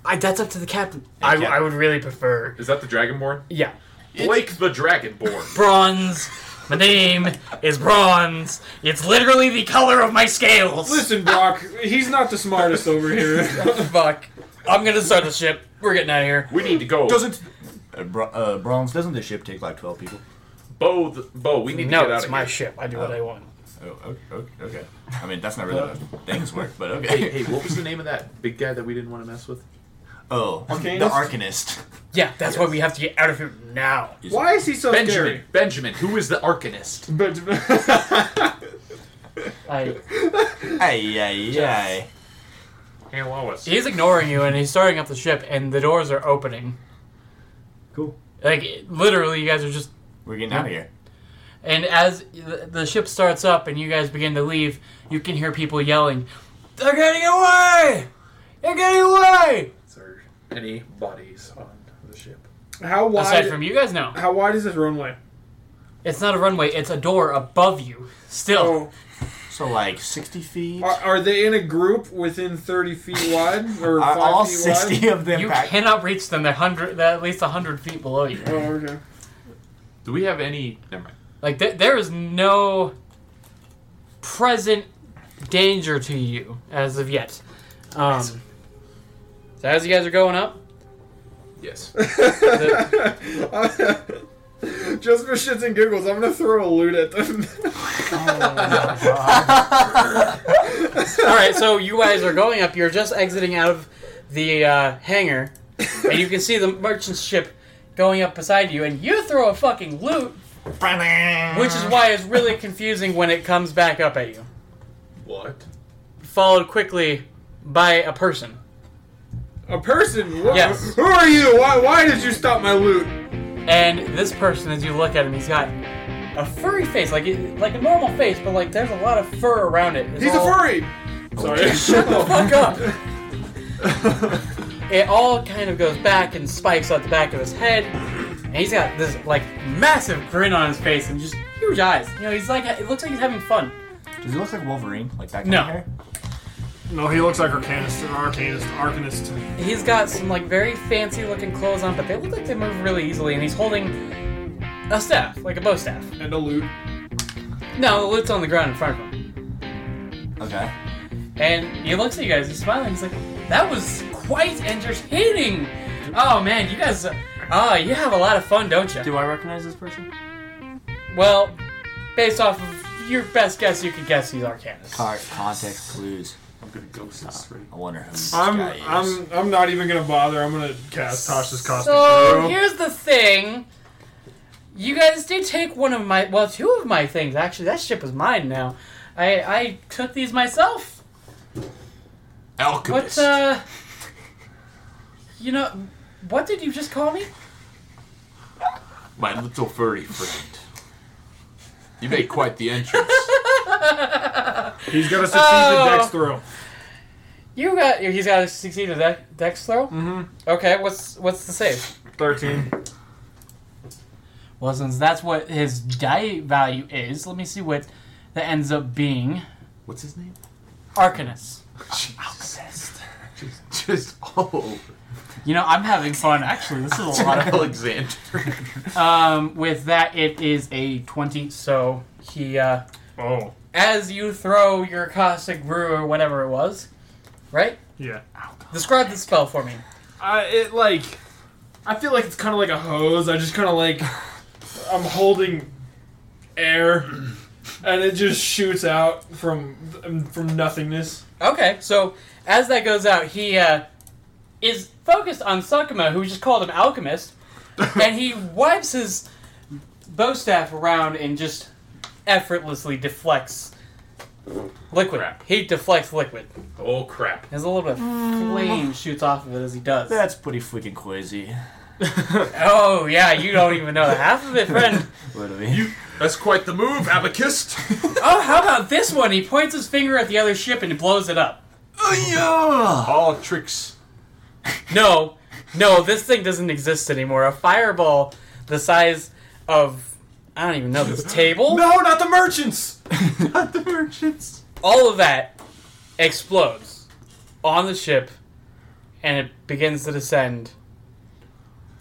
Speaker 8: I, that's up to the captain. I,
Speaker 3: Captain.
Speaker 8: I would really prefer.
Speaker 5: Is that the Dragonborn?
Speaker 8: Yeah,
Speaker 5: Blake the Dragonborn.
Speaker 8: bronze. My name is bronze. It's literally the color of my scales.
Speaker 4: Listen, Brock, he's not the smartest over here.
Speaker 8: fuck. I'm gonna start the ship. We're getting out of here.
Speaker 5: We need to go.
Speaker 3: Doesn't. Uh, bro, uh, Bronze, doesn't the ship take like 12 people?
Speaker 5: Bo, the, Bo, we need to
Speaker 8: No,
Speaker 5: get out
Speaker 8: it's
Speaker 5: of
Speaker 8: my
Speaker 5: here.
Speaker 8: ship. I do what I want.
Speaker 3: Oh, okay. okay. I mean, that's not really how things work, but okay.
Speaker 5: Hey, what was the name of that big guy that we didn't want to mess with?
Speaker 3: Oh, the Arcanist.
Speaker 8: Yeah, that's why we have to get out of here now.
Speaker 4: Why is he so
Speaker 5: Benjamin. Benjamin, who is the Arcanist?
Speaker 4: scary? Benjamin.
Speaker 8: I,
Speaker 3: Ay, ay, ay.
Speaker 1: Hey, Lois.
Speaker 8: he's ignoring you, and he's starting up the ship, and the doors are opening.
Speaker 9: Cool.
Speaker 8: Like literally, you guys are just
Speaker 3: We're getting out of here.
Speaker 8: And as the the ship starts up and you guys begin to leave, you can hear people yelling, They're getting away! They're getting away!
Speaker 5: Is there any bodies on the ship?
Speaker 4: how wide?
Speaker 8: Aside from you guys, no.
Speaker 4: how wide is this runway?
Speaker 8: It's not a runway, it's a door above you. Still.
Speaker 4: Oh,
Speaker 3: So, like 60 feet?
Speaker 5: Uh,
Speaker 4: are,
Speaker 3: Are,
Speaker 4: are they in a group within thirty feet wide or five
Speaker 3: all
Speaker 4: feet
Speaker 3: 60
Speaker 4: wide?
Speaker 3: of them
Speaker 8: You
Speaker 3: packed?
Speaker 8: cannot reach them. They're, hundred, they're at least 100 feet below you.
Speaker 4: Oh, okay.
Speaker 1: Do we have any. Never mind.
Speaker 8: Like, th- there is no present danger to you as of yet. Um, so, as you guys are going up,
Speaker 5: Yes.
Speaker 4: Just for shits and giggles, I'm gonna throw a loot at them.
Speaker 8: All right, so you guys are going up. You're just exiting out of the uh, hangar
Speaker 1: and you can see the merchant ship going up beside you, and you throw a fucking loot, which is why it's really confusing when it comes back up at you.
Speaker 2: What?
Speaker 1: Followed quickly by a person.
Speaker 4: A person? What,
Speaker 1: Yes.
Speaker 4: Who are you? Why, why did you stop my loot?
Speaker 1: And this person, as you look at him, he's got a furry face, like it- like a normal face, but like there's a lot of fur around it. It's
Speaker 4: He's
Speaker 1: all-
Speaker 4: a furry! Sorry. Shut the
Speaker 1: Fuck up. it all kind of goes back and spikes out the back of his head, and he's got this like massive grin on his face and just huge eyes. You know, he's like it looks like he's having fun.
Speaker 3: Does he look like Wolverine? Like that kind
Speaker 1: No.
Speaker 3: of hair?
Speaker 4: No, he looks like Arcanist, an Arcanist, Arcanist.
Speaker 1: He's got some like very fancy looking clothes on, but they look like they move really easily, and he's holding a staff, like a bow staff.
Speaker 4: And a loot.
Speaker 1: No, the loot's on the ground in front of him.
Speaker 3: Okay.
Speaker 1: And he looks at you guys, he's smiling, he's like, that was quite entertaining! Oh man, you guys, ah, you have a lot of fun, don't you?
Speaker 6: Do I recognize this person?
Speaker 1: Well, based off of your best guess, you could guess he's Arcanus.
Speaker 3: Car- context clues.
Speaker 5: I'm gonna go this way.
Speaker 3: I wonder who this
Speaker 4: I'm,
Speaker 3: guy is.
Speaker 4: I'm, I'm not even gonna bother. I'm gonna cast Tasha's costume.
Speaker 1: So
Speaker 4: Hero.
Speaker 1: here's the thing. You guys did take one of my, well, two of my things actually. That ship is mine now. I I took these myself. What
Speaker 5: Alchemist.
Speaker 1: uh, you know, what did you just call me?
Speaker 5: My little furry friend. You made quite the entrance.
Speaker 4: He's gonna succeed the dex throw.
Speaker 1: Oh. You got he's got to succeed a dex, dex throw. Mm-hmm. Okay, what's what's the save?
Speaker 4: 13.
Speaker 1: Well, since that's what his die value is, let me see what that ends up being.
Speaker 5: What's his name?
Speaker 1: Arcanus.
Speaker 5: Just, just oh,
Speaker 1: You know, I'm having fun actually. This is a lot of
Speaker 5: Alexander.
Speaker 1: Um, with that, it is a 20. So he, uh,
Speaker 4: Oh,
Speaker 1: as you throw your caustic brew or whatever it was, right?
Speaker 4: yeah.
Speaker 1: Describe the spell for me.
Speaker 4: I, it like, I feel like it's kind of like a hose. I just kind of like, I'm holding air, and it just shoots out from from nothingness.
Speaker 1: Okay, so as that goes out, he uh, is focused on Sakuma, who just called him alchemist, and he wipes his bow staff around and just effortlessly deflects liquid.
Speaker 2: Crap.
Speaker 1: He deflects liquid.
Speaker 2: Oh crap!
Speaker 1: There's a little bit of flame shoots off of it as he does.
Speaker 3: That's pretty freaking crazy.
Speaker 1: Oh yeah, you don't even know half of it, friend.
Speaker 3: What do we?
Speaker 2: That's quite the move, Abacus.
Speaker 1: Oh, how about this one? He points his finger at the other ship and blows it up.
Speaker 3: Yeah.
Speaker 5: All tricks.
Speaker 1: No, no, this thing doesn't exist anymore. A fireball the size of I don't even know this table.
Speaker 4: No, not the merchants.
Speaker 5: Not the merchants.
Speaker 1: All of that explodes on the ship, and it begins to descend.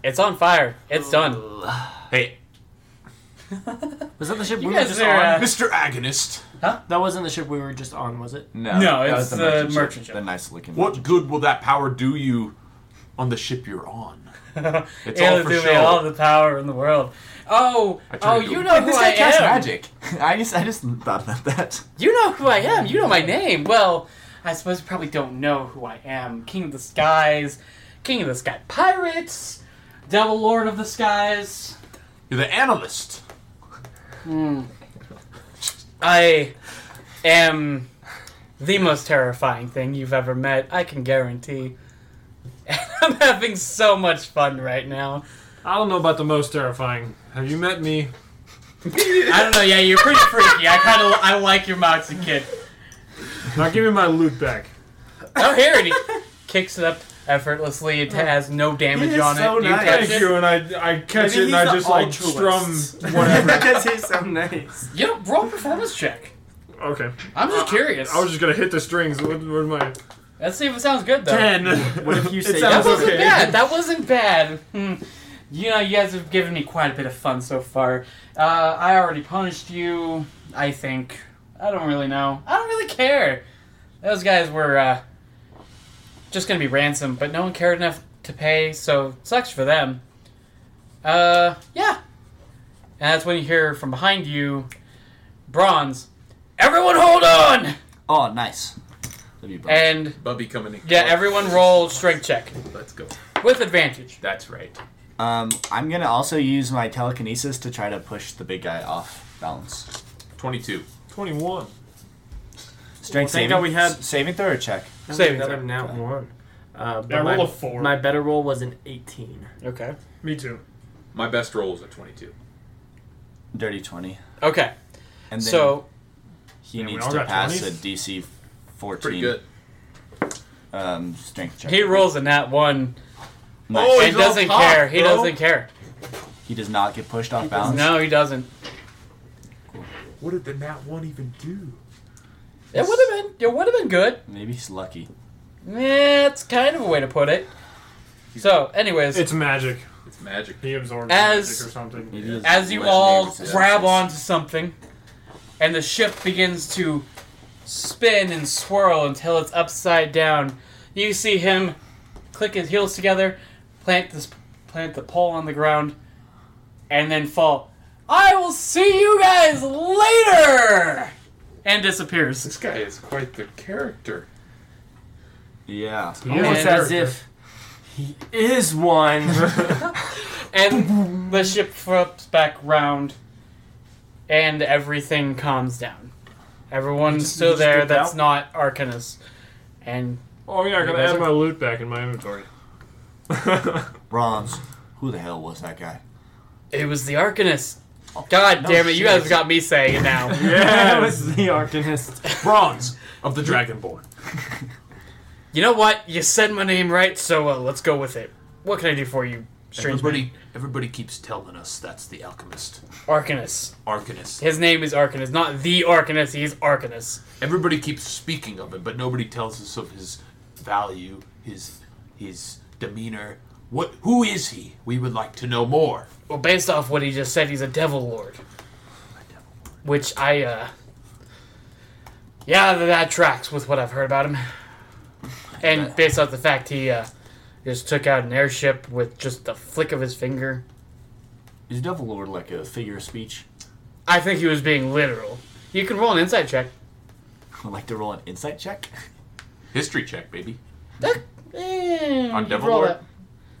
Speaker 1: It's on fire. It's done.
Speaker 5: Hey,
Speaker 6: Was that the ship
Speaker 1: You
Speaker 6: we were
Speaker 1: guys
Speaker 6: just
Speaker 1: are,
Speaker 6: on?
Speaker 1: uh,
Speaker 5: Mr. Agonist.
Speaker 6: That wasn't the ship we were just on, was it?
Speaker 1: No,
Speaker 3: No, that
Speaker 1: it's
Speaker 3: was
Speaker 1: the
Speaker 3: ship,
Speaker 1: merchant ship.
Speaker 3: The nice looking.
Speaker 5: What good will that power do you on the ship you're on? It's all
Speaker 1: It'll
Speaker 5: for
Speaker 1: do me
Speaker 5: show.
Speaker 1: all the power in the world. Oh, oh,
Speaker 5: to
Speaker 1: you
Speaker 5: a-
Speaker 1: know who
Speaker 3: This
Speaker 1: I
Speaker 3: guy casts
Speaker 1: am.
Speaker 3: magic. I just, I just thought about that.
Speaker 1: You know who I am. You know my name. Well, I suppose you probably don't know who I am. King of the Skies, King of the Sky Pirates, Devil Lord of the Skies.
Speaker 5: You're the analyst.
Speaker 1: I am the most terrifying thing you've ever met. I can guarantee. And I'm having so much fun right now.
Speaker 4: I don't know about the most terrifying. Have you met me?
Speaker 1: I don't know. Yeah, you're pretty freaky. I kind of I like your moxie kid.
Speaker 4: Now give me my loot back.
Speaker 1: Oh, here it is. Kicks it up effortlessly. It has no damage
Speaker 3: He is
Speaker 1: on
Speaker 3: so
Speaker 1: it. Do
Speaker 3: nice.
Speaker 1: catch
Speaker 4: Thank
Speaker 1: it?
Speaker 4: you, and I I catch
Speaker 6: Maybe
Speaker 4: it and
Speaker 6: he's
Speaker 4: I
Speaker 6: the
Speaker 4: just like
Speaker 6: altruist.
Speaker 4: strum whatever.
Speaker 6: Because he's so nice.
Speaker 1: Yeah, roll performance check.
Speaker 4: okay,
Speaker 1: I'm just curious.
Speaker 4: Uh, I was just gonna hit the strings. What, what my
Speaker 1: Let's see if it sounds good though.
Speaker 4: ten?
Speaker 6: What if you say
Speaker 1: That
Speaker 4: sounds-
Speaker 6: yes?
Speaker 1: wasn't
Speaker 4: okay.
Speaker 1: bad. That wasn't bad. Hmm. You know, you guys have given me quite a bit of fun so far. Uh, I already punished you. I think. I don't really know. I don't really care. Those guys were uh, just gonna be ransom, but no one cared enough to pay, so sucks for them. Uh, yeah. And that's when you hear from behind you, Bronze. Everyone, hold on!
Speaker 3: Oh, nice. That'd be bad.
Speaker 1: And
Speaker 2: Bubby coming in.
Speaker 1: yeah, everyone roll strength check
Speaker 2: Let's go.
Speaker 1: with advantage.
Speaker 5: That's right.
Speaker 3: Um, I'm gonna also use my telekinesis to try to push the big guy off balance.
Speaker 2: 22.
Speaker 4: 21.
Speaker 3: Strength
Speaker 6: Well, thank
Speaker 3: saving.
Speaker 6: God we had-
Speaker 3: s- saving throw or check.
Speaker 1: Saving
Speaker 6: another
Speaker 1: throw.
Speaker 6: nat one. Uh, but
Speaker 4: Yeah,
Speaker 6: my,
Speaker 4: roll a four.
Speaker 6: My better roll was an 18.
Speaker 1: Okay.
Speaker 4: Me too.
Speaker 2: My best roll is a 22.
Speaker 3: Dirty twenty.
Speaker 1: Okay.
Speaker 3: And then
Speaker 1: So
Speaker 3: he
Speaker 4: Yeah, we
Speaker 3: needs
Speaker 4: all
Speaker 3: to
Speaker 4: got
Speaker 3: pass
Speaker 4: 20s?
Speaker 3: a DC fourteen.
Speaker 2: Pretty good.
Speaker 3: Um, strength check.
Speaker 1: he rolls a nat one
Speaker 3: Nice.
Speaker 2: Oh,
Speaker 1: and
Speaker 2: he's all
Speaker 1: doesn't
Speaker 2: pop,
Speaker 1: care. He
Speaker 2: bro.
Speaker 1: doesn't care.
Speaker 3: He does not get pushed off balance.
Speaker 1: No, he doesn't.
Speaker 2: What did the nat 1 even do?
Speaker 1: It would have been. It would have been good.
Speaker 3: Maybe he's lucky.
Speaker 1: Yeah, it's kind of a way to put it. So, anyways,
Speaker 4: It's magic.
Speaker 2: It's magic.
Speaker 4: He absorbs
Speaker 1: As-
Speaker 4: magic or something.
Speaker 3: Maybe his
Speaker 1: as you
Speaker 3: legendary
Speaker 1: all
Speaker 3: resistance
Speaker 1: grab
Speaker 3: is-
Speaker 1: onto something, and the ship begins to spin and swirl until it's upside down. You see him click his heels together, plant this, plant the pole on the ground, and then fall. I will see you guys later, and disappears.
Speaker 2: This guy is quite the character.
Speaker 3: Yeah.
Speaker 6: Almost
Speaker 1: And-
Speaker 6: as if he is one.
Speaker 1: And the ship flips back round, and everything calms down. Everyone's still
Speaker 6: just
Speaker 1: there
Speaker 6: dipped
Speaker 1: that's
Speaker 6: out?
Speaker 1: not Arcanus. And
Speaker 4: Oh yeah, I gotta
Speaker 1: guys
Speaker 4: add
Speaker 1: are-
Speaker 4: my loot back in my inventory.
Speaker 3: Bronze. Who the hell was that guy?
Speaker 1: it was the Arcanist.
Speaker 6: Oh,
Speaker 1: God damn it, you guys got me saying it now.
Speaker 6: that was the Arcanist.
Speaker 5: Bronze of the Dragonborn.
Speaker 1: You know what? You said my name right, so uh, let's go with it. What can I do for you, strange man?
Speaker 5: Everybody, everybody keeps telling us that's the alchemist,
Speaker 1: Arcanus.
Speaker 5: Arcanist.
Speaker 1: His name is Arcanus, not the Arcanus, he's Arcanus.
Speaker 5: Everybody keeps speaking of him, but nobody tells us of his value, his his demeanor. What? Who is he? We would like to know more.
Speaker 1: Well, based off what he just said, he's a devil lord. Which I, uh. Yeah, that, that tracks with what I've heard about him. And based off the fact he, uh, just took out an airship with just the flick of his finger,
Speaker 3: Is Devil Lord like a figure of speech?
Speaker 1: I think he was being literal. You can roll an insight check.
Speaker 3: Would like to roll an insight check?
Speaker 5: History check, baby.
Speaker 1: That, eh,
Speaker 5: On
Speaker 1: you
Speaker 5: Devil
Speaker 1: roll
Speaker 5: Lord?
Speaker 1: that.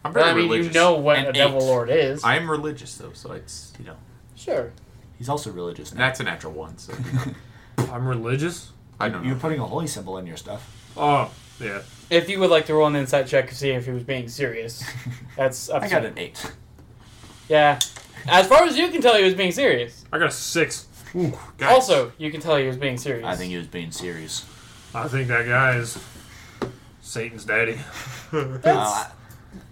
Speaker 5: I'm
Speaker 1: But, I mean, you know what
Speaker 5: An
Speaker 1: a devil
Speaker 5: eight.
Speaker 1: lord is.
Speaker 5: I am religious though, so it's you know
Speaker 1: sure.
Speaker 3: He's also religious now.
Speaker 5: that's a natural one. So you know,
Speaker 4: I'm religious.
Speaker 5: I don't
Speaker 3: You're
Speaker 5: know.
Speaker 3: putting a holy symbol in your stuff.
Speaker 4: Oh yeah.
Speaker 1: If you would like to roll an insight check to see if he was being serious, that's up
Speaker 3: I
Speaker 1: to
Speaker 3: got
Speaker 1: you.
Speaker 3: an eight.
Speaker 1: Yeah. As far as you can tell, he was being serious.
Speaker 4: I got a six.
Speaker 1: Also, you can tell he was being serious.
Speaker 3: I think he was being serious.
Speaker 4: I think that guy is Satan's daddy.
Speaker 1: that's,
Speaker 3: Uh,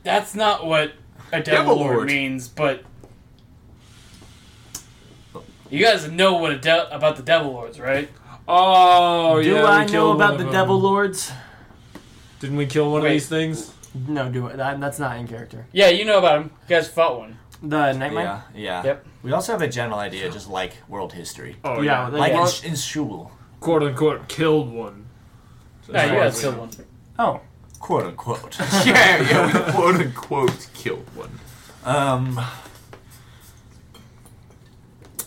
Speaker 1: that's not what a devil,
Speaker 5: Devil
Speaker 1: lord
Speaker 5: lord.
Speaker 1: means, but you guys know what a de- about the devil lords, right?
Speaker 4: Oh
Speaker 6: Do
Speaker 4: yeah. we
Speaker 6: I know
Speaker 4: killed
Speaker 6: about
Speaker 4: one
Speaker 6: the
Speaker 4: of
Speaker 6: Devil
Speaker 4: them.
Speaker 6: Lords?
Speaker 4: Didn't we kill one
Speaker 1: Wait.
Speaker 4: of these things?
Speaker 6: No, do I? that- That's not in character.
Speaker 1: Yeah, you know about him. You guys fought one.
Speaker 6: The Nightmare?
Speaker 3: yeah, yeah.
Speaker 1: Yep.
Speaker 3: We also have a general idea, just like world history,
Speaker 4: Oh
Speaker 6: yeah.
Speaker 4: yeah.
Speaker 6: they-
Speaker 3: like
Speaker 6: yeah.
Speaker 3: in, sh- in shul,
Speaker 4: Quote unquote killed one.
Speaker 1: No, you guys killed one.
Speaker 6: Oh.
Speaker 3: quote unquote.
Speaker 5: yeah, yeah, we quote unquote killed one.
Speaker 3: um,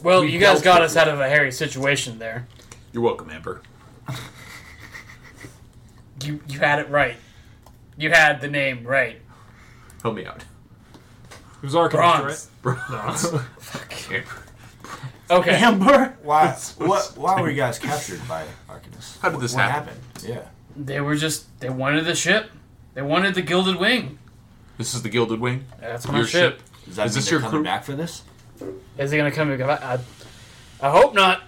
Speaker 1: Well, you guys
Speaker 5: dealt
Speaker 1: got
Speaker 5: with
Speaker 1: us out of a hairy situation there.
Speaker 5: You're welcome, Amber.
Speaker 1: You you had it right. You had the name right.
Speaker 5: Help me out.
Speaker 4: It was Arcanist,
Speaker 1: Bronze.
Speaker 4: right? No.
Speaker 5: Amber.
Speaker 1: Okay.
Speaker 6: Amber?
Speaker 3: why? what? Why were you guys captured by Arcanus?
Speaker 5: How did this
Speaker 3: what
Speaker 5: happen?
Speaker 3: Yeah.
Speaker 1: They were just they wanted the ship. They wanted the gilded wing.
Speaker 5: This is the Gilded Wing.
Speaker 1: That's my
Speaker 5: Your ship.
Speaker 3: Does that
Speaker 5: Is
Speaker 3: mean
Speaker 5: this
Speaker 3: they're
Speaker 5: your
Speaker 3: coming
Speaker 5: crew?
Speaker 3: back for this?
Speaker 1: Is he gonna come? I, I hope not.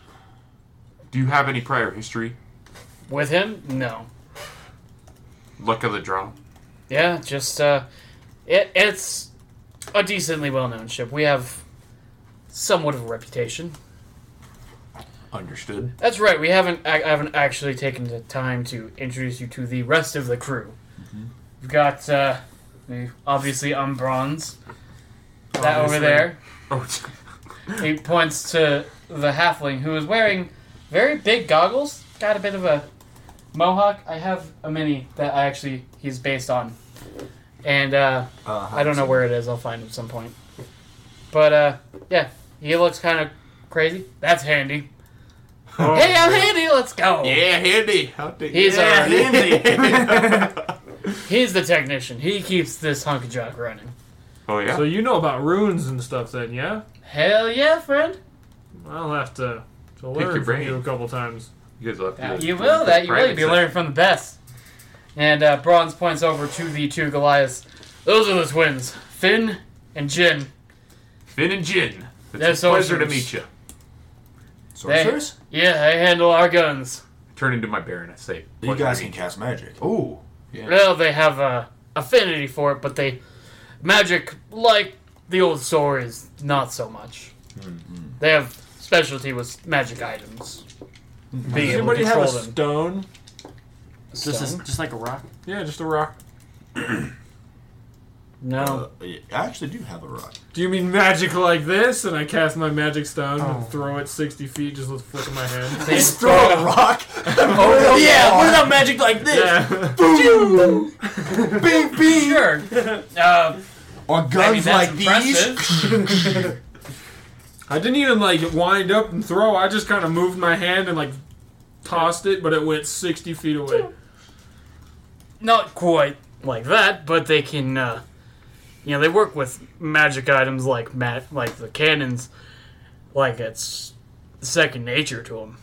Speaker 5: Do you have any prior history?
Speaker 1: With him? No.
Speaker 5: Luck of the draw.
Speaker 1: Yeah, just uh, it, it's a decently well-known ship. We have somewhat of a reputation.
Speaker 5: Understood.
Speaker 1: That's right. We haven't I haven't actually taken the time to introduce you to the rest of the crew. You've got uh, the- obviously I'm bronze. That over
Speaker 4: Obviously.
Speaker 1: there.
Speaker 5: Oh,
Speaker 1: He points to the halfling who is wearing very big goggles. Got a bit of a mohawk. I have a mini that I actually he's based on, and uh,
Speaker 3: Uh,
Speaker 1: I don't know where it is. I'll find it at some point. But uh, yeah, he looks kind of crazy. That's handy. Hey, I'm handy. Let's go.
Speaker 5: Yeah, handy. How did
Speaker 1: Oh.
Speaker 5: Oh,
Speaker 1: He's
Speaker 8: Yeah,
Speaker 1: our,
Speaker 8: Lindsay.
Speaker 1: he's the technician. He keeps this hunk of junk running.
Speaker 5: Oh yeah.
Speaker 4: So you know about runes and stuff then, yeah?
Speaker 1: Hell yeah, friend.
Speaker 4: I'll have to, to
Speaker 5: your
Speaker 4: learn from
Speaker 5: brain.
Speaker 4: you a couple times.
Speaker 5: you guys will have to.
Speaker 1: That
Speaker 5: do
Speaker 1: you
Speaker 5: a-
Speaker 1: will. That you will.
Speaker 5: private
Speaker 1: You'll be learning from the best. And uh, Bronze points over to the two Goliaths. Those are the twins, Finn and Jin.
Speaker 5: session. Finn and Jin.
Speaker 1: They're
Speaker 5: It's a pleasure to
Speaker 1: sorcerers.
Speaker 5: meet you.
Speaker 3: Sorcerers?
Speaker 1: Yeah, they handle our guns.
Speaker 5: Turn into my Baron. I say.
Speaker 3: You
Speaker 5: pleasure
Speaker 3: guys
Speaker 5: to
Speaker 3: can
Speaker 5: meet
Speaker 3: cast magic.
Speaker 5: you. Ooh. Yeah.
Speaker 1: Well, they have a affinity for it, but they magic like the old sword is not so much. They have specialty with magic items. Being
Speaker 4: Does
Speaker 1: able to
Speaker 4: anybody have
Speaker 1: control
Speaker 4: a
Speaker 1: them.
Speaker 4: stone?
Speaker 6: Just, as, just like a rock.
Speaker 4: Yeah, just a rock.
Speaker 1: no.
Speaker 3: Uh, I actually do have a rock.
Speaker 4: Do you mean magic like this? And I cast my magic stone and throw it 60 feet just with the flick of my hand.
Speaker 3: Just throw a rock.
Speaker 1: Oh,
Speaker 6: yeah, what about magic like this?
Speaker 4: yeah.
Speaker 3: Bing, bing.
Speaker 1: sure. Uh,
Speaker 3: Or guns
Speaker 1: I mean, that's
Speaker 3: like
Speaker 1: impressive.
Speaker 3: these.
Speaker 4: I didn't even like wind up and throw. I just kind of moved my hand and like tossed it, but it went 60 feet away.
Speaker 1: Not quite like that, but they can. Uh, you know, they work with magic items like ma- like the cannons, like it's second nature to them.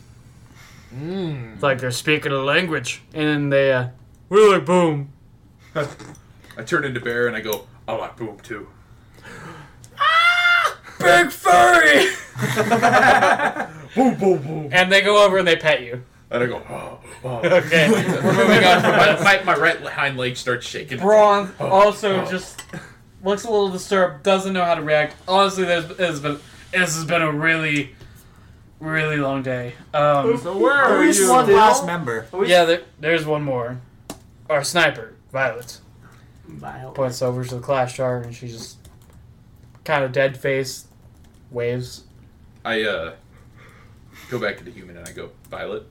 Speaker 6: Hmm.
Speaker 1: It's like they're speaking a language, and they uh, we're like boom.
Speaker 2: I turn into Bear and I go, "Oh, I like boom too.
Speaker 1: Ah! Big furry! And they go over and they pet you.
Speaker 2: And I go, oh, oh.
Speaker 1: Okay, we're moving on from
Speaker 2: my,
Speaker 1: this.
Speaker 2: my, my right hind leg starts shaking.
Speaker 1: Braun also
Speaker 2: oh.
Speaker 1: just looks a little disturbed, doesn't know how to react. Honestly, this has been this has been a really, really long day. Um,
Speaker 4: So where are
Speaker 3: Who's
Speaker 4: you?
Speaker 3: one last member?
Speaker 1: yeah, there, there's one more. Our sniper, Violet,
Speaker 6: Vile.
Speaker 1: points over to the clash jar, and she just kind of dead face, waves.
Speaker 2: I uh, go back to the human and I go, Violet.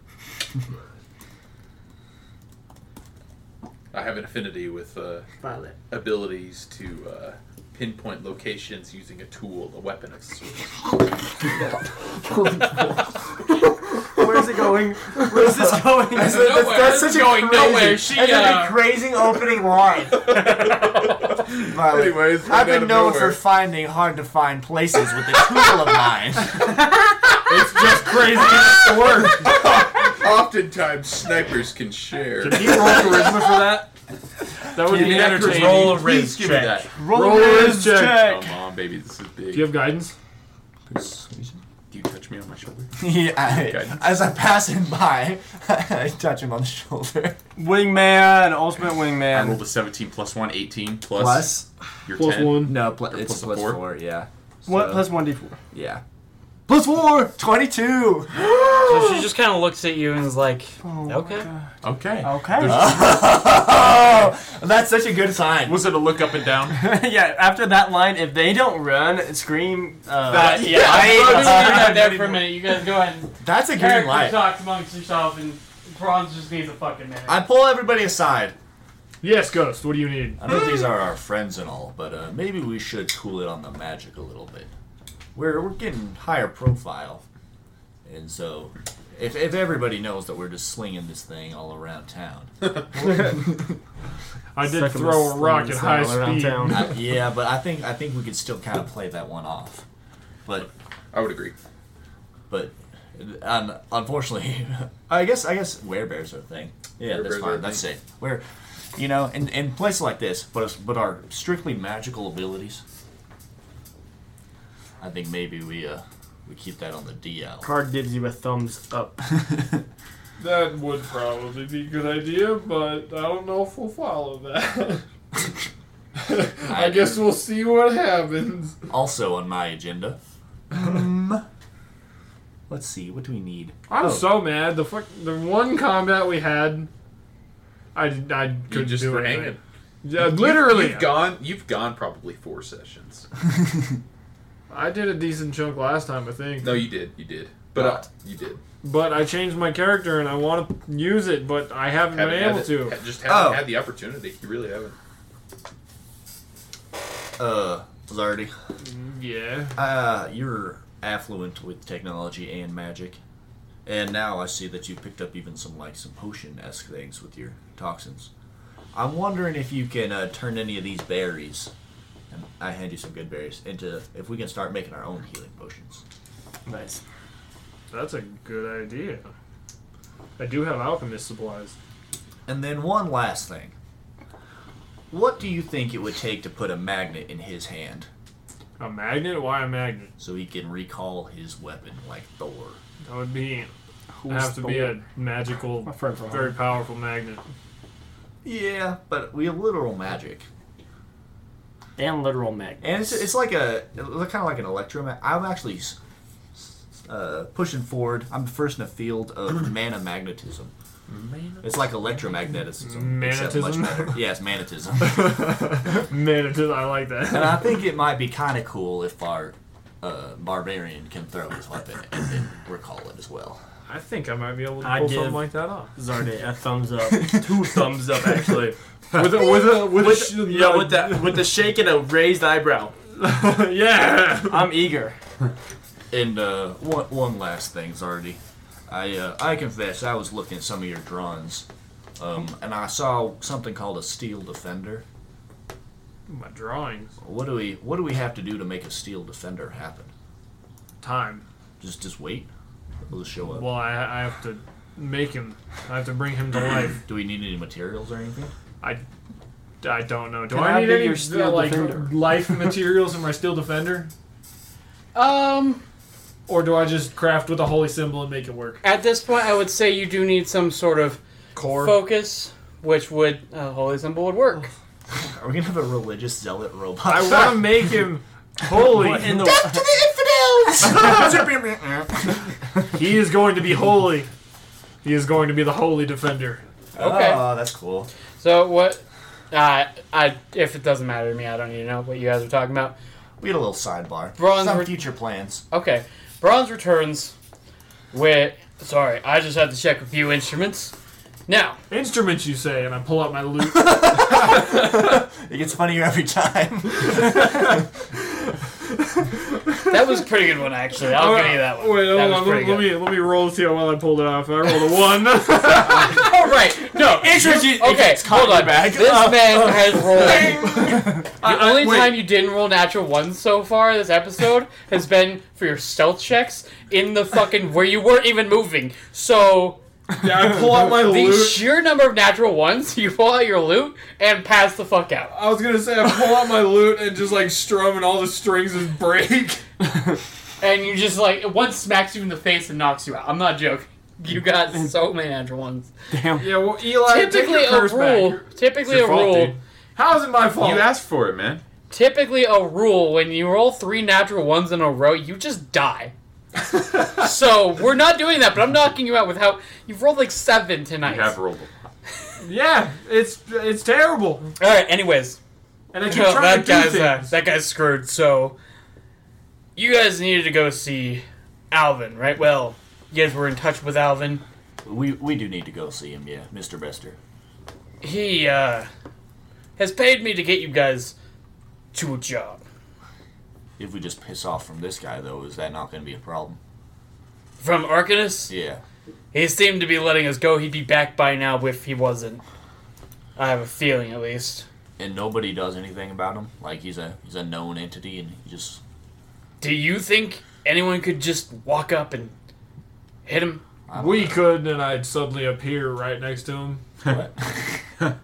Speaker 2: I have an affinity with uh,
Speaker 6: Violet.
Speaker 2: abilities to uh, pinpoint locations using a tool, a weapon of sorts.
Speaker 8: Where's it going? Where's this going? That's,
Speaker 2: Nowhere. It's going nowhere. She,
Speaker 8: that's
Speaker 2: uh,
Speaker 8: such a crazy opening line.
Speaker 3: Violet.
Speaker 2: Anyways,
Speaker 3: I've been known for finding hard to find places with the tool of mine.
Speaker 4: It's just crazy. It's the word.
Speaker 2: Oftentimes, snipers can share.
Speaker 4: Can you roll charisma for that? That would be entertaining.
Speaker 1: roll a
Speaker 2: Please
Speaker 1: riz
Speaker 2: give
Speaker 1: check.
Speaker 2: me that.
Speaker 8: Roll,
Speaker 4: his check.
Speaker 2: Come on, baby, this is big.
Speaker 4: Do you have guidance?
Speaker 2: Do you touch me on my shoulder?
Speaker 3: Yeah, I, as I pass him by, I touch him on the shoulder.
Speaker 6: Wingman, ultimate
Speaker 5: I
Speaker 6: wingman.
Speaker 5: rolled a 17 plus 1, 18 plus,
Speaker 3: Plus?
Speaker 5: your
Speaker 4: Plus
Speaker 5: 10.
Speaker 4: one.
Speaker 3: No, pl- it's
Speaker 5: plus a
Speaker 3: plus
Speaker 5: four?
Speaker 3: four. yeah.
Speaker 6: What
Speaker 3: So,
Speaker 6: plus one d four?
Speaker 3: Yeah. Plus four! 22!
Speaker 1: So she just kind of looks at you and is like, "Okay."
Speaker 5: Okay.
Speaker 6: Okay.
Speaker 3: Oh, that's such a good sign.
Speaker 5: Was it a look up and down?
Speaker 6: yeah. After that line, if they don't run, scream. Uh,
Speaker 1: Uh, yeah,
Speaker 3: I-
Speaker 1: I'm gonna leave that
Speaker 6: uh,
Speaker 1: there for a minute. You guys go ahead. And
Speaker 3: That's a green
Speaker 1: character
Speaker 3: light.
Speaker 1: talk amongst yourself, and Bronze just needs a fucking minute.
Speaker 3: I pull everybody aside.
Speaker 4: Yes, Ghost. What do you need?
Speaker 3: I know these are our friends and all, but uh, maybe we should cool it on the magic a little bit. We're, we're getting higher profile. And so, if, if everybody knows that we're just slinging this thing all around town. Uh,
Speaker 4: I did
Speaker 6: Suck him
Speaker 4: throw a
Speaker 6: as
Speaker 4: rock
Speaker 6: long
Speaker 4: at
Speaker 6: as
Speaker 4: high
Speaker 6: they're all around
Speaker 4: speed.
Speaker 6: town.
Speaker 3: I- yeah, but I think I think we could still kind of play that one off. But
Speaker 2: I would agree.
Speaker 3: but um, unfortunately, I guess I guess werebears are a thing. Yeah,
Speaker 2: Werebears
Speaker 3: that's
Speaker 2: are a
Speaker 3: fine. That's safe. Where, you know, in, in places like this, but it's- but our strictly magical abilities, I think maybe we uh we keep that on the DL.
Speaker 6: Card gives you a thumbs up.
Speaker 4: That would probably be a good idea, but I don't know if we'll follow that. I guess we'll see what happens.
Speaker 3: Also on my agenda. Let's see. What do we need?
Speaker 4: I'm
Speaker 3: Oh,
Speaker 4: so mad. The fuck, the one combat we had, I did- I couldn't
Speaker 2: You just
Speaker 4: do
Speaker 2: were
Speaker 4: anything.
Speaker 2: hanging.
Speaker 4: Yeah, literally.
Speaker 2: You've gone. You've gone probably four sessions.
Speaker 4: I did a decent chunk last time, I think.
Speaker 2: No, you did. You did. But uh, you did.
Speaker 4: But I changed my character and I want to use it, but I haven't
Speaker 2: Haven't
Speaker 4: been
Speaker 2: had
Speaker 4: able
Speaker 2: it-
Speaker 4: to.
Speaker 2: ha- Just haven't
Speaker 3: Oh.
Speaker 2: had the opportunity. You really haven't.
Speaker 3: Uh, Zardy.
Speaker 4: Yeah.
Speaker 3: Uh, you're affluent with technology and magic. And now I see that you picked up even some like some potion esque things with your toxins. I'm wondering if you can uh, turn any of these berries, and I hand you some good berries, into if we can start making our own healing potions.
Speaker 6: Nice.
Speaker 4: That's a good idea. I do have alchemist supplies.
Speaker 3: And then one last thing. What do you think it would take to put a magnet in his hand
Speaker 4: A magnet? Why a magnet?
Speaker 3: so he can recall his weapon like Thor?
Speaker 4: That would be. I have to be a magical,
Speaker 6: My friend from
Speaker 4: very powerful magnet.
Speaker 3: Yeah, but we have literal magic.
Speaker 6: Damn literal mag.
Speaker 3: And it's, it's like a kind of like an electromagnet. I'm actually s- s- uh, pushing forward. I'm first in a field of mana magnetism. It's like electromagneticism. except
Speaker 4: Magnetism?
Speaker 3: Much better. Yeah, it's magnetism.
Speaker 4: Man, it does, I like
Speaker 3: and
Speaker 4: that.
Speaker 3: I think it might be kind of cool if our uh, barbarian can throw his weapon and then recall it as well.
Speaker 4: I think I might be able to
Speaker 6: I
Speaker 4: pull
Speaker 6: give-
Speaker 4: something like that off.
Speaker 6: Zarde, a thumbs up. Two thumbs up, actually.
Speaker 4: With a, with a, with,
Speaker 6: With,
Speaker 4: a sh-
Speaker 6: yeah, with the with the shake and a raised eyebrow.
Speaker 4: yeah.
Speaker 6: I'm eager.
Speaker 3: And uh, one, one last thing, Zardy. I uh, I confess, I was looking at some of your drawings, um, and I saw something called a steel defender.
Speaker 4: My drawings.
Speaker 3: What do we What do we have to do to make a steel defender happen?
Speaker 4: Time.
Speaker 3: Just just wait. It'll just show up.
Speaker 4: Well, I, I have to make him. I have to bring him to life.
Speaker 3: do we need any materials or anything?
Speaker 4: I, I don't know. Do
Speaker 6: Can
Speaker 4: I
Speaker 6: I
Speaker 4: need
Speaker 6: be
Speaker 4: any
Speaker 6: your steel
Speaker 4: like
Speaker 6: defender?
Speaker 4: life materials in my steel defender,
Speaker 1: Um,
Speaker 4: or do I just craft with a holy symbol and make it work?
Speaker 1: at this point, I would say you do need some sort of
Speaker 4: Core.
Speaker 1: focus, which would uh, holy symbol would work.
Speaker 3: Are we gonna have a religious zealot robot?
Speaker 4: I want to make him holy.
Speaker 6: What in the
Speaker 3: to the infidels.
Speaker 4: he is going to be holy. He is going to be the holy defender.
Speaker 1: Okay.
Speaker 3: Oh, that's cool.
Speaker 1: So what? Uh, I if it doesn't matter to me, I don't need to know what you guys are talking about.
Speaker 3: We had a little sidebar.
Speaker 1: Bronze
Speaker 3: Some
Speaker 1: re-
Speaker 3: future plans.
Speaker 1: Okay, bronze returns. With sorry, I just had to check a few instruments. Now,
Speaker 4: Instruments, you say, and I pull out my lute.
Speaker 3: It gets funnier every time.
Speaker 1: that was a pretty good one actually. I'll give you that one.
Speaker 4: Wait, hold
Speaker 1: that was
Speaker 4: on.
Speaker 1: pretty
Speaker 4: Let, let
Speaker 1: good.
Speaker 4: me let me roll to see how well I pulled it off. I rolled a one.
Speaker 1: All right, no.
Speaker 6: Introduce.
Speaker 1: Okay, hold on. This man has rolled. the
Speaker 4: I-
Speaker 1: only
Speaker 4: wait.
Speaker 1: time you didn't roll natural ones so far this episode has been for your stealth checks in the fucking where you weren't even moving. So
Speaker 4: yeah, I pull out my
Speaker 1: the
Speaker 4: lute.
Speaker 1: sheer number of natural ones, you pull out your loot and pass the fuck out.
Speaker 4: I was gonna say I pull out my lute and just like strum, and all the strings just break.
Speaker 1: And you just like one smacks you in the face and knocks you out. I'm not joking. You got so many natural ones.
Speaker 4: Yeah, well, Eli,
Speaker 1: Typically a rule. Typically a
Speaker 5: your fault,
Speaker 1: rule.
Speaker 5: dude.
Speaker 4: How is it my fault?
Speaker 5: You asked for it, man.
Speaker 1: Typically a rule when you roll three natural ones in a row, you just die. so we're not doing that, but I'm knocking you out with how you've rolled like seven tonight.
Speaker 5: You have rolled.
Speaker 4: yeah, it's it's terrible,
Speaker 1: All right. Anyways,
Speaker 4: and I keep
Speaker 1: Well,
Speaker 4: trying
Speaker 1: that
Speaker 4: to do
Speaker 1: guy's uh,
Speaker 4: things.
Speaker 1: that guy's screwed. So you guys needed to go see Alvin, right? Well, you guys were in touch with Alvin.
Speaker 3: We we do need to go see him, yeah, Mr. Bester.
Speaker 1: He uh, has paid me to get you guys to a job.
Speaker 3: If we just piss off from this guy, though, is that not going to be a problem?
Speaker 1: From Arcanus,
Speaker 3: Yeah.
Speaker 1: he seemed to be letting us go. He'd be back by now if he wasn't. I have a feeling, at least.
Speaker 3: And nobody does anything about him. Like he's a he's a known entity, and he just
Speaker 1: Do you think anyone could just walk up and hit him?
Speaker 4: we could, and I'd suddenly appear right next to him.
Speaker 3: what?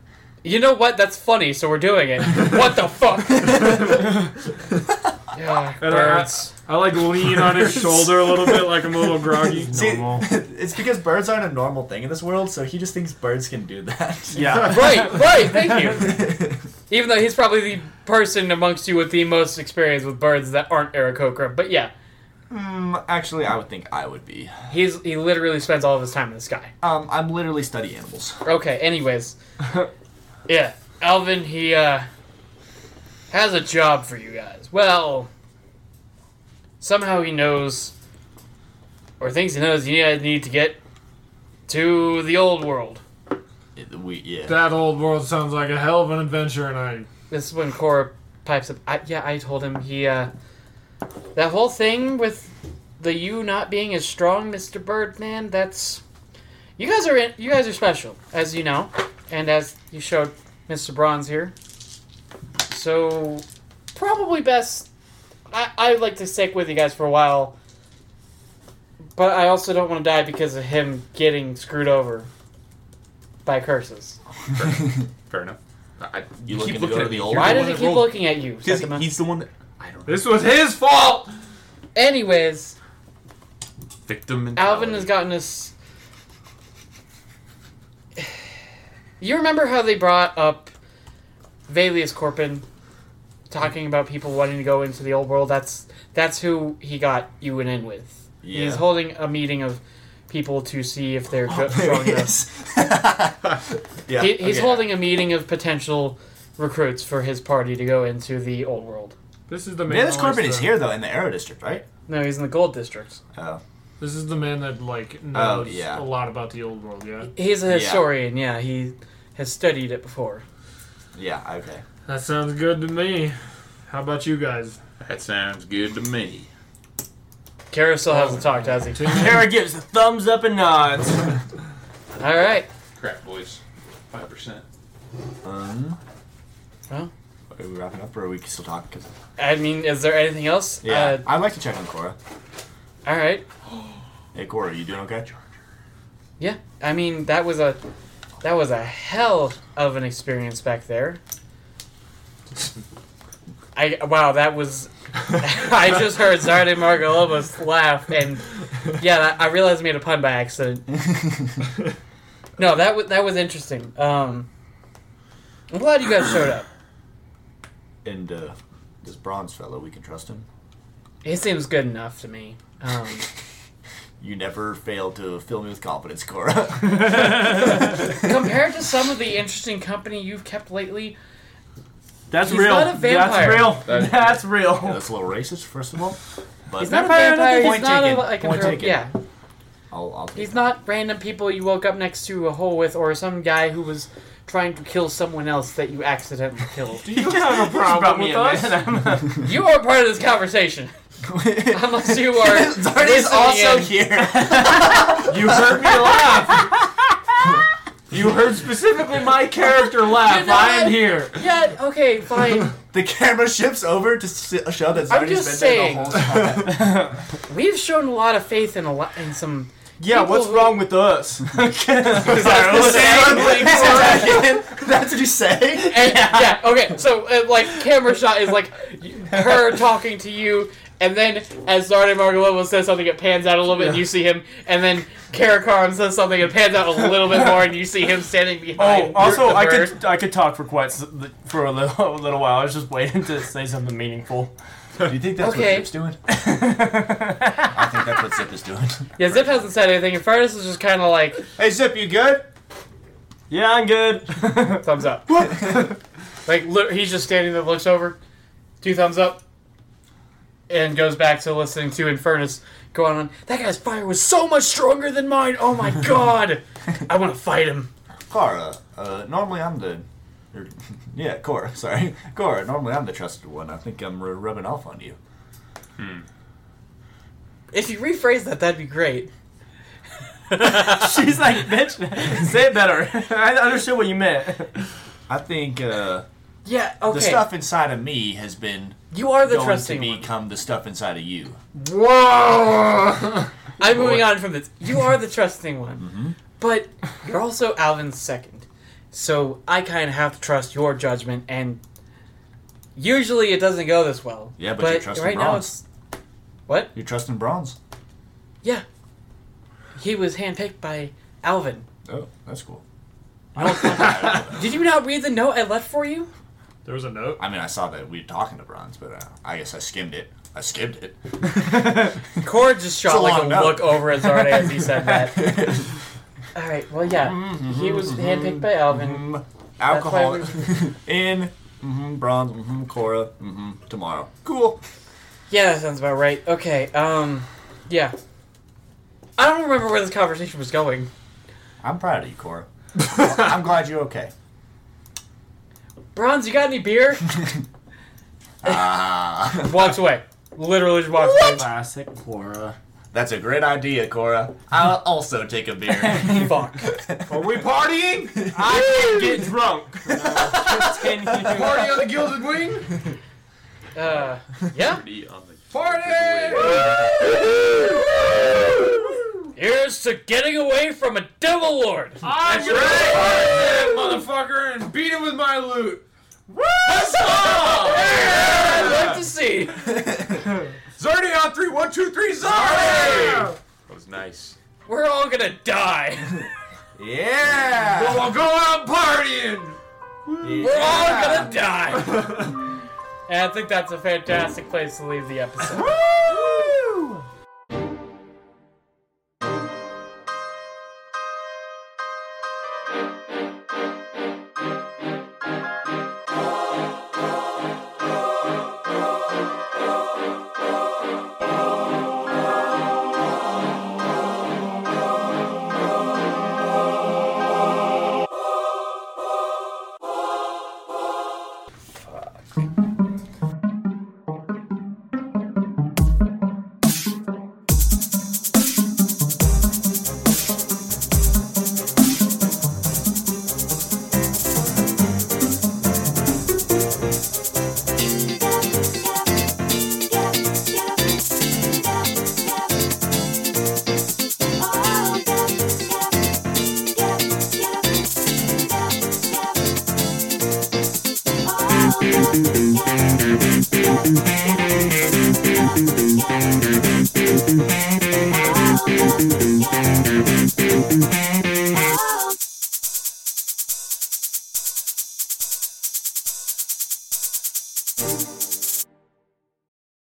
Speaker 1: You know what? That's funny, so we're doing it. what the fuck? yeah,
Speaker 4: And I-
Speaker 1: birds.
Speaker 4: I like lean on his shoulder a little bit, like I'm a little groggy.
Speaker 3: See, it's because birds aren't a normal thing in this world, so he just thinks birds can do that.
Speaker 6: Yeah.
Speaker 1: right, right, thank you. Even though he's probably the person amongst you with the most experience with birds that aren't Aarakocra, but yeah,
Speaker 3: Mm, actually, I would think I would be.
Speaker 1: he's he literally spends all of his time in the sky.
Speaker 3: Um, I'm literally study animals.
Speaker 1: Okay, anyways. yeah, Alvin, he uh, has a job for you guys. Well, somehow he knows, or thinks he knows, you guys need to get to the old world.
Speaker 3: It- we yeah.
Speaker 4: That old world sounds like a hell of an adventure, and I
Speaker 1: This is when Cora pipes up. I, yeah, I told him he, uh, that whole thing with the you not being as strong, Mr. Birdman, that's you guys are in, you guys are special, as you know, and as you showed Mr. Bronze here. So probably best I I'd like to stick with you guys for a while. But I also don't want to die because of him getting screwed over by curses.
Speaker 5: Fair enough. I,
Speaker 2: You
Speaker 5: you
Speaker 2: looking to
Speaker 5: keep looking
Speaker 2: go
Speaker 5: at
Speaker 2: to
Speaker 5: the
Speaker 2: the
Speaker 5: old.
Speaker 1: Why
Speaker 5: one
Speaker 1: does he
Speaker 5: that
Speaker 1: keep
Speaker 5: rolled-
Speaker 1: looking at you?
Speaker 5: Because
Speaker 1: Sekima?
Speaker 5: he's the one that I don't know.
Speaker 4: This was his fault.
Speaker 1: Anyways,
Speaker 5: victim mentality.
Speaker 1: Alvin has gotten us. You remember how they brought up Valius Corpin, talking about people wanting to go into the old world? That's that's who he got you and in with. He's holding a meeting of people to see if
Speaker 3: Oh,
Speaker 1: they're go- strong enough.
Speaker 3: yeah.
Speaker 1: He, he's
Speaker 3: okay.
Speaker 1: holding a meeting of potential recruits for his party to go into the old world.
Speaker 4: This is the man.
Speaker 3: Manus
Speaker 4: that
Speaker 3: Corbin
Speaker 4: likes
Speaker 1: uh,
Speaker 3: is
Speaker 4: to-
Speaker 3: here though in the Arrow District, right?
Speaker 1: No, he's in the Gold District.
Speaker 3: Oh,
Speaker 4: This is the man that like knows
Speaker 3: yeah.
Speaker 4: a lot about the old world. Yeah,
Speaker 1: He's a historian. Yeah, he has studied it before.
Speaker 3: yeah. Okay.
Speaker 4: that sounds good to me. How about you guys?
Speaker 5: That sounds good to me.
Speaker 1: Carousel hasn't talked, has he?
Speaker 4: Tune in.
Speaker 6: Kara gives a thumbs up and nods.
Speaker 1: All right.
Speaker 5: Crap, boys. Five percent.
Speaker 3: Um.
Speaker 1: Well.
Speaker 3: Are we wrapping up, or are we still talking? 'Cause-
Speaker 1: I mean, is there anything else?
Speaker 3: yeah, I'd like to check on Cora.
Speaker 1: Uh, all right.
Speaker 3: Hey, Cora, you doing okay?
Speaker 1: Yeah. I mean, that was a that was a hell of an experience back there. I wow, that was. I just heard Zarde Margolova's laugh, and yeah, that- I realized I made a pun by accident. No, that was that was interesting. Um, I'm glad you guys showed up.
Speaker 3: and uh, this bronze fellow, we can trust him.
Speaker 1: He seems good enough to me. Um,
Speaker 3: You never fail to fill me with confidence, Cora.
Speaker 1: compared to some of the interesting company you've kept lately,
Speaker 6: That's
Speaker 1: He's
Speaker 6: real.
Speaker 1: not a vampire.
Speaker 6: That's real.
Speaker 5: That-
Speaker 6: That's real.
Speaker 3: Yeah, that's a little racist, first of all. But
Speaker 1: he's not a
Speaker 3: Point
Speaker 1: vampire. He's not a
Speaker 3: taken,
Speaker 1: like
Speaker 3: point
Speaker 1: a
Speaker 3: taken.
Speaker 1: yeah.
Speaker 3: I'll, I'll take
Speaker 1: He's
Speaker 3: that.
Speaker 1: not random people you woke up next to a hole with, or some guy who was trying to kill someone else that you accidentally killed.
Speaker 6: You have a
Speaker 4: problem with us?
Speaker 1: you are part of this conversation, unless you are.
Speaker 3: Zardy's
Speaker 1: listening
Speaker 3: also
Speaker 1: in.
Speaker 3: here.
Speaker 4: You heard me laugh. You heard specifically my character laugh.
Speaker 1: You know
Speaker 4: I am
Speaker 1: what?
Speaker 4: here.
Speaker 1: Yeah. Okay. Fine.
Speaker 3: The camera shifts over to s- show that Zardy's
Speaker 1: I'm
Speaker 3: been
Speaker 1: just saying.
Speaker 3: there the whole time.
Speaker 1: We've shown a lot of faith in a lot in some.
Speaker 6: Yeah,
Speaker 1: People
Speaker 6: what's
Speaker 1: who-
Speaker 6: wrong with us?
Speaker 3: Is that
Speaker 1: Yeah.
Speaker 3: again? That's what you say?
Speaker 1: And, yeah. Okay. So uh, like camera shot is like her talking to you, and then as Zardan Margolovo says something, it pans out a little bit, and you see him, and then Karakarn says something, it pans out a little bit more, and you see him standing
Speaker 6: Oh,
Speaker 1: behind.
Speaker 6: also,
Speaker 1: the
Speaker 6: I
Speaker 1: bird.
Speaker 6: could I could talk for quite s- for a little, a little while. I was just waiting to say something meaningful.
Speaker 3: Do you think that's
Speaker 1: Okay.
Speaker 3: what Zip's doing? I think that's what Zip is doing.
Speaker 1: Yeah, Zip hasn't said anything, and Furnace is just kind of like
Speaker 3: Hey, Zip, you good?
Speaker 6: Yeah, I'm good.
Speaker 1: thumbs up. like look, he's just standing there, looks over, two thumbs up, and goes back to listening to Infernus going on. That guy's fire was so much stronger than mine. Oh my god, I want to fight him.
Speaker 3: Cora, uh, normally I'm the. er, Yeah, Cora, sorry. Cora, normally I'm the trusted one. I think I'm r- rubbing off on you.
Speaker 1: If you rephrase that, that'd be great.
Speaker 6: She's like, bitch, say it better. I understood what you meant.
Speaker 3: I think uh,
Speaker 1: Yeah,
Speaker 3: the
Speaker 1: okay.
Speaker 3: stuff inside of me has been
Speaker 1: you are the
Speaker 3: going to
Speaker 1: trusting one.
Speaker 3: become the stuff inside of you.
Speaker 4: Whoa!
Speaker 1: I'm moving on from this. You are the trusting one.
Speaker 3: Mm-hmm.
Speaker 1: But you're also Alvin's second. So I kind of have to trust your judgment, and usually it doesn't go this well.
Speaker 3: Yeah, but
Speaker 1: but
Speaker 3: you're trusting
Speaker 1: right now
Speaker 3: Bronze.
Speaker 1: it's. What?
Speaker 3: You're trusting Bronze.
Speaker 1: Yeah. He was handpicked by Alvin.
Speaker 3: Oh, that's cool.
Speaker 1: Did you not read the note I left for you?
Speaker 4: There was a note.
Speaker 3: I mean, I saw that we were talking to Bronze, but uh, I guess I skimmed it. I skimmed it.
Speaker 1: Cord just
Speaker 3: It's
Speaker 1: shot
Speaker 3: a
Speaker 1: like
Speaker 3: long
Speaker 1: a
Speaker 3: note.
Speaker 1: look over at Zarde as he said that. All right. Well, yeah, he was handpicked by Alvin.
Speaker 3: Mm,
Speaker 1: That's why
Speaker 3: alcohol in hmm Bronze, hmm Cora, hmm tomorrow. Cool.
Speaker 1: Yeah, that sounds about right. Okay. Um. Yeah. I don't remember where this conversation was going.
Speaker 3: I'm proud of you, Cora. I'm glad you're okay.
Speaker 1: Bronze, you got any beer?
Speaker 3: Ah.
Speaker 1: Walks away. Literally just walks away.
Speaker 6: Classic Cora.
Speaker 3: That's a great idea, Cora. I'll also take a beer.
Speaker 8: Fuck.
Speaker 5: Are we partying?
Speaker 6: Get drunk. Continue.
Speaker 5: Party on the Gilded Wing?
Speaker 8: Uh, yeah.
Speaker 5: Party on the
Speaker 10: Party!
Speaker 8: Here's to getting away from a devil lord.
Speaker 4: I'm gonna find that motherfucker and beat him with my loot. Oh,
Speaker 8: I'd like to see.
Speaker 5: Zardy on three, one, two, three, Zardy! That was nice.
Speaker 8: We're all gonna die.
Speaker 3: yeah.
Speaker 4: I'll go out partying.
Speaker 8: We're all gonna die. and I think that's a fantastic place to leave the episode.